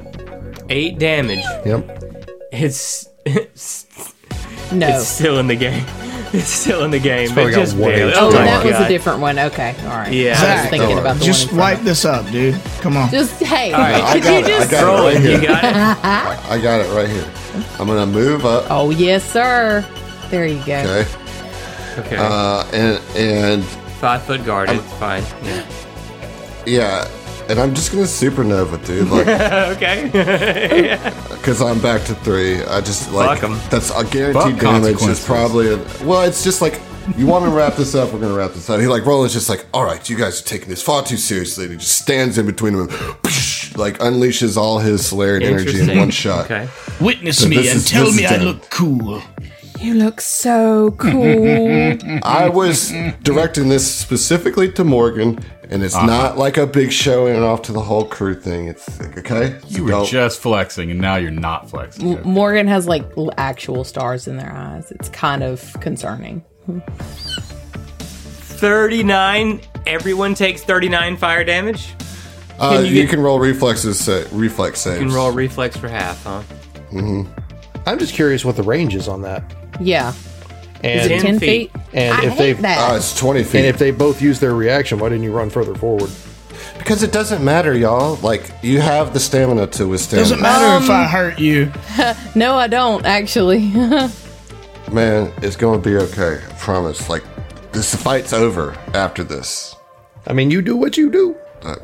Speaker 1: Eight damage.
Speaker 5: Yep.
Speaker 1: It's it's,
Speaker 4: No.
Speaker 1: it's still in the game. <laughs> It's still in the game.
Speaker 5: probably
Speaker 1: It
Speaker 5: got
Speaker 1: just
Speaker 5: one
Speaker 1: barely-
Speaker 5: inch
Speaker 4: oh,
Speaker 5: my
Speaker 4: that was
Speaker 1: God.
Speaker 4: a different one. Okay. All right.
Speaker 1: Yeah.
Speaker 4: I was
Speaker 2: Zach,
Speaker 4: thinking about the
Speaker 2: just
Speaker 4: one. in front
Speaker 2: wipe this up, dude. Come on.
Speaker 4: of- Just hey,
Speaker 1: right.
Speaker 4: <laughs> could
Speaker 3: I got
Speaker 4: you
Speaker 3: it, I
Speaker 4: just?
Speaker 3: got it.
Speaker 1: Roll it. You
Speaker 3: Yeah.
Speaker 1: got it.
Speaker 3: I got it right here. I'm going to move up.
Speaker 4: Oh yes, sir. There you go.
Speaker 3: Okay.
Speaker 1: Okay.
Speaker 3: Uh, and and
Speaker 1: Five foot guard. It's fine. Yeah.
Speaker 3: yeah, and I'm just gonna supernova, dude. Like,
Speaker 1: okay.
Speaker 3: because I'm back to three. I just like
Speaker 1: Fuck 'em.
Speaker 3: that's a
Speaker 6: Fuck
Speaker 3: guaranteed damage. Is
Speaker 6: consequences.
Speaker 3: probably a, well. It's just like you want to wrap this up. We're gonna wrap this up. He like Roland's just like, all right, you guys are taking this far too seriously. And he just stands in between them, and like unleashes all his Laird energy in
Speaker 1: Interesting.
Speaker 3: one shot.
Speaker 1: <laughs> Okay.
Speaker 2: Witness
Speaker 3: So
Speaker 2: me
Speaker 3: this
Speaker 2: and
Speaker 3: is-
Speaker 2: tell
Speaker 3: this
Speaker 2: me
Speaker 3: is
Speaker 2: I
Speaker 3: done.
Speaker 2: look cool.
Speaker 4: You look so cool.
Speaker 3: I was directing this specifically to Morgan, and it's
Speaker 6: Ah.
Speaker 3: not like a big showing off to the whole crew thing. It's okay. So
Speaker 6: You were
Speaker 3: don't-
Speaker 6: just flexing, and now you're not flexing. Okay.
Speaker 4: Morgan has like l- actual stars in their eyes. It's kind of concerning.
Speaker 1: 39. Everyone takes 39 fire damage.
Speaker 3: Uh,
Speaker 1: Can
Speaker 3: you,
Speaker 1: you get-
Speaker 3: can roll reflexes, sa- reflex saves.
Speaker 1: You can roll reflex for half, huh?
Speaker 5: I'm just curious what the range is on that.
Speaker 4: Yeah. Is
Speaker 5: And,
Speaker 4: it
Speaker 1: Ten
Speaker 4: ten
Speaker 1: feet.
Speaker 4: feet?
Speaker 5: And
Speaker 4: I
Speaker 5: if
Speaker 4: hate
Speaker 5: they've-
Speaker 4: that.
Speaker 3: Uh, it's twenty feet.
Speaker 5: and if they both use their reaction, why didn't you run further forward?
Speaker 3: because it doesn't matter, y'all. Like you have the stamina to withstand.
Speaker 2: Doesn't matter if I hurt you.
Speaker 4: no, I don't actually. <laughs>
Speaker 3: this. Man, it's going to be okay. I promise. Like this fight's over after this.
Speaker 5: I mean, you do what you do.
Speaker 3: Uh,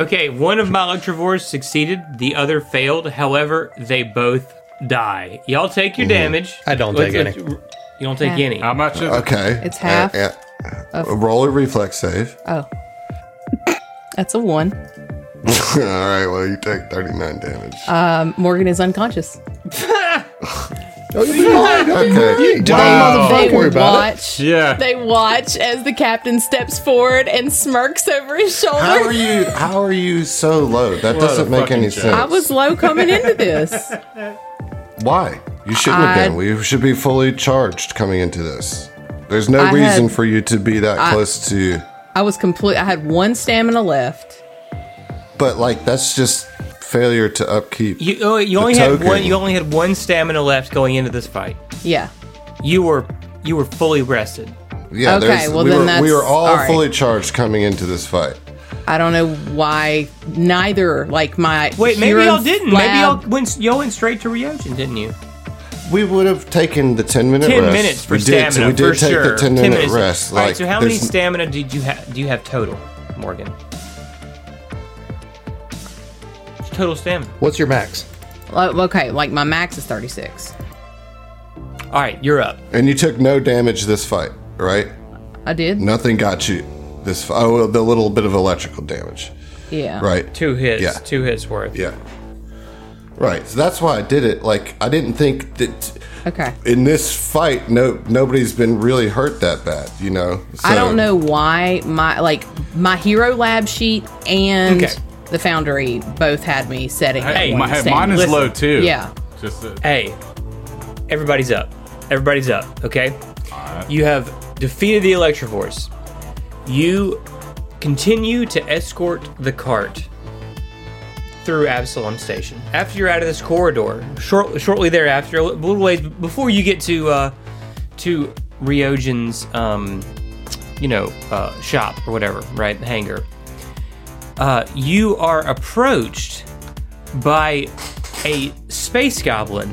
Speaker 1: Okay, one of my Electrovores succeeded, the other failed. However, they both die. Y'all take your damage.
Speaker 5: I don't
Speaker 1: Let's-
Speaker 5: take any.
Speaker 1: let's- You don't take
Speaker 4: Yeah.
Speaker 1: any.
Speaker 6: How much is it?
Speaker 3: okay.
Speaker 4: <laughs> It's half
Speaker 3: Uh, uh, roll a reflex save.
Speaker 4: oh, that's a one.
Speaker 3: <laughs> All right, well, you take 39 damage.
Speaker 4: Morgan is unconscious.
Speaker 5: Oh, you'll be
Speaker 4: Uh-huh.
Speaker 5: fine. You'll be
Speaker 3: Okay.
Speaker 5: great.
Speaker 4: They
Speaker 5: Don't worry about it.
Speaker 4: watch.
Speaker 6: Yeah.
Speaker 4: They watch as the captain steps forward and smirks over his shoulder.
Speaker 3: How are you? How are you so low? That doesn't make
Speaker 6: fucking
Speaker 3: any
Speaker 6: joke.
Speaker 3: sense.
Speaker 4: I was low coming into this.
Speaker 3: Why? You shouldn't
Speaker 4: I-
Speaker 3: have been. We should be fully charged coming into this. There's no
Speaker 4: I
Speaker 3: reason
Speaker 4: had-
Speaker 3: for you to be that close to.
Speaker 4: I was complete. I had one stamina left.
Speaker 3: But like, that's just failure to upkeep.
Speaker 1: You, oh, you only had
Speaker 3: token.
Speaker 1: one. You only had one stamina left going into this fight.
Speaker 4: Yeah.
Speaker 1: You were you were fully rested.
Speaker 3: yeah,
Speaker 4: Okay,
Speaker 3: there's-
Speaker 4: well,
Speaker 3: we
Speaker 4: then
Speaker 3: were, we
Speaker 4: that's-
Speaker 3: were all,
Speaker 4: all right.
Speaker 3: fully charged coming into this fight.
Speaker 4: I don't know why neither. Like my
Speaker 1: Wait, maybe
Speaker 4: hero
Speaker 1: y'all didn't. Maybe y'all
Speaker 4: lab-
Speaker 1: went. Y'all went straight to Ryojin, didn't you?
Speaker 3: We would have taken the ten minute
Speaker 1: 10
Speaker 3: rest.
Speaker 1: minutes for
Speaker 3: we did,
Speaker 1: stamina.
Speaker 3: we did
Speaker 1: for
Speaker 3: take
Speaker 1: sure.
Speaker 3: the ten minute rest.
Speaker 1: All right,
Speaker 3: Like,
Speaker 1: so how many
Speaker 3: there's-
Speaker 1: stamina did you have? Do you have total, Morgan? Total stamina.
Speaker 5: What's your max?
Speaker 4: Oh, okay, like my max is thirty six.
Speaker 1: All right, you're up.
Speaker 3: and you took no damage this fight, right?
Speaker 4: I did.
Speaker 3: Nothing got you. This fi- oh, well, the little bit of electrical damage,
Speaker 4: Yeah.
Speaker 3: right?
Speaker 1: Two hits.
Speaker 3: Yeah.
Speaker 1: Two hits worth.
Speaker 3: Yeah. Right. So that's why I did it. Like I didn't think that
Speaker 4: Okay.
Speaker 3: in this fight no nobody's been really hurt that bad, you know.
Speaker 4: I
Speaker 3: So-
Speaker 4: don't know why my like my hero lab sheet and
Speaker 1: Okay.
Speaker 4: the foundry both had me setting. at
Speaker 6: Hey,
Speaker 4: one
Speaker 6: my,
Speaker 4: stamina.
Speaker 6: mine is
Speaker 1: Listen.
Speaker 6: low too.
Speaker 4: Yeah.
Speaker 6: Just uh,
Speaker 1: Hey, everybody's up. Everybody's up, okay? You have defeated the Electroforce. You continue to escort the cart through Absalom Station. After you're out of this corridor, short, shortly thereafter, a little ways before you get to uh, to Ryojin's, um, you know, uh, shop or whatever, right, hangar, uh, you are approached by a space goblin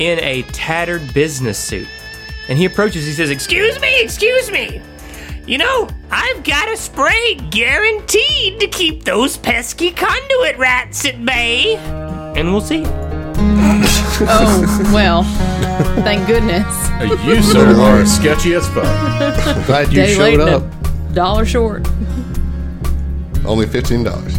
Speaker 1: in a tattered business suit. And he approaches, he says, Excuse me, excuse me. You know, I've got a spray guaranteed to keep those pesky conduit rats at bay. And we'll see.
Speaker 4: Oh well, thank goodness.
Speaker 6: you sir are sketchy as fuck.
Speaker 5: Glad you
Speaker 4: Day
Speaker 5: showed
Speaker 4: late, and a
Speaker 5: up.
Speaker 4: dollar short.
Speaker 3: Only fifteen dollars.